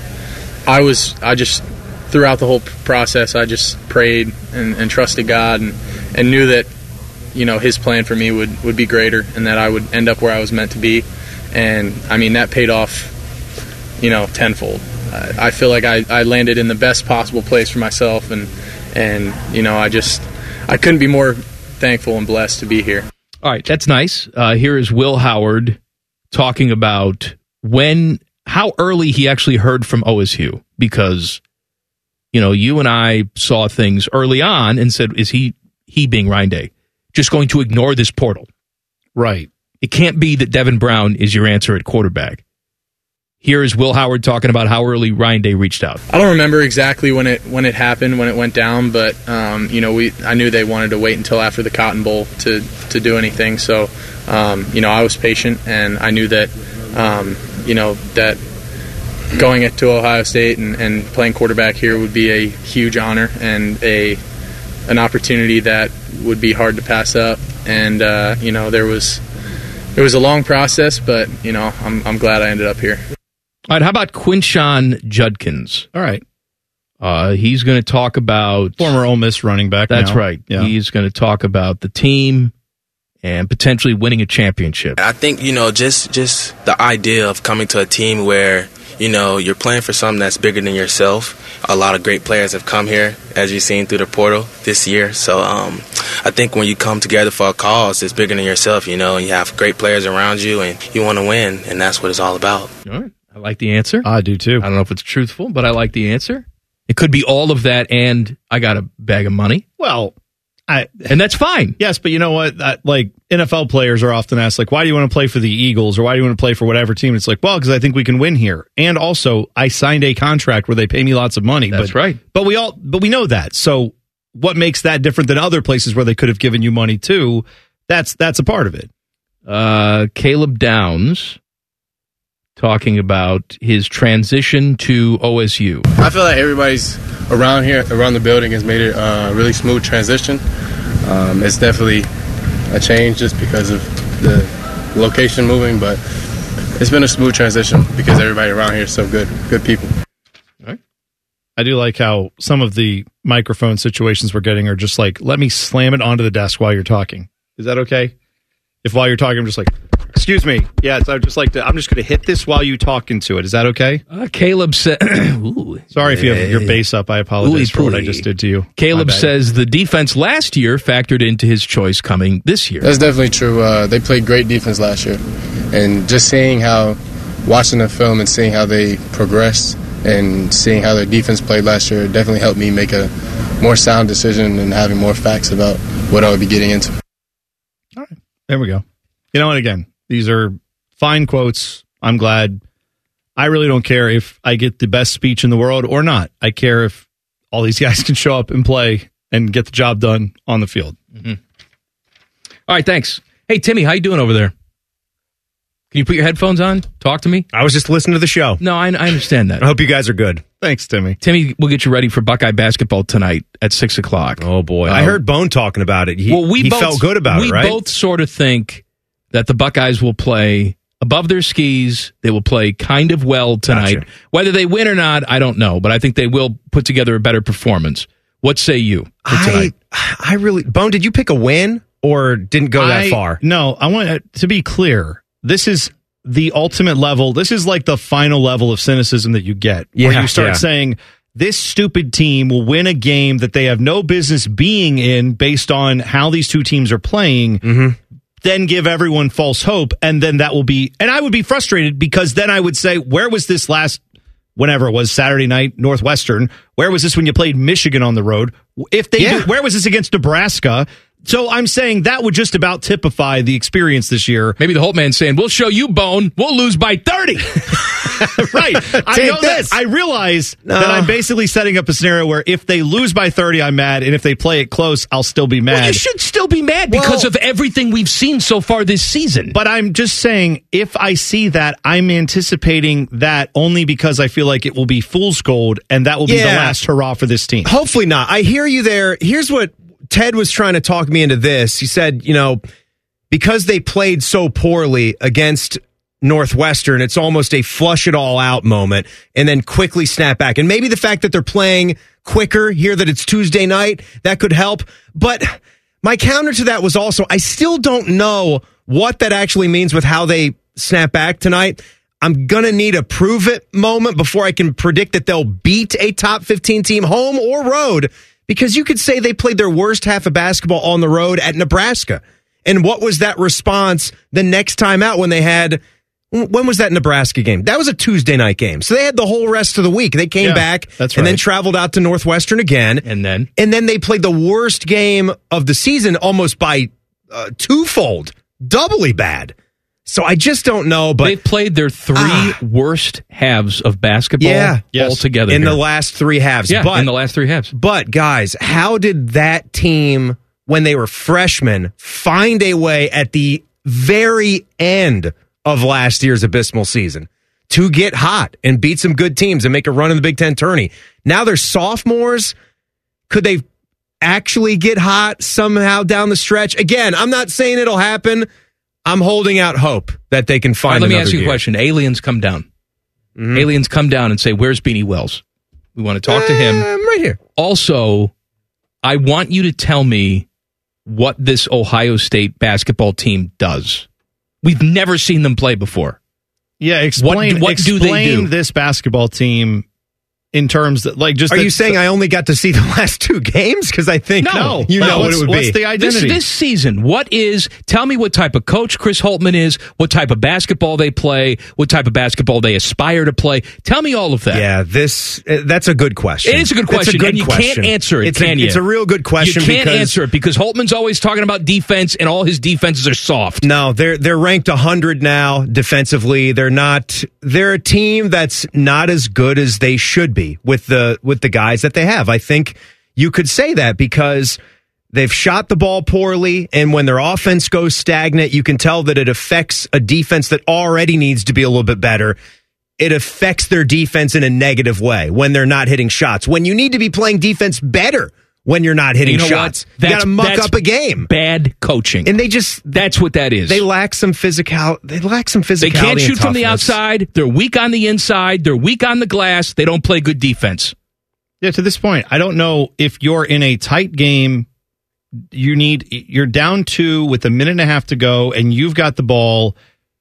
Speaker 13: I was, I just, throughout the whole p- process, I just prayed and, and trusted God and, and knew that, you know, His plan for me would, would be greater and that I would end up where I was meant to be. And I mean, that paid off, you know, tenfold. I, I feel like I, I landed in the best possible place for myself and, and, you know, I just, I couldn't be more thankful and blessed to be here.
Speaker 3: All right, that's nice. Uh, here is Will Howard talking about when, how early he actually heard from OSU because, you know, you and I saw things early on and said, is he, he being Ryan Day, just going to ignore this portal?
Speaker 2: Right.
Speaker 3: It can't be that Devin Brown is your answer at quarterback. Here is Will Howard talking about how early Ryan Day reached out.
Speaker 13: I don't remember exactly when it when it happened, when it went down, but um, you know, we I knew they wanted to wait until after the Cotton Bowl to to do anything. So, um, you know, I was patient, and I knew that, um, you know, that going to Ohio State and, and playing quarterback here would be a huge honor and a an opportunity that would be hard to pass up. And uh, you know, there was it was a long process, but you know, I'm I'm glad I ended up here.
Speaker 3: All right, how about Quinshawn Judkins?
Speaker 2: All right.
Speaker 3: Uh, he's going to talk about
Speaker 2: former Ole Miss running back.
Speaker 3: That's
Speaker 2: now.
Speaker 3: right.
Speaker 2: Yeah.
Speaker 3: He's going to talk about the team and potentially winning a championship.
Speaker 14: I think you know just just the idea of coming to a team where you know you're playing for something that's bigger than yourself. A lot of great players have come here, as you've seen through the portal this year. So um, I think when you come together for a cause, it's bigger than yourself. You know, you have great players around you, and you want to win, and that's what it's all about.
Speaker 3: All right. I like the answer.
Speaker 2: I do
Speaker 3: I
Speaker 2: too.
Speaker 3: don't know if it's truthful, but I like the answer. It could be all of that, and I got a bag of money.
Speaker 2: Well, I,
Speaker 3: and that's fine.
Speaker 2: Yes, but you know what? I, like NFL players are often asked, like, why do you want to play for the Eagles or why do you want to play for whatever team? It's like, well, because I think we can win here, and also I signed a contract where they pay me lots of money.
Speaker 3: That's
Speaker 2: but,
Speaker 3: right.
Speaker 2: But we all, but we know that. So what makes that different than other places where they could have given you money too? That's that's a part of it.
Speaker 3: Uh, Caleb Downs talking about his transition to OSU.
Speaker 15: I feel like everybody's around here, around the building, has made it uh, a really smooth transition. Um, it's definitely a change just because of the location moving, but it's been a smooth transition because everybody around here is so good, good people.
Speaker 2: I do like how some of the microphone situations we're getting are just like, let me slam it onto the desk while you're talking. Is that okay? If while you're talking, I'm just like, excuse me. Yeah, so I just like to, I'm just going to hit this while you talk into it. Is that okay?
Speaker 3: Uh, Caleb said,
Speaker 2: Sorry if you have your bass up. I apologize
Speaker 3: Ooey
Speaker 2: for what I
Speaker 3: pooey.
Speaker 2: just did to you.
Speaker 3: Caleb
Speaker 2: My bad.
Speaker 3: says the defense last year factored into his choice coming this year.
Speaker 15: That's definitely true. Uh, they played great defense last year, and just seeing how, watching the film and seeing how they progressed and seeing how their defense played last year definitely helped me make a more sound decision and having more facts about what I would be getting into.
Speaker 2: There we go. You know what? Again, these are fine quotes. I'm glad. I really don't care if I get the best speech in the world or not. I care if all these guys can show up and play and get the job done on the field.
Speaker 3: Mm-hmm. All right, thanks. Hey, Timmy, how you doing over there? Can you put your headphones on? Talk to me.
Speaker 4: I was just listening to the show.
Speaker 3: No, I, I understand that.
Speaker 4: I hope you guys are good.
Speaker 2: Thanks, Timmy.
Speaker 3: Timmy, we'll get you ready for Buckeye basketball tonight at six o'clock.
Speaker 4: Oh boy, I heard Bone talking about it. He,
Speaker 3: well, we
Speaker 4: he
Speaker 3: both,
Speaker 4: felt good about
Speaker 3: we
Speaker 4: it, right?
Speaker 3: both sort of think that the Buckeyes will play above their skis. They will play kind of well tonight. Whether they win or not, I don't know, but I think they will put together a better performance. What say you for
Speaker 4: I,
Speaker 3: tonight?
Speaker 4: I really Bone. Did you pick a win or didn't go that
Speaker 2: I-
Speaker 4: far?
Speaker 2: No, I want to be clear. This is the ultimate level. This is like the final level of cynicism that you get,
Speaker 4: Yeah,
Speaker 2: where you start
Speaker 4: yeah.
Speaker 2: saying this stupid team will win a game that they have no business being in based on how these two teams are playing.
Speaker 3: Mm-hmm.
Speaker 2: Then give everyone false hope, and then that will be. And I would be frustrated because then I would say, where was this last? Whenever it was Saturday night, Northwestern. Where was this when you played Michigan on the road? If they, do, where was this against Nebraska? So I'm saying that would just about typify the experience this year.
Speaker 3: Maybe the whole man's saying, "We'll show you bone. We'll lose by 30.
Speaker 2: right. I
Speaker 3: Take
Speaker 2: know
Speaker 3: this.
Speaker 2: that. I realize
Speaker 3: No.
Speaker 2: that I'm basically setting up a scenario where if they lose by 30, I'm mad, and if they play it close, I'll still be mad.
Speaker 3: Well, you should still be mad because of everything we've seen so far this season.
Speaker 2: But I'm just saying, if I see that, I'm anticipating that only because I feel like it will be fool's gold, and that will be the
Speaker 4: Yeah.
Speaker 2: last hurrah for this team.
Speaker 4: Hopefully not. I hear you there. Here's what Ted was trying to talk me into this. He said, you know, because they played so poorly against Northwestern, it's almost a flush it all out moment and then quickly snap back. And maybe the fact that they're playing quicker here that it's Tuesday night, that could help. But my counter to that was also I still don't know what that actually means with how they snap back tonight. I'm going to need a prove it moment before I can predict that they'll beat a top 15 team home or road because you could say they played their worst half of basketball on the road at Nebraska. And what was that response the next time out when they had when was that Nebraska game? That was a Tuesday night game. So they had the whole rest of the week. They came
Speaker 2: Yeah,
Speaker 4: back
Speaker 2: that's
Speaker 4: and then
Speaker 2: right.
Speaker 4: traveled out to Northwestern again.
Speaker 3: And then
Speaker 4: and then they played the worst game of the season almost by uh, twofold, doubly bad. So I just don't know, but Ah.
Speaker 3: They've played their three worst halves of basketball
Speaker 4: yeah,
Speaker 3: altogether.
Speaker 4: in
Speaker 3: here.
Speaker 4: the last three halves.
Speaker 3: Yeah,
Speaker 4: but
Speaker 3: in the last three halves.
Speaker 4: But guys, how did that team, when they were freshmen, find a way at the very end of last year's abysmal season to get hot and beat some good teams and make a run in the Big Ten tourney? Now they're sophomores. Could they actually get hot somehow down the stretch? Again, I'm not saying it'll happen. I'm holding out hope that they can
Speaker 3: All right,
Speaker 4: find.
Speaker 3: let me
Speaker 4: another Mm-hmm.
Speaker 3: ask you a
Speaker 4: year.
Speaker 3: question. Aliens come down. Aliens come down and say, "Where's Beanie Wells? We want to talk to him."
Speaker 4: I'm Um, right here.
Speaker 3: Also, I want you to tell me what this Ohio State basketball team does. We've never seen them play before.
Speaker 2: Yeah, explain
Speaker 3: what do they
Speaker 2: explain
Speaker 3: do?
Speaker 2: this basketball team in terms that like just
Speaker 4: Are
Speaker 2: that-
Speaker 4: you saying I only got to see the last two games? Because I think
Speaker 2: No.
Speaker 4: you
Speaker 2: No,
Speaker 4: know what
Speaker 2: what's-
Speaker 4: it would
Speaker 2: what's
Speaker 4: be.
Speaker 2: the identity?
Speaker 3: This, this season, what is? Tell me what type of coach Chris Holtman is. What type of basketball they play. What type of basketball they aspire to play. Tell me all of that.
Speaker 4: Yeah, this uh, that's a good question.
Speaker 3: It is a good
Speaker 4: That's
Speaker 3: question, and you
Speaker 4: question.
Speaker 3: can't answer it,
Speaker 4: It's
Speaker 3: can
Speaker 4: a,
Speaker 3: you?
Speaker 4: It's a real good question.
Speaker 3: You can't
Speaker 4: because,
Speaker 3: answer it because Holtman's always talking about defense, and all his defenses are soft.
Speaker 4: No, they're they're ranked 100 now defensively. They're not. They're a team that's not as good as they should be with the with the guys that they have. I think you could say that because they've shot the ball poorly, and when their offense goes stagnant, you can tell that it affects a defense that already needs to be a little bit better. It affects their defense in a negative way when they're not hitting shots. When you need to be playing defense better when you're not hitting
Speaker 3: You know what?
Speaker 4: shots, you
Speaker 3: That's-
Speaker 4: got to muck
Speaker 3: that's
Speaker 4: up a game.
Speaker 3: Bad coaching,
Speaker 4: and they just
Speaker 3: that's what that is.
Speaker 4: They lack some physical. They lack some physicality.
Speaker 3: They can't shoot
Speaker 4: and
Speaker 3: from the
Speaker 4: toughness.
Speaker 3: outside. They're weak on the inside. They're weak on the glass. They don't play good defense.
Speaker 2: Yeah, to this point, I don't know if you're in a tight game. You need you're down two with a minute and a half to go, and you've got the ball.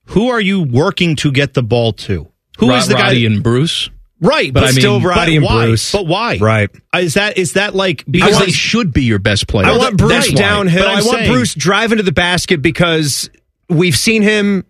Speaker 2: Who are you working to get the ball to? Who is
Speaker 3: Rod-
Speaker 2: the guy?
Speaker 3: Roddy and Bruce?
Speaker 2: Right, but,
Speaker 3: But I mean-
Speaker 2: still
Speaker 3: Roddy
Speaker 2: but
Speaker 3: and
Speaker 2: why?
Speaker 3: Bruce.
Speaker 2: But why?
Speaker 4: Right.
Speaker 2: Is that is that like
Speaker 3: Because
Speaker 2: I
Speaker 3: they should be your best player.
Speaker 4: I want Bruce
Speaker 3: That's why.
Speaker 4: downhill.
Speaker 3: But I'm
Speaker 4: I want
Speaker 3: saying-
Speaker 4: Bruce driving to the basket because we've seen him.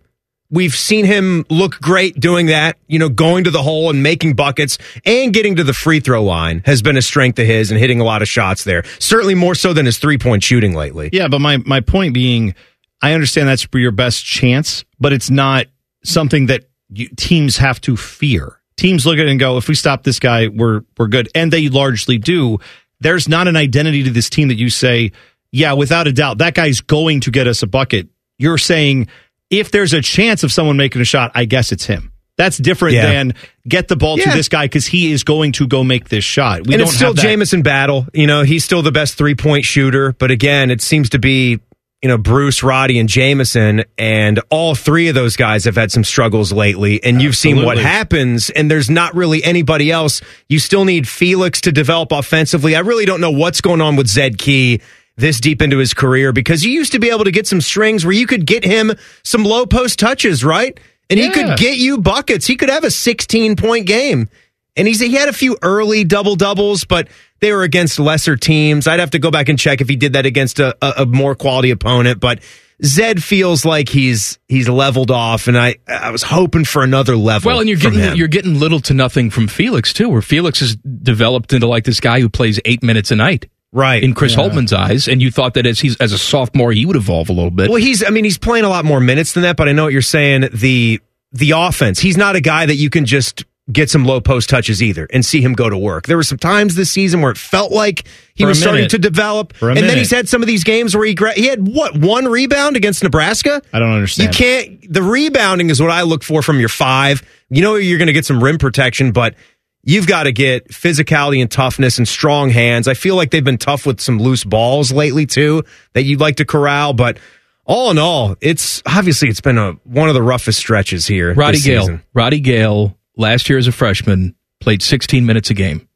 Speaker 4: We've seen him look great doing that. You know, going to the hole and making buckets and getting to the free throw line has been a strength of his and hitting a lot of shots there. Certainly more so than his three point shooting lately.
Speaker 2: Yeah, but my my point being, I understand that's for your best chance, but it's not something that you, teams have to fear. Teams look at it and go, if we stop this guy, we're we're good, and they largely do. There's not an identity to this team that you say, yeah, without a doubt, that guy's going to get us a bucket. You're saying if there's a chance of someone making a shot, I guess it's him. That's different
Speaker 4: Yeah.
Speaker 2: than get the ball
Speaker 4: Yeah.
Speaker 2: to this guy because he is going to go make this shot. We
Speaker 4: and
Speaker 2: don't
Speaker 4: it's still
Speaker 2: have that.
Speaker 4: Jamison Battle. You know, he's still the best three point shooter. But again, it seems to be, you know, Bruce, Roddy, and Jamison. And all three of those guys have had some struggles lately. And you've seen what
Speaker 2: Absolutely.
Speaker 4: happens. And there's not really anybody else. You still need Felix to develop offensively. I really don't know what's going on with Zed Key this deep into his career because you used to be able to get some strings where you could get him some low post touches, right? And he
Speaker 2: Yeah.
Speaker 4: could get you buckets. He could have a 16 point game. And he's he had a few early double doubles, but they were against lesser teams. I'd have to go back and check if he did that against a, a, a more quality opponent. But Zed feels like he's he's leveled off, and I I was hoping for another level.
Speaker 3: Well, and you're
Speaker 4: from
Speaker 3: getting
Speaker 4: him.
Speaker 3: you're getting little to nothing from Felix too, where Felix has developed into like this guy who plays eight minutes a night,
Speaker 4: right?
Speaker 3: In Chris
Speaker 4: Yeah.
Speaker 3: Holtman's eyes, and you thought that as he's as a sophomore he would evolve a little bit.
Speaker 4: Well, he's I mean he's playing a lot more minutes than that, but I know what you're saying. The the offense. He's not a guy that you can just get some low post touches either and see him go to work. There were some times this season where it felt like he
Speaker 2: For a
Speaker 4: was starting
Speaker 2: minute.
Speaker 4: to develop,
Speaker 2: For a
Speaker 4: and then
Speaker 2: minute.
Speaker 4: he's had some of these games where he gra- he had what one rebound against Nebraska.
Speaker 2: I don't
Speaker 4: You
Speaker 2: understand.
Speaker 4: can't. The rebounding is what I look for from your five. You know you're going to get some rim protection, but you've got to get physicality and toughness and strong hands. I feel like they've been tough with some loose balls lately too that you'd like to corral, but all in all, it's obviously it's been a one of the roughest stretches here.
Speaker 3: Roddy
Speaker 4: this
Speaker 3: Gale.
Speaker 4: season.
Speaker 3: Roddy Gale, last year as a freshman, played 16 minutes a game.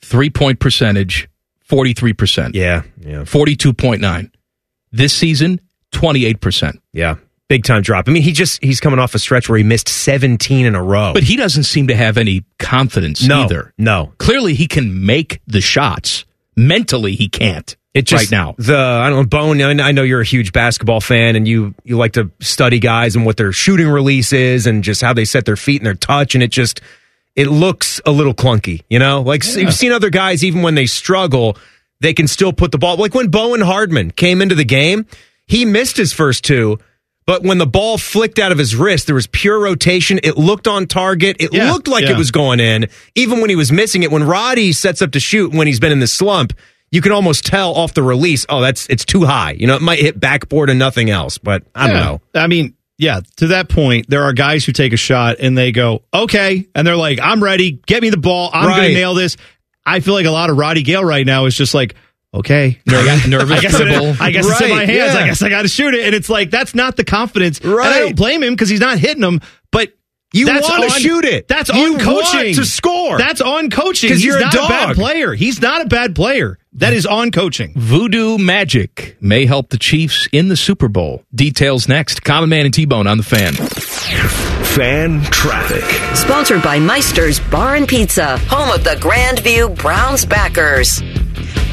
Speaker 3: Three point percentage, 43%.
Speaker 4: Yeah. Yeah.
Speaker 3: 42.9. This season, 28%.
Speaker 4: Yeah. Big time drop. I mean, he just he's coming off a stretch where he missed 17 in a row.
Speaker 3: But he doesn't seem to have any confidence
Speaker 4: No,
Speaker 3: either.
Speaker 4: No.
Speaker 3: Clearly, he can make the shots. Mentally, he can't.
Speaker 4: It just,
Speaker 3: right now.
Speaker 4: The I don't know, Bone. I I know you're a huge basketball fan, and you you like to study guys and what their shooting release is, and just how they set their feet and their touch, and it just it looks a little clunky, you know. Like s- you've seen other guys, even when they struggle, they can still put the ball. Like when Bowen Hardman came into the game, he missed his first two. But when the ball flicked out of his wrist, there was pure rotation. It looked on target. It
Speaker 1: Yeah,
Speaker 4: looked like
Speaker 1: yeah.
Speaker 4: it was going in, even when he was missing it. When Roddy sets up to shoot, when he's been in the slump, you can almost tell off the release. Oh, that's it's too high. You know, it might hit backboard and nothing else. But I don't
Speaker 2: Yeah.
Speaker 4: know.
Speaker 2: I mean, yeah, to that point, there are guys who take a shot and they go, okay. And they're like, I'm ready. Get me the ball. I'm going
Speaker 4: Right.
Speaker 2: to nail this. I feel like a lot of Roddy Gale right now is just like, okay.
Speaker 3: Nervous, nervous
Speaker 2: I guess, it-
Speaker 3: dribble.
Speaker 2: I guess it's in my
Speaker 3: Right,
Speaker 2: hands.
Speaker 3: yeah.
Speaker 2: I guess I got to shoot it. And it's like, that's not the confidence. Right. And I don't blame him because he's not hitting them, but.
Speaker 4: You
Speaker 2: that's
Speaker 4: wanna
Speaker 2: on-
Speaker 4: shoot it.
Speaker 2: That's
Speaker 4: You
Speaker 2: on
Speaker 4: want
Speaker 2: coaching
Speaker 4: to score.
Speaker 2: That's on coaching.
Speaker 4: 'Cause
Speaker 2: He's
Speaker 4: you're a
Speaker 2: not a bad
Speaker 4: dog.
Speaker 2: player. He's not a bad player. That is on coaching.
Speaker 3: Voodoo Magic may help the Chiefs in the Super Bowl. Details next. Common Man and T Bone on the fan.
Speaker 1: Fan traffic.
Speaker 7: Sponsored by Meister's Bar and Pizza, home of the Grandview Browns backers.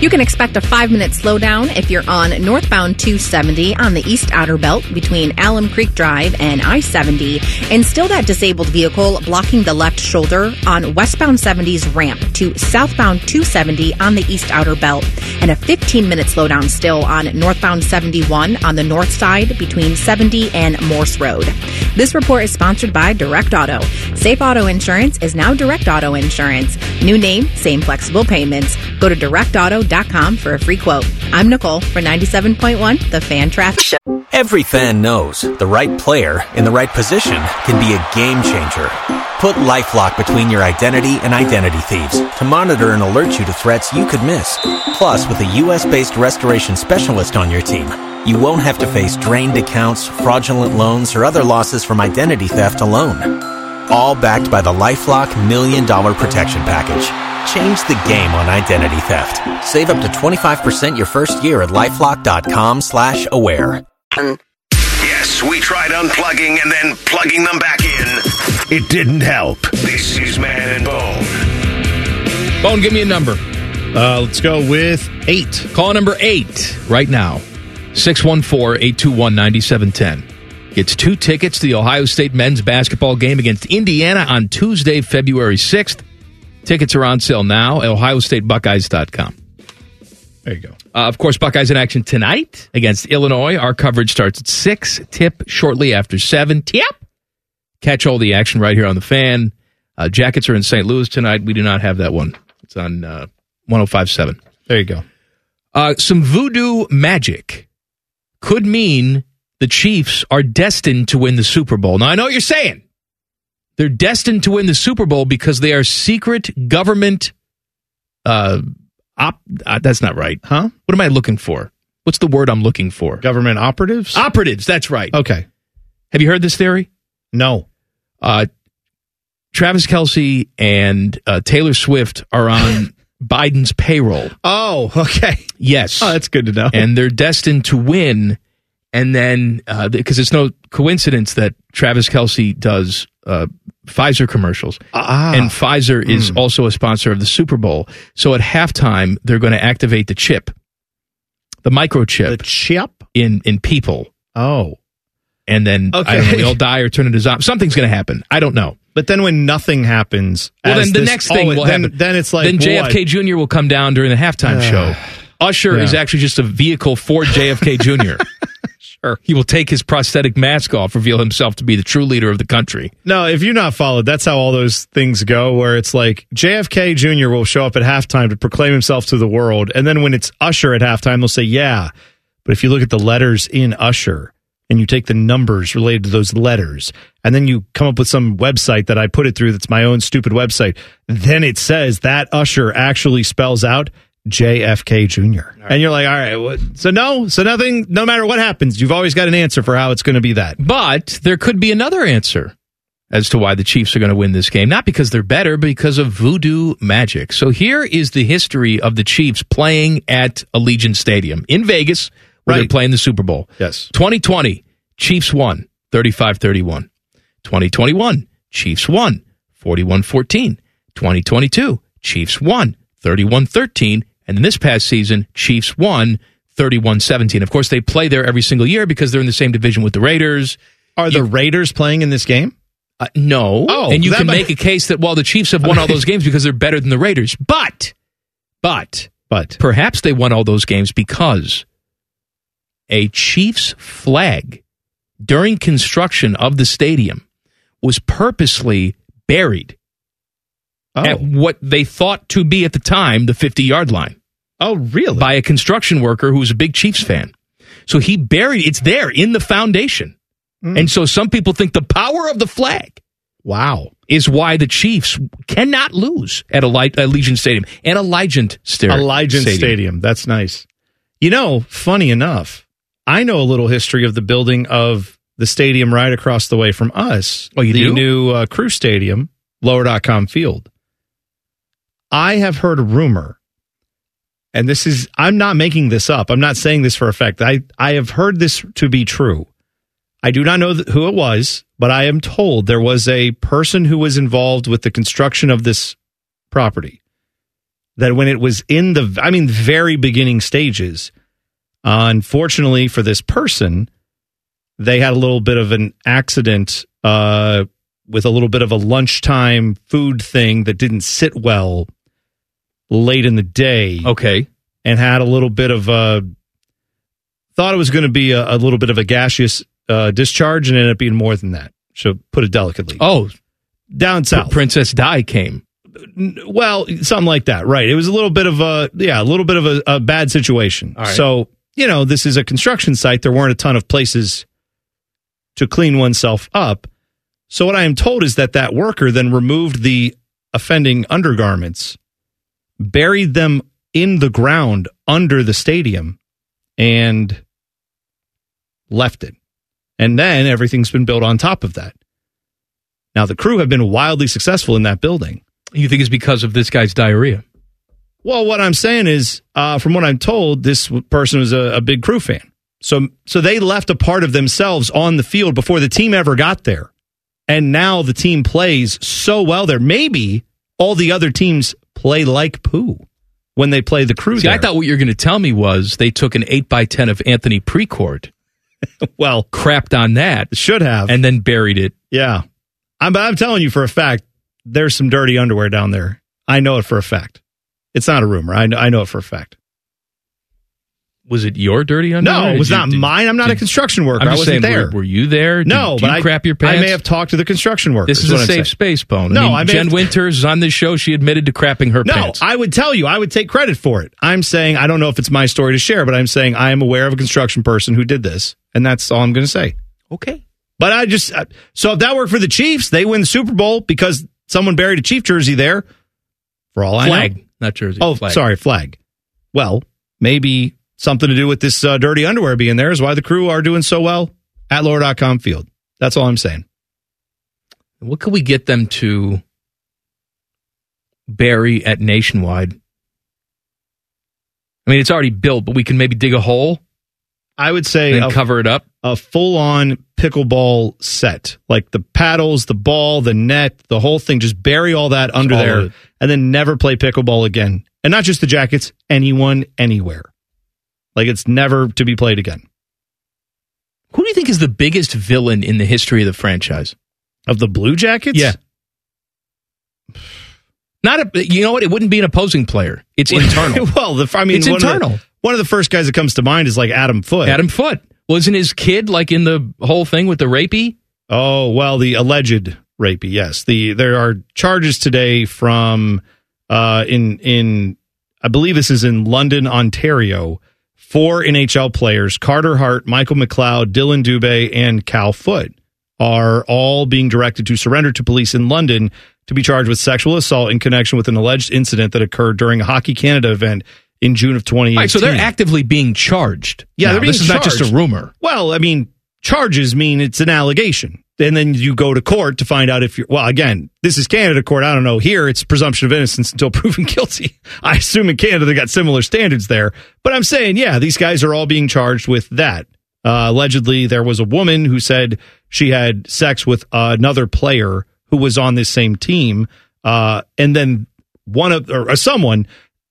Speaker 10: You can expect a five minute slowdown if you're on northbound 270 on the East Outer Belt between Alum Creek Drive and I 70, and still that disabled vehicle blocking the left shoulder on westbound 70's ramp to southbound 270 on the East Outer Belt, and a 15 minute slowdown still on northbound 71 on the north side between 70 and Morse Road. This report is sponsored by Direct Auto. Safe Auto Insurance is now Direct Auto Insurance. New name, same flexible payments. Go to directauto.com for a free quote. I'm Nicole for 97.1 The Fan Traffic Show.
Speaker 6: Every fan knows the right player in the right position can be a game changer. Put LifeLock between your identity and identity thieves to monitor and alert you to threats you could miss. Plus, with a U.S.-based restoration specialist on your team, you won't have to face drained accounts, fraudulent loans, or other losses from identity theft alone. All backed by the LifeLock Million Dollar Protection Package. Change the game on identity theft. Save up to 25% your first year at LifeLock.com slash aware.
Speaker 1: Yes, we tried unplugging and then plugging them back in. It didn't help. This is Man and Bone.
Speaker 3: Bone, give me a number.
Speaker 2: Uh, let's go with eight.
Speaker 3: Call number eight right now 614 821 9710. Gets two tickets to the Ohio State men's basketball game against Indiana on Tuesday, February 6th. Tickets are on sale now at ohiostatebuckeyes.com.
Speaker 2: There you go.
Speaker 3: Uh, of course, Buckeyes in action tonight against Illinois. Our coverage starts at 6, tip shortly after 7. Tip! Catch all the action right here on the fan. Uh, Jackets are in St. Louis tonight. We do not have that one. It's on uh, 1057.
Speaker 2: There you go.
Speaker 3: Uh, some voodoo magic could mean the Chiefs are destined to win the Super Bowl. Now, I know what you're saying. They're destined to win the Super Bowl because they are secret government. Uh, op- uh, that's not right.
Speaker 2: Huh?
Speaker 3: What am I looking for? What's the word I'm looking for?
Speaker 2: Government operatives?
Speaker 3: Operatives, that's right.
Speaker 2: Okay.
Speaker 3: Have you heard this theory?
Speaker 2: No.
Speaker 3: Uh, Travis Kelsey and uh, Taylor Swift are on Biden's payroll.
Speaker 2: Oh, okay.
Speaker 3: Yes.
Speaker 2: Oh, that's good to know.
Speaker 3: and they're destined to win. And then, uh, because it's no coincidence that Travis Kelsey does uh, Pfizer commercials,
Speaker 2: Ah.
Speaker 3: and Pfizer is also a sponsor of the Super Bowl. So at halftime, they're going to activate the chip, the microchip, the
Speaker 2: chip
Speaker 3: in in people.
Speaker 2: Oh,
Speaker 3: and then I don't know,
Speaker 2: Okay.
Speaker 3: we all die or turn into zombies. Something's going to happen. I don't know.
Speaker 2: But then when nothing happens,
Speaker 3: Well,
Speaker 2: as
Speaker 3: then the
Speaker 2: this-
Speaker 3: next thing
Speaker 2: oh,
Speaker 3: will
Speaker 2: then,
Speaker 3: happen.
Speaker 2: Then it's like
Speaker 3: then JFK
Speaker 2: what?
Speaker 3: Jr. will come down during the halftime show. Usher is
Speaker 2: Yeah.
Speaker 3: actually just a vehicle for JFK Jr. sure, he will take his prosthetic mask off, reveal himself to be the true leader of the country.
Speaker 2: No, if you're not followed, that's how all those things go. Where it's like JFK Jr. will show up at halftime to proclaim himself to the world, and then when it's Usher at halftime, they'll say, "Yeah." But if you look at the letters in Usher and you take the numbers related to those letters, and then you come up with some website that I put it through that's my own stupid website, then it says that Usher actually spells out JFK Jr. And you're like, all right, what? so no, so nothing, no matter what happens, you've always got an answer for how it's going to be that.
Speaker 3: But there could be another answer as to why the Chiefs are going to win this game. Not because they're better, but because of voodoo magic. So here is the history of the Chiefs playing at Allegiant Stadium in Vegas, where they're playing the Super Bowl.
Speaker 2: Yes.
Speaker 3: 2020, Chiefs won 35 31. 2021, Chiefs won 41 14. 2022, Chiefs won 31 13. And then this past season, Chiefs won 31 17. Of course, they play there every single year because they're in the same division with the Raiders.
Speaker 2: Are the Raiders playing in this game?
Speaker 3: Uh, no.
Speaker 2: Oh,
Speaker 3: and you
Speaker 2: that
Speaker 3: can
Speaker 2: might-
Speaker 3: make a case that, well, the Chiefs have won all those games because they're better than the Raiders. But, but,
Speaker 2: but
Speaker 3: perhaps they won all those games because a Chiefs flag during construction of the stadium was purposely buried
Speaker 2: Oh.
Speaker 3: at what they thought to be at the time the 50 yard line.
Speaker 2: Oh, really?
Speaker 3: By a construction worker who was a big Chiefs fan. So he buried it's there in the foundation.
Speaker 2: Hmm.
Speaker 3: And so some people think the power of the flag
Speaker 2: Wow.
Speaker 3: is why the Chiefs cannot lose at Eli- Allegiant Stadium and Allegiant Stadium.
Speaker 2: Allegiant Stadium. That's nice. You know, funny enough, I know a little history of the building of the stadium right across the way from us. Oh, you the
Speaker 3: do?
Speaker 2: new uh, Crew Stadium, Lower.com Field. I have heard a rumor, and this is I'm not making this up. I'm not saying this for effect. I I have heard this to be true. I do not know th- who it was, but I am told there was a person who was involved with the construction of this property that when it was in the I mean very beginning stages, uh, unfortunately for this person, they had a little bit of an accident uh, with a little bit of a lunchtime food thing that didn't sit well late in the day.
Speaker 3: Okay,
Speaker 2: and had a little bit of a thought it was going to be a, a little bit of a gaseous uh, discharge, and ended up being more than that. So put it delicately.
Speaker 3: Oh,
Speaker 2: down south,
Speaker 3: Princess Di came.
Speaker 2: Well, something like that, right? It was a little bit of a yeah, a little bit of a, a bad situation.
Speaker 3: right.
Speaker 2: So you know, this is a construction site. There weren't a ton of places to clean oneself up. So what I am told is that that worker then removed the offending undergarments, buried them in the ground under the stadium, and left it. And then everything's been built on top of that. Now the crew have been wildly successful in that building.
Speaker 3: You think it's because of this guy's diarrhea?
Speaker 2: Well, what I'm saying is, uh, from what I'm told, this w- person was a, a big crew fan. So, so they left a part of themselves on the field before the team ever got there, and now the team plays so well there. Maybe all the other teams play like poo when they play the crew.
Speaker 3: See, I
Speaker 2: there.
Speaker 3: thought what you were going to tell me was they took an eight by ten of Anthony Precourt.
Speaker 2: well,
Speaker 3: crapped on that.
Speaker 2: Should have,
Speaker 3: and then buried it.
Speaker 2: Yeah, I'm, I'm telling you for a fact. There's some dirty underwear down there. I know it for a fact. It's not a rumor. I know, I know it for a fact.
Speaker 3: Was it your dirty underwear?
Speaker 2: No, it was
Speaker 3: Did-
Speaker 2: not
Speaker 3: did-
Speaker 2: mine. I'm not a
Speaker 3: did-
Speaker 2: construction worker.
Speaker 3: I'm
Speaker 2: I
Speaker 3: just saying,
Speaker 2: wasn't there.
Speaker 3: Were, were you there? Did-
Speaker 2: No,
Speaker 3: did
Speaker 2: but
Speaker 3: you
Speaker 2: I
Speaker 3: crap your pants.
Speaker 2: I may have talked to the construction workers.
Speaker 3: This is
Speaker 2: what
Speaker 3: a
Speaker 2: I'm saying.
Speaker 3: safe space, Bone.
Speaker 2: No,
Speaker 3: I mean,
Speaker 2: I may
Speaker 3: Jen
Speaker 2: have-
Speaker 3: Winters is on this show. She admitted to crapping her
Speaker 2: No,
Speaker 3: pants.
Speaker 2: I would tell you. I would take credit for it. I'm saying I don't know if it's my story to share, but I'm saying I am aware of a construction person who did this, and that's all I'm going to say.
Speaker 3: Okay.
Speaker 2: But I just I- so if that worked for the Chiefs, they win the Super Bowl because someone buried a Chief jersey there. For all I know,
Speaker 3: Flag, not jersey.
Speaker 2: Oh,
Speaker 3: Flag.
Speaker 2: sorry, flag. Well, maybe something to do with this uh, dirty underwear being there is why the crew are doing so well at lower.com field. That's all I'm saying.
Speaker 3: What could we get them to bury at Nationwide? I mean, it's already built, but we can maybe dig a hole.
Speaker 2: I would say
Speaker 3: and cover it up.
Speaker 2: A full on pickleball set, like the paddles, the ball, the net, the whole thing. Just bury all that under
Speaker 3: all
Speaker 2: there,
Speaker 3: of it.
Speaker 2: and then never play pickleball again. And not just the jackets, anyone, anywhere. Like it's never to be played again.
Speaker 3: Who do you think is the biggest villain in the history of the franchise?
Speaker 2: Of the Blue Jackets?
Speaker 3: Yeah. Not a, you know what? It wouldn't be an opposing player. It's internal.
Speaker 2: well, the, I mean,
Speaker 3: It's
Speaker 2: one Of
Speaker 3: internal.
Speaker 2: the, one of the first guys that comes to mind is like Adam Foote.
Speaker 3: Adam Foote wasn't his kid like in the whole thing with the rapey.
Speaker 2: Oh well, the alleged rapey. Yes, the there are charges today from uh, in in I believe this is in London, Ontario. Four NHL players: Carter Hart, Michael McLeod, Dylan Dubé, and Cal Foot are all being directed to surrender to police in London to be charged with sexual assault in connection with an alleged incident that occurred during a Hockey Canada event in June of 2018.
Speaker 3: Right, so they're actively being charged.
Speaker 2: Yeah,
Speaker 3: now.
Speaker 2: they're being
Speaker 3: this is not just
Speaker 2: charged.
Speaker 3: a rumor.
Speaker 2: Well, I mean, charges mean it's an allegation. And then you go to court to find out if you're, well, again, this is Canada court. I don't know. Here, it's presumption of innocence until proven guilty. I assume in Canada they got similar standards there. But I'm saying, yeah, these guys are all being charged with that. Uh, allegedly, there was a woman who said she had sex with another player who was on this same team. Uh, and then one of, or someone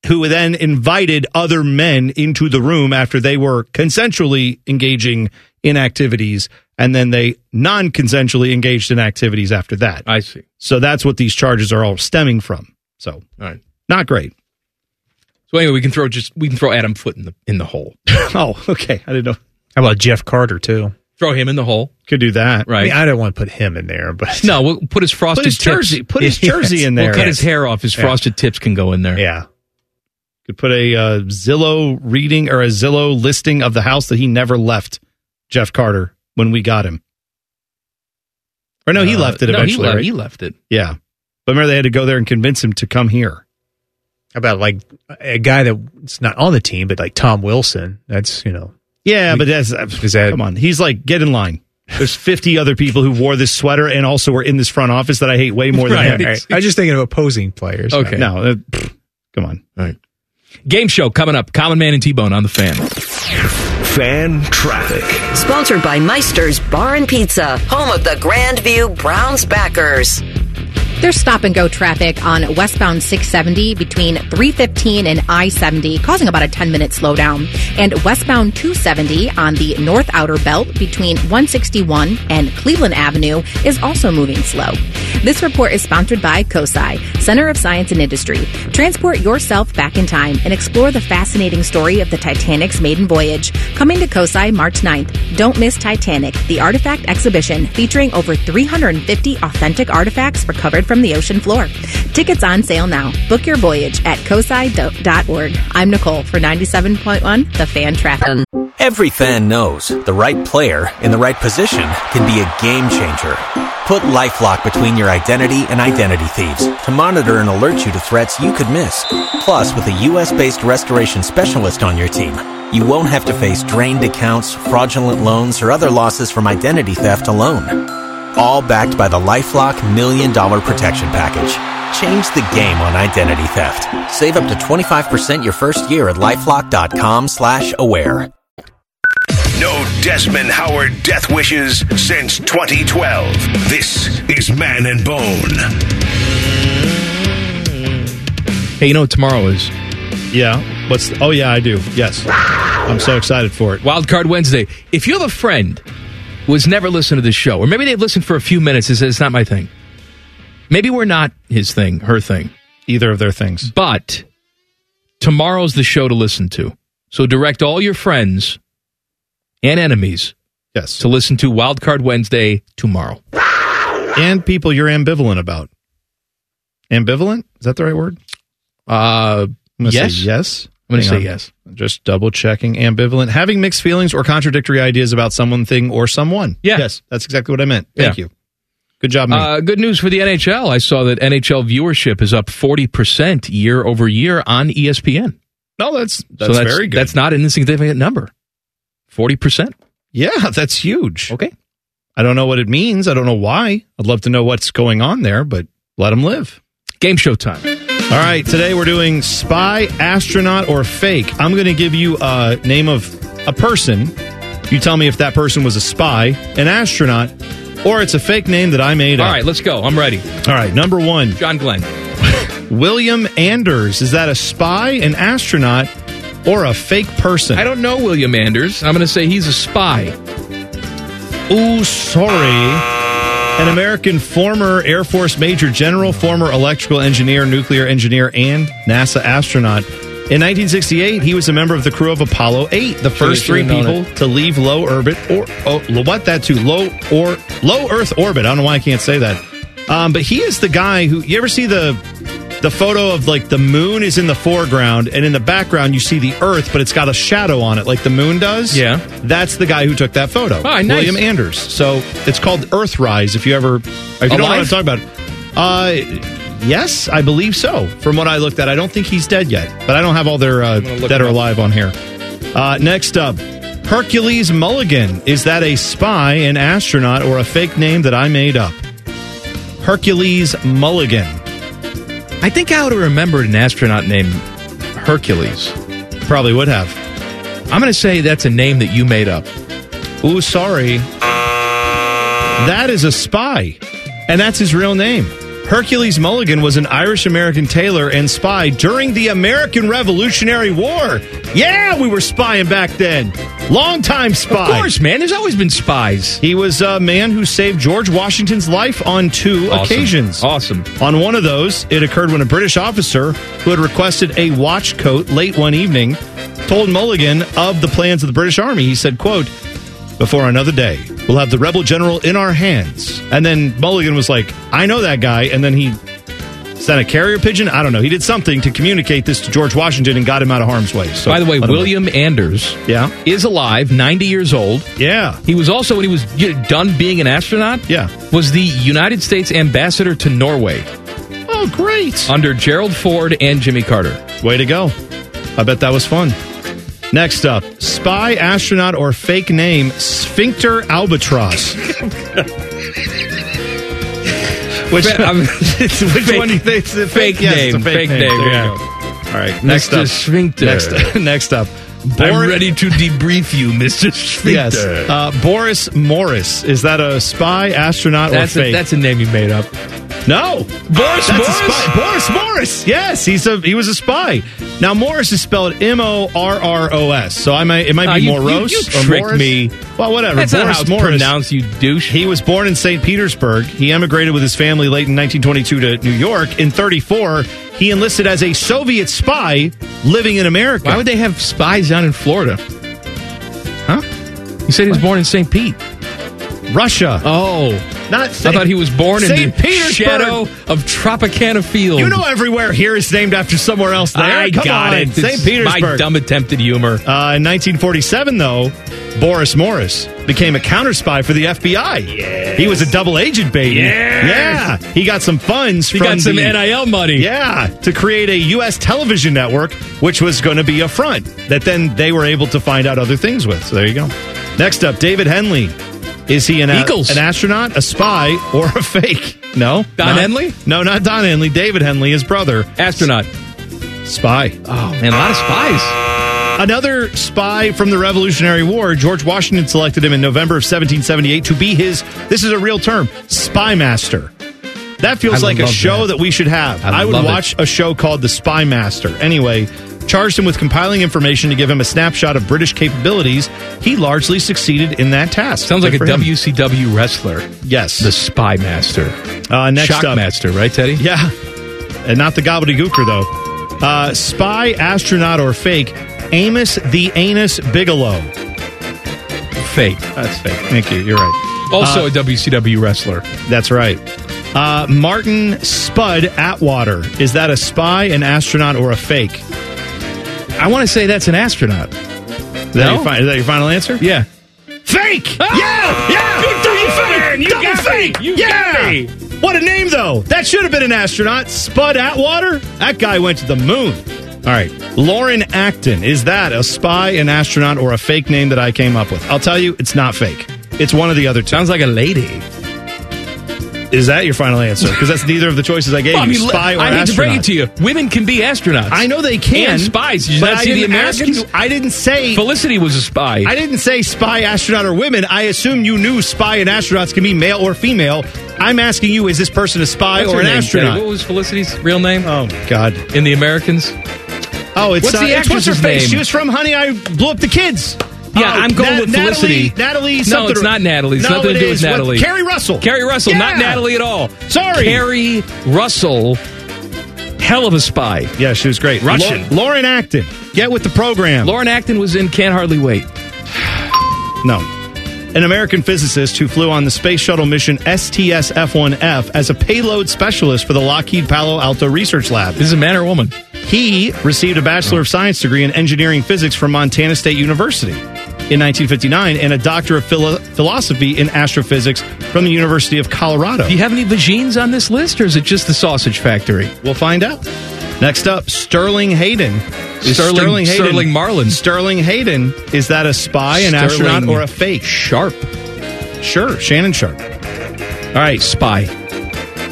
Speaker 2: who then invited other men into the room after they were consensually engaging in activities and then they non-consensually engaged in activities after that.
Speaker 3: I see.
Speaker 2: So that's what these charges are all stemming from. So,
Speaker 3: All right.
Speaker 2: not great.
Speaker 3: So anyway, we can throw just we can throw Adam Foot in the in the hole.
Speaker 2: oh, okay. I didn't know.
Speaker 9: How about Jeff Carter too?
Speaker 3: Throw him in the hole.
Speaker 2: Could do that,
Speaker 9: I,
Speaker 3: right?
Speaker 9: mean, I don't want to put him in there, but
Speaker 3: no, we'll put his frosted
Speaker 9: his
Speaker 3: tips.
Speaker 9: jersey- put his jersey in there.
Speaker 3: We'll cut his
Speaker 9: Yes.
Speaker 3: hair off. His
Speaker 9: Yeah.
Speaker 3: frosted tips can go in there.
Speaker 9: Yeah.
Speaker 2: Could put a uh, Zillow reading or a Zillow listing of the house that he never left, Jeff Carter, when we got him. Or no, he
Speaker 3: Uh,
Speaker 2: left it
Speaker 3: no, he
Speaker 2: eventually.
Speaker 3: left-
Speaker 2: right?
Speaker 3: he left it.
Speaker 2: Yeah. But remember, they had to go there and convince him to come here.
Speaker 9: How about like a guy that's not on the team, but like Tom Wilson? That's you know,
Speaker 2: Yeah, but that's uh, come on. He's like, get in line. There's 50 other people who wore this sweater and also were in this front office that I hate way more than
Speaker 9: Right.
Speaker 2: him.
Speaker 9: Right. I was just thinking of opposing players.
Speaker 3: Okay.
Speaker 2: No, uh, pfft, come on.
Speaker 3: All right. Game show coming up. Common Man and T Bone on the fan.
Speaker 1: Fan traffic.
Speaker 7: Sponsored by Meister's Bar and Pizza, home of the Grandview Browns backers.
Speaker 10: There's stop and go traffic on westbound 670 between 315 and I 70, causing about a 10 minute slowdown, and westbound 270 on the north outer belt between 161 and Cleveland Avenue is also moving slow. This report is sponsored by COSI, Center of Science and Industry. Transport yourself back in time and explore the fascinating story of the Titanic's maiden voyage. Coming to COSI March 9th, don't miss Titanic, the artifact exhibition featuring over 350 authentic artifacts recovered from the ocean floor. Tickets on sale now. Book your voyage at cosi.org. I'm Nicole for 97.1 The Fan Traffic.
Speaker 6: Every fan knows the right player in the right position can be a game changer. Put LifeLock between your identity and identity thieves to monitor and alert you to threats you could miss. Plus, with a U.S.-based restoration specialist on your team, you won't have to face drained accounts, fraudulent loans, or other losses from identity theft alone. All backed by the LifeLock Million Dollar Protection Package. Change the game on identity theft. Save up to 25% your first year at LifeLock.com slash aware.
Speaker 1: No Desmond Howard death wishes since 2012. This is Man and Bone.
Speaker 3: Hey, you know what tomorrow is?
Speaker 2: Yeah. What's? oh yeah, I do. Yes. I'm so excited for it.
Speaker 3: Wild Card Wednesday. If you have a friend who has never listened to this show, or maybe they've listened for a few minutes and said it's not my thing. Maybe we're not his thing, her thing,
Speaker 2: either of their things.
Speaker 3: But tomorrow's the show to listen to. So direct all your friends and enemies,
Speaker 2: yes,
Speaker 3: to listen to Wild Card Wednesday tomorrow.
Speaker 2: And people you're ambivalent about. Ambivalent? Is that the right word?
Speaker 3: Uh,
Speaker 2: I'm gonna
Speaker 3: yes.
Speaker 2: Say yes.
Speaker 3: I'm gonna
Speaker 2: Hang
Speaker 3: say
Speaker 2: on.
Speaker 3: yes.
Speaker 2: Just double checking. Ambivalent. Having mixed feelings or contradictory ideas about someone, thing, or someone.
Speaker 3: Yeah.
Speaker 2: Yes. That's exactly what I meant. Thank
Speaker 3: Yeah.
Speaker 2: you. Good job, me.
Speaker 3: Uh, good news for the NHL. I saw that NHL viewership is up 40% year over year on E ESPN.
Speaker 2: no, that's
Speaker 3: So
Speaker 2: that's, very good.
Speaker 3: That's not an insignificant number. 40%.
Speaker 2: yeah, that's huge.
Speaker 3: Okay.
Speaker 2: I don't know what it means. I don't know why. I'd love to know what's going on there, but let them live.
Speaker 3: Game show time.
Speaker 2: All right, today we're doing spy, astronaut, or fake. I'm going to give you a name of a person. You tell me if that person was a spy, an astronaut, or it's a fake name that I made
Speaker 3: All
Speaker 2: up.
Speaker 3: right, let's go. I'm ready.
Speaker 2: All right, number one
Speaker 3: John Glenn.
Speaker 2: William Anders. Is that a spy, an astronaut, or a fake person?
Speaker 3: I don't know William Anders. I'm going to say he's a spy.
Speaker 2: Ooh, sorry. An American former Air Force Major General, former electrical engineer, nuclear engineer, and NASA astronaut. In 1968, he was a member of the crew of Apollo 8, the first
Speaker 3: Should've-
Speaker 2: three
Speaker 3: should've known
Speaker 2: people to leave low orbit or oh, what that to low or low Earth orbit. I don't know why I can't say that. Um, but he is the guy who you ever see the the photo of like the moon is in the foreground and in the background you see the Earth, but it's got a shadow on it like the moon does.
Speaker 3: Yeah.
Speaker 2: that's the guy who took that photo.
Speaker 3: All right, nice.
Speaker 2: William Anders. So it's called Earthrise. If you ever, if you don't know what I'm
Speaker 3: Alive?
Speaker 2: talking about, uh, Yes, I believe so. From what I looked at, I don't think he's dead yet, but I don't have all their uh,
Speaker 3: gonna look
Speaker 2: dead or
Speaker 3: him up.
Speaker 2: alive on here. Uh, next up, Hercules Mulligan. Is that a spy, an astronaut, or a fake name that I made up? Hercules Mulligan.
Speaker 3: I think I would have remembered an astronaut named Hercules.
Speaker 2: Probably would have.
Speaker 3: I'm going to say that's a name that you made up.
Speaker 2: Ooh, sorry. That is a spy, and that's his real name. Hercules Mulligan was an Irish American tailor and spy during the American Revolutionary War. Yeah, we were spying back then. Longtime spy.
Speaker 3: Of course, man. There's always been spies.
Speaker 2: He was a man who saved George Washington's life on two
Speaker 3: Awesome.
Speaker 2: occasions.
Speaker 3: Awesome.
Speaker 2: On one of those, it occurred when a British officer who had requested a watch coat late one evening told Mulligan of the plans of the British Army. He said, quote, before another day, we'll have the rebel general in our hands. And then Mulligan was like, I know that guy. And then he sent a carrier pigeon. I don't know. He did something to communicate this to George Washington and got him out of harm's way. So,
Speaker 3: By the way,
Speaker 2: let him know.
Speaker 3: William Anders
Speaker 2: yeah.
Speaker 3: is alive, 90 years old.
Speaker 2: Yeah.
Speaker 3: He was also, when he was you know, done being an astronaut,
Speaker 2: Yeah.
Speaker 3: was the United States ambassador to Norway
Speaker 2: Oh, great.
Speaker 3: under Gerald Ford and Jimmy Carter.
Speaker 2: Way to go. I bet that was fun. Next up, spy astronaut or fake name Sphincter Albatross. Which,
Speaker 3: Fa- I'm-
Speaker 2: which
Speaker 3: fake-
Speaker 2: one do you think is a
Speaker 3: fake
Speaker 2: Yes, it's a
Speaker 3: name, fake name.
Speaker 2: There
Speaker 3: There
Speaker 2: you
Speaker 3: you
Speaker 2: go. All right. Next
Speaker 3: Mr.
Speaker 2: up.
Speaker 3: Sphincter.
Speaker 2: Next, next up. Boris-
Speaker 3: I'm ready to debrief you, Mr. Sphincter.
Speaker 2: Yes. Uh, Boris Morris. Is that a spy astronaut
Speaker 3: that's,
Speaker 2: or fake?
Speaker 3: a, that's a name you made up.
Speaker 2: No, Boris
Speaker 3: Morris?
Speaker 2: Boris Morris. Yes, he's a he was a spy. Now Morris is spelled M O R R O S. So I might it might
Speaker 3: Ah,
Speaker 2: be
Speaker 3: you-
Speaker 2: Morose
Speaker 3: you- you
Speaker 2: or
Speaker 3: tricked
Speaker 2: Morris.
Speaker 3: me.
Speaker 2: Well, whatever.
Speaker 3: That's
Speaker 2: Boris
Speaker 3: not how it's
Speaker 2: Morris.
Speaker 3: pronounced, you douche.
Speaker 2: He was born in St. Petersburg. He emigrated with his family late in 1922 to New York. In 34, he enlisted as a Soviet spy living in America.
Speaker 3: Why would they have spies down in Florida? Huh? You said he was born in St. Pete.
Speaker 2: Russia?
Speaker 3: Oh.
Speaker 2: Not
Speaker 3: I thought he was born in
Speaker 2: St.
Speaker 3: the
Speaker 2: Petersburg.
Speaker 3: shadow of Tropicana Field.
Speaker 2: You know, everywhere here is named after somewhere else. There,
Speaker 3: I
Speaker 2: Come
Speaker 3: got
Speaker 2: on.
Speaker 3: it.
Speaker 2: St.
Speaker 3: It's
Speaker 2: Petersburg.
Speaker 3: My dumb attempted humor.
Speaker 2: Uh, in 1947, though, Boris Morris became a counter spy for the FBI. He was a double agent, baby.
Speaker 3: Yes.
Speaker 2: Yeah. He got some funds
Speaker 3: He
Speaker 2: from
Speaker 3: got some
Speaker 2: the-
Speaker 3: NIL money.
Speaker 2: Yeah, to create a U.S. television network, which was going to be a front that then they were able to find out other things with. So there you go. Next up, David Henley. Is he an, a-
Speaker 3: Eagles.
Speaker 2: an astronaut, a spy, or a fake? No.
Speaker 3: Don
Speaker 2: not-
Speaker 3: Henley?
Speaker 2: No, not Don Henley. David Henley, his brother.
Speaker 3: Astronaut.
Speaker 2: Spy.
Speaker 3: Oh, man, a lot of spies.
Speaker 2: Another spy from the Revolutionary War, George Washington selected him in November of 1778 to be his, this is a real term, spy master. That
Speaker 3: I
Speaker 2: feels like a
Speaker 3: love
Speaker 2: show that.
Speaker 3: that.
Speaker 2: we should have.
Speaker 3: I
Speaker 2: I, would
Speaker 3: love it.
Speaker 2: watch a show called The Spy Master. Anyway, charged him with compiling information to give him a snapshot of British capabilities. He largely succeeded in that task.
Speaker 3: Sounds
Speaker 2: Good
Speaker 3: like a
Speaker 2: for him.
Speaker 3: WCW wrestler.
Speaker 2: Yes.
Speaker 3: The Spy Master.
Speaker 2: uh, next
Speaker 3: Shock
Speaker 2: up.
Speaker 3: Master, right, Teddy?
Speaker 2: Yeah. And not the gobbledygooker, though. Uh, spy, astronaut, or fake, Amos the Anus Bigelow.
Speaker 3: Fake.
Speaker 2: That's fake. Thank you. You're right. Uh,
Speaker 3: Also a WCW wrestler.
Speaker 2: That's right. Uh, Martin Spud Atwater. Is that a spy, an astronaut, or a fake?
Speaker 3: I want to say that's an astronaut.
Speaker 2: Is, that, your, fi- is that your final answer?
Speaker 3: Yeah.
Speaker 2: Fake!
Speaker 3: Ah!
Speaker 2: Yeah! Yeah! Double fake!
Speaker 3: Oh, You
Speaker 2: Double
Speaker 3: got me!
Speaker 2: fake!
Speaker 3: You
Speaker 2: yeah!
Speaker 3: got me!
Speaker 2: What a name, though! That should have been an astronaut. Spud Atwater? That guy went to the moon. All right. Lauren Acton. Is that a spy, an astronaut, or a fake name that I came up with? I'll tell you, it's not fake. It's one of the other two.
Speaker 3: Sounds like a lady.
Speaker 2: Is that your final answer? Because that's neither of the choices I gave
Speaker 3: Well, I
Speaker 2: you.
Speaker 3: mean,
Speaker 2: spy or
Speaker 3: I hate to
Speaker 2: astronaut.
Speaker 3: break it to you. Women can be astronauts.
Speaker 2: I know they can.
Speaker 3: And spies. Did you
Speaker 2: but
Speaker 3: not
Speaker 2: I
Speaker 3: see the
Speaker 2: didn't ask
Speaker 3: Americans?
Speaker 2: you- I didn't say.
Speaker 3: Felicity was a spy.
Speaker 2: I didn't say spy, astronaut, or women. I assume you knew spy and astronauts can be male or female. I'm asking you: Is this person a spy
Speaker 3: What's
Speaker 2: or
Speaker 3: her
Speaker 2: an
Speaker 3: name,
Speaker 2: astronaut?
Speaker 3: Teddy? What was Felicity's real name
Speaker 2: Oh my God!
Speaker 3: in The Americans?
Speaker 2: Oh, it's
Speaker 3: What's the
Speaker 2: uh, it's what's her
Speaker 3: actress's
Speaker 2: face?
Speaker 3: name?
Speaker 2: She was from Honey, I Blew Up the Kids.
Speaker 3: Yeah,
Speaker 2: Oh,
Speaker 3: I'm going
Speaker 2: Nat-
Speaker 3: with
Speaker 2: Natalie-
Speaker 3: Felicity.
Speaker 2: Natalie.
Speaker 3: No,
Speaker 2: something
Speaker 3: it's
Speaker 2: or-
Speaker 3: not Natalie. It's
Speaker 2: no,
Speaker 3: nothing to
Speaker 2: it
Speaker 3: do with
Speaker 2: is. What-
Speaker 3: Natalie.
Speaker 2: Carrie Russell.
Speaker 3: Carrie Russell, not
Speaker 2: Yeah.
Speaker 3: Natalie at all.
Speaker 2: Sorry.
Speaker 3: Carrie Russell, hell of a spy.
Speaker 2: Yeah, she was great.
Speaker 3: Russian.
Speaker 2: Lau- Lauren Acton. Get with the program.
Speaker 3: Lauren Acton was in Can't Hardly Wait.
Speaker 2: No. An American physicist who flew on the space shuttle mission STS F 1F as a payload specialist for the Lockheed Palo Alto Research Lab.
Speaker 3: This is a man or a woman?
Speaker 2: He received a Bachelor of Science degree in engineering physics from Montana State University in 1959 and a Doctor of Philo- Philosophy in astrophysics from the University of Colorado. Do you
Speaker 3: have any vagines on this list, or is it just the Sausage Factory?
Speaker 2: We'll find out. Next up, Sterling Hayden.
Speaker 3: Is Sterling- Sterling
Speaker 2: Marlin. Sterling Hayden. Is that a spy, an
Speaker 3: Sterling
Speaker 2: astronaut, or a fake?
Speaker 3: Sharp.
Speaker 2: Sure, Shannon Sharp. All right,
Speaker 3: spy.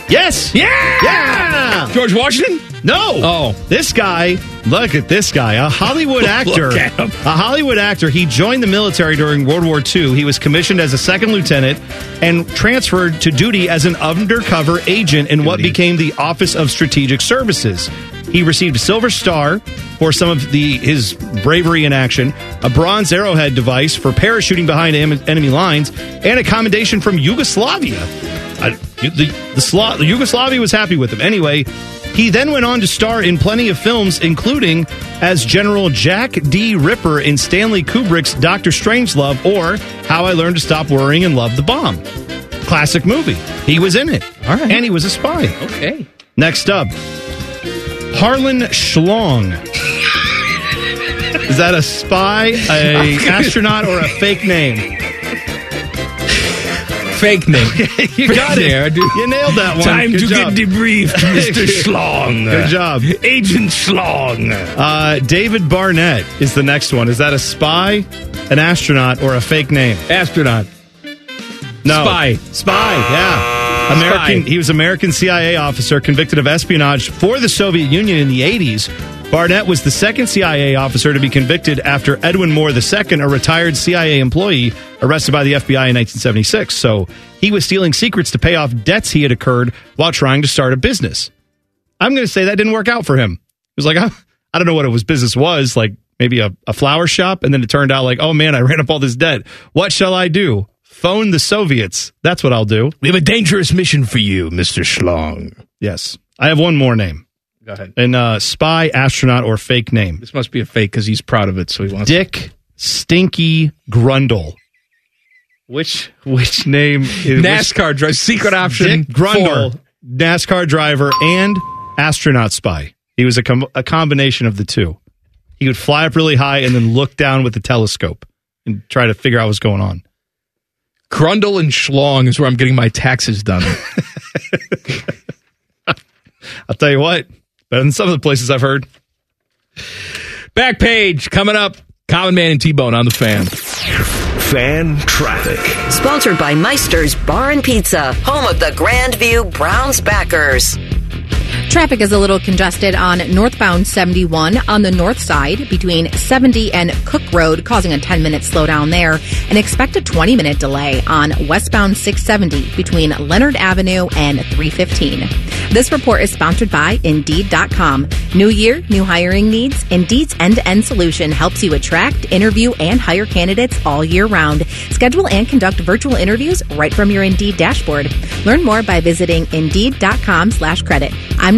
Speaker 2: Yes. Yeah. Yeah.
Speaker 3: George Washington?
Speaker 2: No.
Speaker 3: Oh,
Speaker 2: this guy. Look at this guy, a Hollywood
Speaker 3: Look
Speaker 2: actor.
Speaker 3: at him.
Speaker 2: A Hollywood actor. He joined the military during World War II. He was commissioned as a second lieutenant and transferred to duty as an undercover agent in what became the Office of Strategic Services. He received a Silver Star for some of the his bravery in action, a bronze arrowhead device for parachuting behind em- enemy lines, and a commendation from Yugoslavia. I, the, the, Slo- the Yugoslavia was happy with him. Anyway, he then went on to star in plenty of films, including as General Jack D. Ripper in Stanley Kubrick's Doctor Strangelove or How I Learned to Stop Worrying and Love the Bomb. Classic movie. He was in it. All right. And he was a spy.
Speaker 3: Okay.
Speaker 2: Next up, Harlan Schlong. Is that a spy, a astronaut, or a fake name?
Speaker 3: Fake name.
Speaker 2: you
Speaker 3: Fake
Speaker 2: got it.
Speaker 3: name, I do.
Speaker 2: You nailed that one.
Speaker 3: Time to get debriefed, Mr.
Speaker 2: Schlong. Good job.
Speaker 3: Agent Schlong.
Speaker 2: Uh, David Barnett is the next one. Is that a spy, an astronaut, or a fake name?
Speaker 3: Astronaut.
Speaker 2: No.
Speaker 3: Spy.
Speaker 2: Spy, yeah. American.
Speaker 3: Spy.
Speaker 2: He was American CIA officer convicted of espionage for the Soviet Union in the 80s. Barnett was the second CIA officer to be convicted after Edwin Moore II, a retired CIA employee, arrested by the FBI in 1976. So he was stealing secrets to pay off debts he had incurred while trying to start a business. I'm going to say that didn't work out for him. It was like, I, I don't know what it was business was, like maybe a, a flower shop. And then it turned out like, oh man, I ran up all this debt. What shall I do? Phone the Soviets. That's what I'll do.
Speaker 3: We have a dangerous mission for you, Mr. Schlong.
Speaker 2: Yes. I have one more name.
Speaker 3: Go ahead.
Speaker 2: An uh, spy, astronaut, or fake name.
Speaker 3: This must be a fake because he's proud of it, so he wants
Speaker 2: Dick Stinky Grundle. Which which name is
Speaker 3: NASCAR driver, secret option
Speaker 2: Dick Grundle, NASCAR driver and astronaut spy. He was a, com- a combination of the two. He would fly up really high and then look down with the telescope and try to figure out what's going on.
Speaker 3: Grundle and Schlong is where I'm getting my taxes done.
Speaker 2: I'll tell you what, better than some of the places I've heard.
Speaker 3: Back page coming up. Common Man and T Bone on the fan.
Speaker 1: Fan traffic.
Speaker 7: Sponsored by Meister's Bar and Pizza, home of the Grandview Browns backers.
Speaker 10: Traffic is a little congested on northbound 71 on the north side between 70 and Cook Road, causing a 10 minute slowdown there. And expect a 20 minute delay on westbound 670 between Leonard Avenue and 315. This report is sponsored by Indeed.com. New year, new hiring needs. Indeed's end to end solution helps you attract, interview, and hire candidates all year round. Schedule and conduct virtual interviews right from your Indeed dashboard. Learn more by visiting Indeed.com slash credit. I'm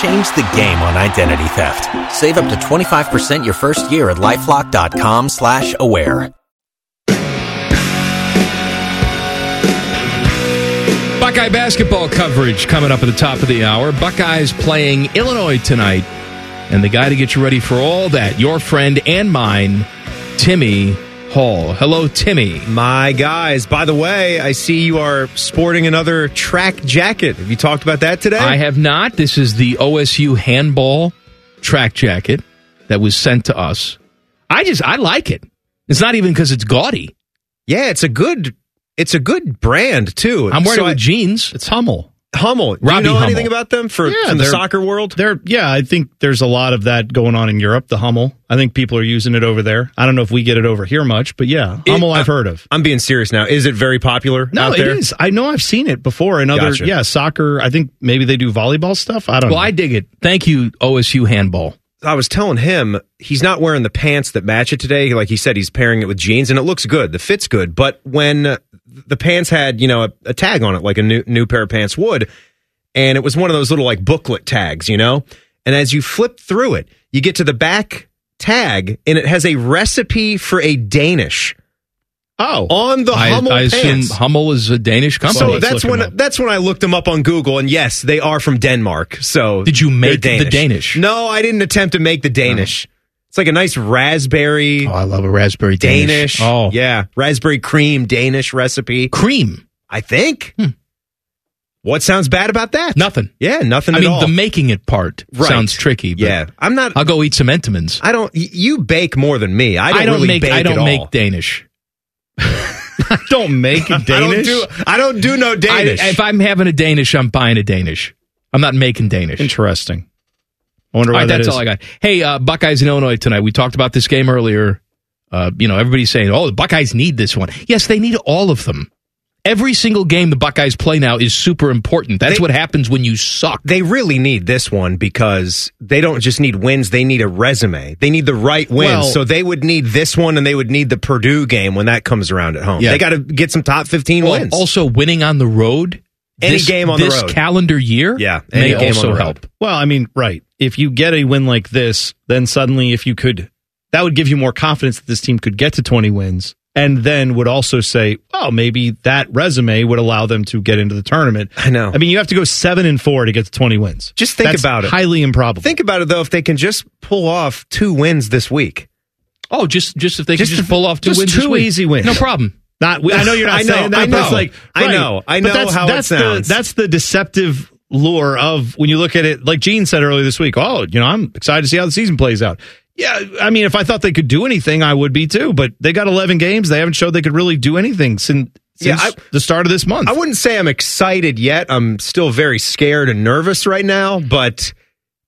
Speaker 6: Change the game on identity theft. Save up to 25% your first year at LifeLock.com slash aware.
Speaker 3: Buckeye basketball coverage coming up at the top of the hour. Buckeyes playing Illinois tonight. And the guy to get you ready for all that, your friend and mine, Timmy Hall. Hello, Timmy.
Speaker 4: My guys, by the way, I see you are sporting another track jacket. Have you talked about that today?
Speaker 3: I have not. This is the OSU handball track jacket that was sent to us. I just, I like it. It's not even because it's gaudy.
Speaker 4: Yeah, it's a good, it's a good brand too.
Speaker 3: I'm wearing
Speaker 4: So
Speaker 3: it with
Speaker 4: I-
Speaker 3: jeans.
Speaker 2: It's Hummel.
Speaker 4: Hummel. Do you
Speaker 3: Robbie
Speaker 4: know
Speaker 3: Hummel.
Speaker 4: anything about them for,
Speaker 2: Yeah,
Speaker 4: from the
Speaker 2: they're-
Speaker 4: soccer world?
Speaker 2: There, yeah, I think there's a lot of that going on in Europe. The Hummel, I think people are using it over there. I don't know if we get it over here much, but yeah, Hummel I've heard of.
Speaker 4: I'm being serious now. Is it very popular
Speaker 2: No,
Speaker 4: out
Speaker 2: it
Speaker 4: there?
Speaker 2: is. I know I've seen it before in other.
Speaker 4: Gotcha.
Speaker 2: Yeah, soccer. I think maybe they do volleyball stuff. I don't
Speaker 3: Well,
Speaker 2: know.
Speaker 3: I dig it. Thank you, OSU handball.
Speaker 4: I was telling him he's not wearing the pants that match it today. Like he said, he's pairing it with jeans, and it looks good. The fit's good, but when uh, the pants had you know a, a tag on it, like a new new pair of pants would, and it was one of those little like booklet tags, you know? And as you flip through it, you get to the back tag and it has a recipe for a Danish.
Speaker 2: Oh.
Speaker 4: On the
Speaker 3: I,
Speaker 4: Hummel
Speaker 3: I assume
Speaker 4: pants.
Speaker 3: Hummel is a Danish company.
Speaker 4: So that's when that's when I looked them up on Google, and yes, they are from Denmark. So
Speaker 3: Did you make
Speaker 4: they're
Speaker 3: the Danish? Uh-huh.
Speaker 4: No, I didn't attempt to make the Danish. It's like a nice raspberry. Oh, I love a raspberry Danish.
Speaker 3: Danish. Oh.
Speaker 4: yeah, raspberry cream Danish recipe.
Speaker 3: Cream, Hmm.
Speaker 4: I think. What sounds bad about that?
Speaker 3: Nothing.
Speaker 4: Yeah, nothing.
Speaker 3: I
Speaker 4: at
Speaker 3: mean,
Speaker 4: all.
Speaker 3: the making it part
Speaker 4: Right.
Speaker 3: sounds tricky. But
Speaker 4: Yeah, I'm not.
Speaker 3: I'll go eat some Entenmann's.
Speaker 4: I don't. y- You bake more than me. I don't, really
Speaker 3: make.
Speaker 4: bake
Speaker 3: I
Speaker 4: at
Speaker 3: don't
Speaker 4: all.
Speaker 3: make Danish.
Speaker 2: don't make Danish.
Speaker 4: I don't do. I don't do no Danish.
Speaker 3: if I'm having a Danish, I'm buying a Danish. I'm not making Danish.
Speaker 2: Interesting. I wonder
Speaker 3: all
Speaker 2: why
Speaker 3: right,
Speaker 2: that
Speaker 3: that's
Speaker 2: is.
Speaker 3: all I got. Hey, uh, Buckeyes in Illinois tonight. We talked about this game earlier. Uh, you know, everybody's saying, "Oh, the Buckeyes need this one." Yes, they need all of them. Every single game the Buckeyes play now is super important. That's what happens when you suck.
Speaker 4: They really need this one because they don't just need wins; they need a resume. They need the right wins.
Speaker 2: Well-
Speaker 4: so they would need this one, and they would need the Purdue game when that comes around at home.
Speaker 3: Yeah.
Speaker 4: They got to get some top fifteen
Speaker 3: Well,
Speaker 4: wins.
Speaker 3: Also, winning on the road.
Speaker 4: Any
Speaker 3: this-
Speaker 4: game on the
Speaker 3: this
Speaker 4: road.
Speaker 3: calendar year, yeah, may also help.
Speaker 2: Well, I mean, right. If you get a win like this, then suddenly if you could, that would give you more confidence that this team could get to 20 wins and then would also say, well, maybe that resume would allow them to get into the tournament. I
Speaker 4: know.
Speaker 2: I mean, you have to go 7 and 4 to get to 20 wins.
Speaker 4: Just think
Speaker 2: That's
Speaker 4: about it.
Speaker 2: Highly improbable.
Speaker 4: Think about it though; if they can just pull off two wins this week,
Speaker 3: Oh, just just if they
Speaker 4: Just
Speaker 3: could just
Speaker 4: if-
Speaker 3: pull off two
Speaker 4: just
Speaker 3: wins, this
Speaker 4: two
Speaker 3: week.
Speaker 4: easy wins.
Speaker 3: no problem.
Speaker 2: Not, I know you're not
Speaker 4: I know,
Speaker 2: saying that.
Speaker 4: I
Speaker 2: but it's
Speaker 4: know.
Speaker 2: like,
Speaker 4: I
Speaker 2: right.
Speaker 4: know. I
Speaker 2: But
Speaker 4: know
Speaker 2: that's,
Speaker 4: how it
Speaker 2: that's
Speaker 4: sounds.
Speaker 2: The, that's the deceptive lure of when you look at it. Like Gene said earlier this week, oh, you know, I'm excited to see how the season plays out. Yeah, I mean, if I thought they could do anything, I would be too. But they got 11 games. They haven't showed they could really do anything since,
Speaker 4: Yeah,
Speaker 2: since
Speaker 4: I-
Speaker 2: the start of this month.
Speaker 4: I wouldn't say I'm excited yet. I'm still very scared and nervous right now. But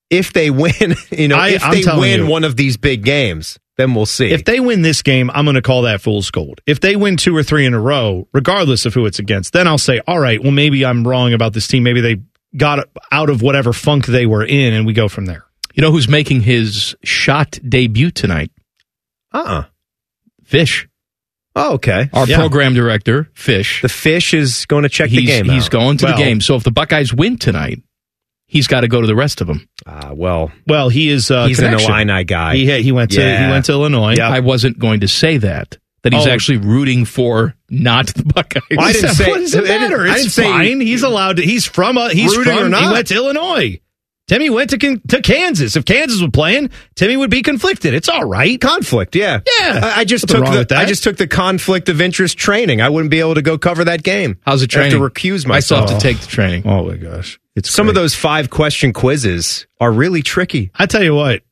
Speaker 4: if they win, you know,
Speaker 2: I-
Speaker 4: if
Speaker 2: I'm
Speaker 4: they
Speaker 2: telling
Speaker 4: win
Speaker 2: you.
Speaker 4: one of these big games, then we'll see.
Speaker 2: If they win this game, I'm going to call that fool's gold. If they win two or three in a row, regardless of who it's against, then I'll say, all right, well, maybe I'm wrong about this team. Maybe they got out of whatever funk they were in, and we go from there.
Speaker 3: You know who's making his shot debut tonight?
Speaker 4: Uh-uh.
Speaker 3: Fish.
Speaker 4: Oh, okay.
Speaker 3: Our
Speaker 4: Yeah.
Speaker 3: program director, Fish.
Speaker 4: The Fish is going to check
Speaker 3: he's,
Speaker 4: the game.
Speaker 3: He's
Speaker 4: out.
Speaker 3: going to
Speaker 4: Well,
Speaker 3: the game. So if the Buckeyes win tonight, he's got to go to the rest of them.
Speaker 4: Ah, well,
Speaker 2: Well, he is. Uh,
Speaker 4: he's
Speaker 2: connection.
Speaker 4: an Illini guy.
Speaker 2: He he went to
Speaker 4: Yeah.
Speaker 2: he went to Illinois.
Speaker 3: I wasn't going to say that. That he's
Speaker 2: Oh.
Speaker 3: actually rooting for not the Buckeyes.
Speaker 4: Well, I didn't say-
Speaker 2: what does it
Speaker 4: I didn't-
Speaker 2: matter?
Speaker 4: I
Speaker 2: It's
Speaker 4: didn't say-
Speaker 2: fine. He's allowed. To, he's from. A, he's
Speaker 4: Rooting
Speaker 2: from.
Speaker 4: or not.
Speaker 2: He went to Illinois. Timmy went to Kan- to Kansas. If Kansas was playing, Timmy would be conflicted. It's all right.
Speaker 4: conflict. Yeah,
Speaker 2: Yeah.
Speaker 4: I, I just
Speaker 2: Nothing wrong
Speaker 4: took
Speaker 2: with
Speaker 4: the
Speaker 2: that.
Speaker 4: I just took the conflict of interest training. I wouldn't be able to go cover that game.
Speaker 3: How's the
Speaker 4: I have
Speaker 3: training?
Speaker 4: to recuse myself.
Speaker 3: I still have to take the training.
Speaker 2: Oh my gosh! It's
Speaker 4: Some of
Speaker 2: great.
Speaker 4: those five question quizzes are really tricky.
Speaker 2: I tell you what.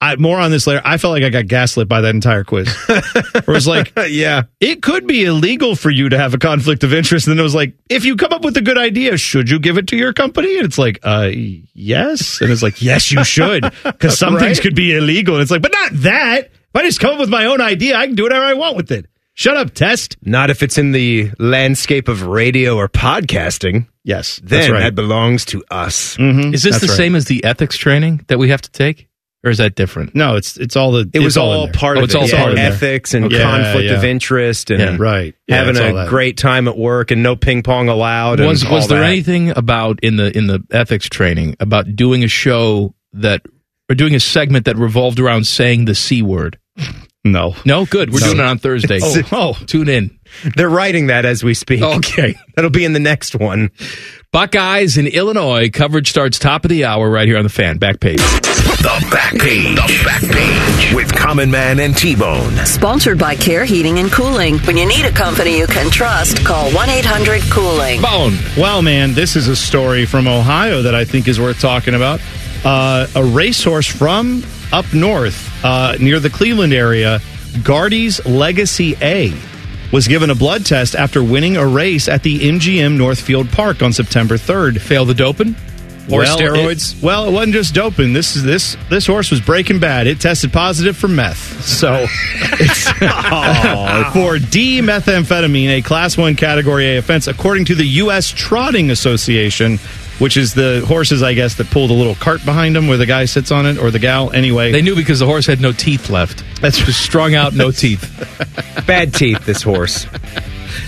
Speaker 2: I, more on this later. I felt like I got gaslit by that entire quiz. Where it was like,
Speaker 4: yeah,
Speaker 2: it could be illegal for you to have a conflict of interest. And then it was like, if you come up with a good idea, should you give it to your company? And it's like, uh, yes. And it's like, yes, you should, because some things
Speaker 4: Right?
Speaker 2: could be illegal. And it's like, but not that. If I just come up with my own idea, I can do whatever I want with it. Shut up, test.
Speaker 4: Oh. Not if it's in the landscape of radio or podcasting.
Speaker 2: Yes, that's
Speaker 4: Then
Speaker 2: right. Mm-hmm.
Speaker 4: that belongs to us.
Speaker 3: Is this
Speaker 2: That's
Speaker 3: the
Speaker 2: right.
Speaker 3: same as the ethics training that we have to take? Or is that different?
Speaker 2: No, it's it's all the.
Speaker 4: It
Speaker 2: it's
Speaker 4: was all,
Speaker 2: in there.
Speaker 4: part
Speaker 3: Oh,
Speaker 4: of
Speaker 3: it's
Speaker 4: it.
Speaker 3: all
Speaker 4: yeah,
Speaker 3: part of it.
Speaker 4: ethics and
Speaker 2: Okay. Yeah,
Speaker 4: conflict
Speaker 2: yeah.
Speaker 4: of interest and
Speaker 3: Yeah.
Speaker 2: Right. Yeah,
Speaker 4: having
Speaker 2: it's all
Speaker 4: a
Speaker 2: that.
Speaker 4: great time at work and no ping pong allowed. and
Speaker 3: was
Speaker 4: all
Speaker 3: was there
Speaker 4: that.
Speaker 3: anything about in the in the ethics training about doing a show that or doing a segment that revolved around saying the c word?
Speaker 2: No.
Speaker 3: No, good. We're
Speaker 2: No.
Speaker 3: doing it on Thursday.
Speaker 4: It's-
Speaker 2: Oh,
Speaker 3: Tune in.
Speaker 4: They're writing that as we speak.
Speaker 3: Okay.
Speaker 4: That'll be in the next one.
Speaker 3: Buckeyes in Illinois coverage starts top of the hour right here on the fan back page.
Speaker 1: The back page. The back page with Common Man and T Bone.
Speaker 7: Sponsored by Care Heating and Cooling. When you need a company you can trust, call 1 800 Cooling.
Speaker 3: Bone.
Speaker 2: Well, man, this is a story from Ohio that I think is worth talking about. Uh, a racehorse from up north uh, near the Cleveland area, Guardy's Legacy A, was given a blood test after winning a race at the MGM Northfield Park on September 3rd.
Speaker 3: Fail the doping? Or steroids?
Speaker 2: it- well, it wasn't just doping. This is this this horse was breaking bad. It tested positive for meth. So it's for D methamphetamine, a class one category A offense, according to the US Trotting Association, which is the horses, I guess, that pull the little cart behind them where the guy sits on it or the gal. Anyway.
Speaker 3: They knew because the horse had no teeth left.
Speaker 2: that's
Speaker 3: Just strung out, no teeth.
Speaker 4: Bad teeth, this horse.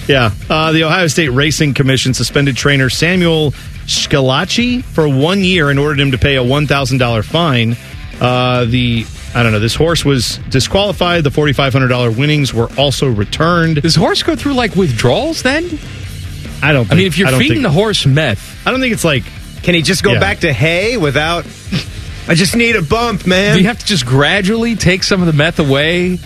Speaker 2: Yeah. Uh, the Ohio State Racing Commission suspended trainer Samuel Scalacci for one year and ordered him to pay a $1,000 fine. Uh, the I don't know. This horse was disqualified. The $4,500 winnings were also returned. Does horse go through like withdrawals then? I don't. Think,
Speaker 3: I mean, if you're
Speaker 2: don't
Speaker 3: feeding
Speaker 2: think-
Speaker 3: the horse meth,
Speaker 2: I don't think it's like.
Speaker 4: Can he just go back to hay without? I just need a bump, man.
Speaker 3: Do you have to just gradually take some of the meth away,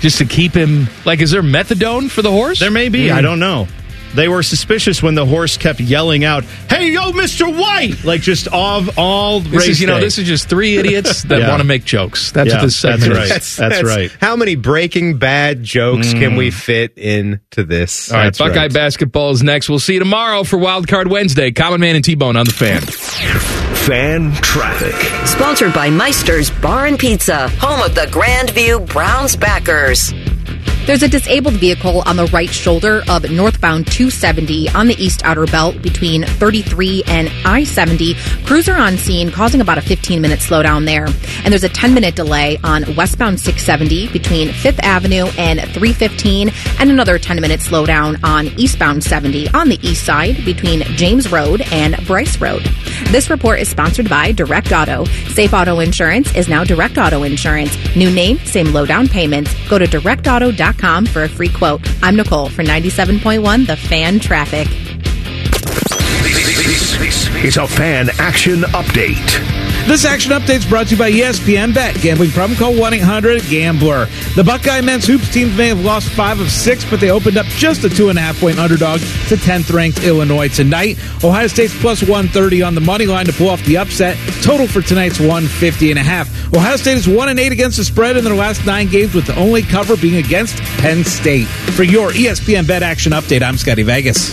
Speaker 3: just to keep him? Like, is there methadone for the horse? There
Speaker 2: may be. I don't know. They were suspicious when the horse kept yelling out, "Hey, yo, Mister White!" Like just of all
Speaker 3: This
Speaker 2: race.
Speaker 3: is, you know,
Speaker 2: day.
Speaker 3: this is just three idiots that
Speaker 2: Yeah.
Speaker 3: want to make jokes. That's
Speaker 2: Yeah,
Speaker 3: what this segment
Speaker 2: that's right.
Speaker 3: is.
Speaker 2: That's- That's right. Mm.
Speaker 4: How many Breaking Bad jokes can we fit into this?
Speaker 3: Hmm. All right, Buckeye basketball is next. We'll see you tomorrow for Wild Card Wednesday. Common Man and T Bone on the fan.
Speaker 1: Fan traffic.
Speaker 7: Sponsored by Meister's Bar and Pizza, home of the Grandview Browns backers.
Speaker 10: There's a disabled vehicle on the right shoulder of northbound 270 on the east outer belt between 33 and I 70. Crews are on scene, causing about a 15 minute slowdown there. And there's a 10 minute delay on westbound 670 between 5th Avenue and 315, and another 10 minute slowdown on eastbound 70 on the east side between James Road and Bryce Road. This report is sponsored by Direct Auto. Safe Auto Insurance is now Direct Auto Insurance. New name, same low down payments. Go to directauto.com for a free quote. I'm Nicole for 97.1 The Fan Traffic.
Speaker 1: It's a fan action update.
Speaker 16: This action update is brought to you by E ESPN Bet. Gambling problem? Call 1 800 Gambler. The Buckeye men's hoops teams may have lost five of six, but they opened up just a two and a half point underdog to 10th ranked Illinois tonight. Ohio State's plus 130 on the money line to pull off the upset. Total for tonight's 150 and a half. Ohio State is 1 and 8 against the spread in their last nine games, with the only cover being against Penn State. For your E ESPN Bet action update, I'm Scotty Vegas.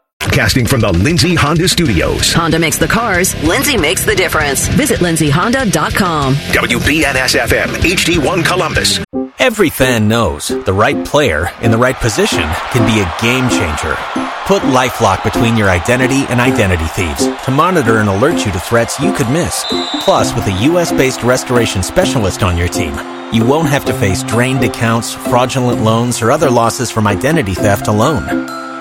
Speaker 1: Casting from the Lindsay Honda Studios.
Speaker 7: Honda makes the cars, Lindsay makes the difference. Visit lindsayhonda.com.
Speaker 1: WBNSFM HD1 Columbus.
Speaker 6: Every fan knows the right player in the right position can be a game changer. Put LifeLock between your identity and identity thieves to monitor and alert you to threats you could miss. Plus, with a U.S.-based restoration specialist on your team, you won't have to face drained accounts, fraudulent loans, or other losses from identity theft alone.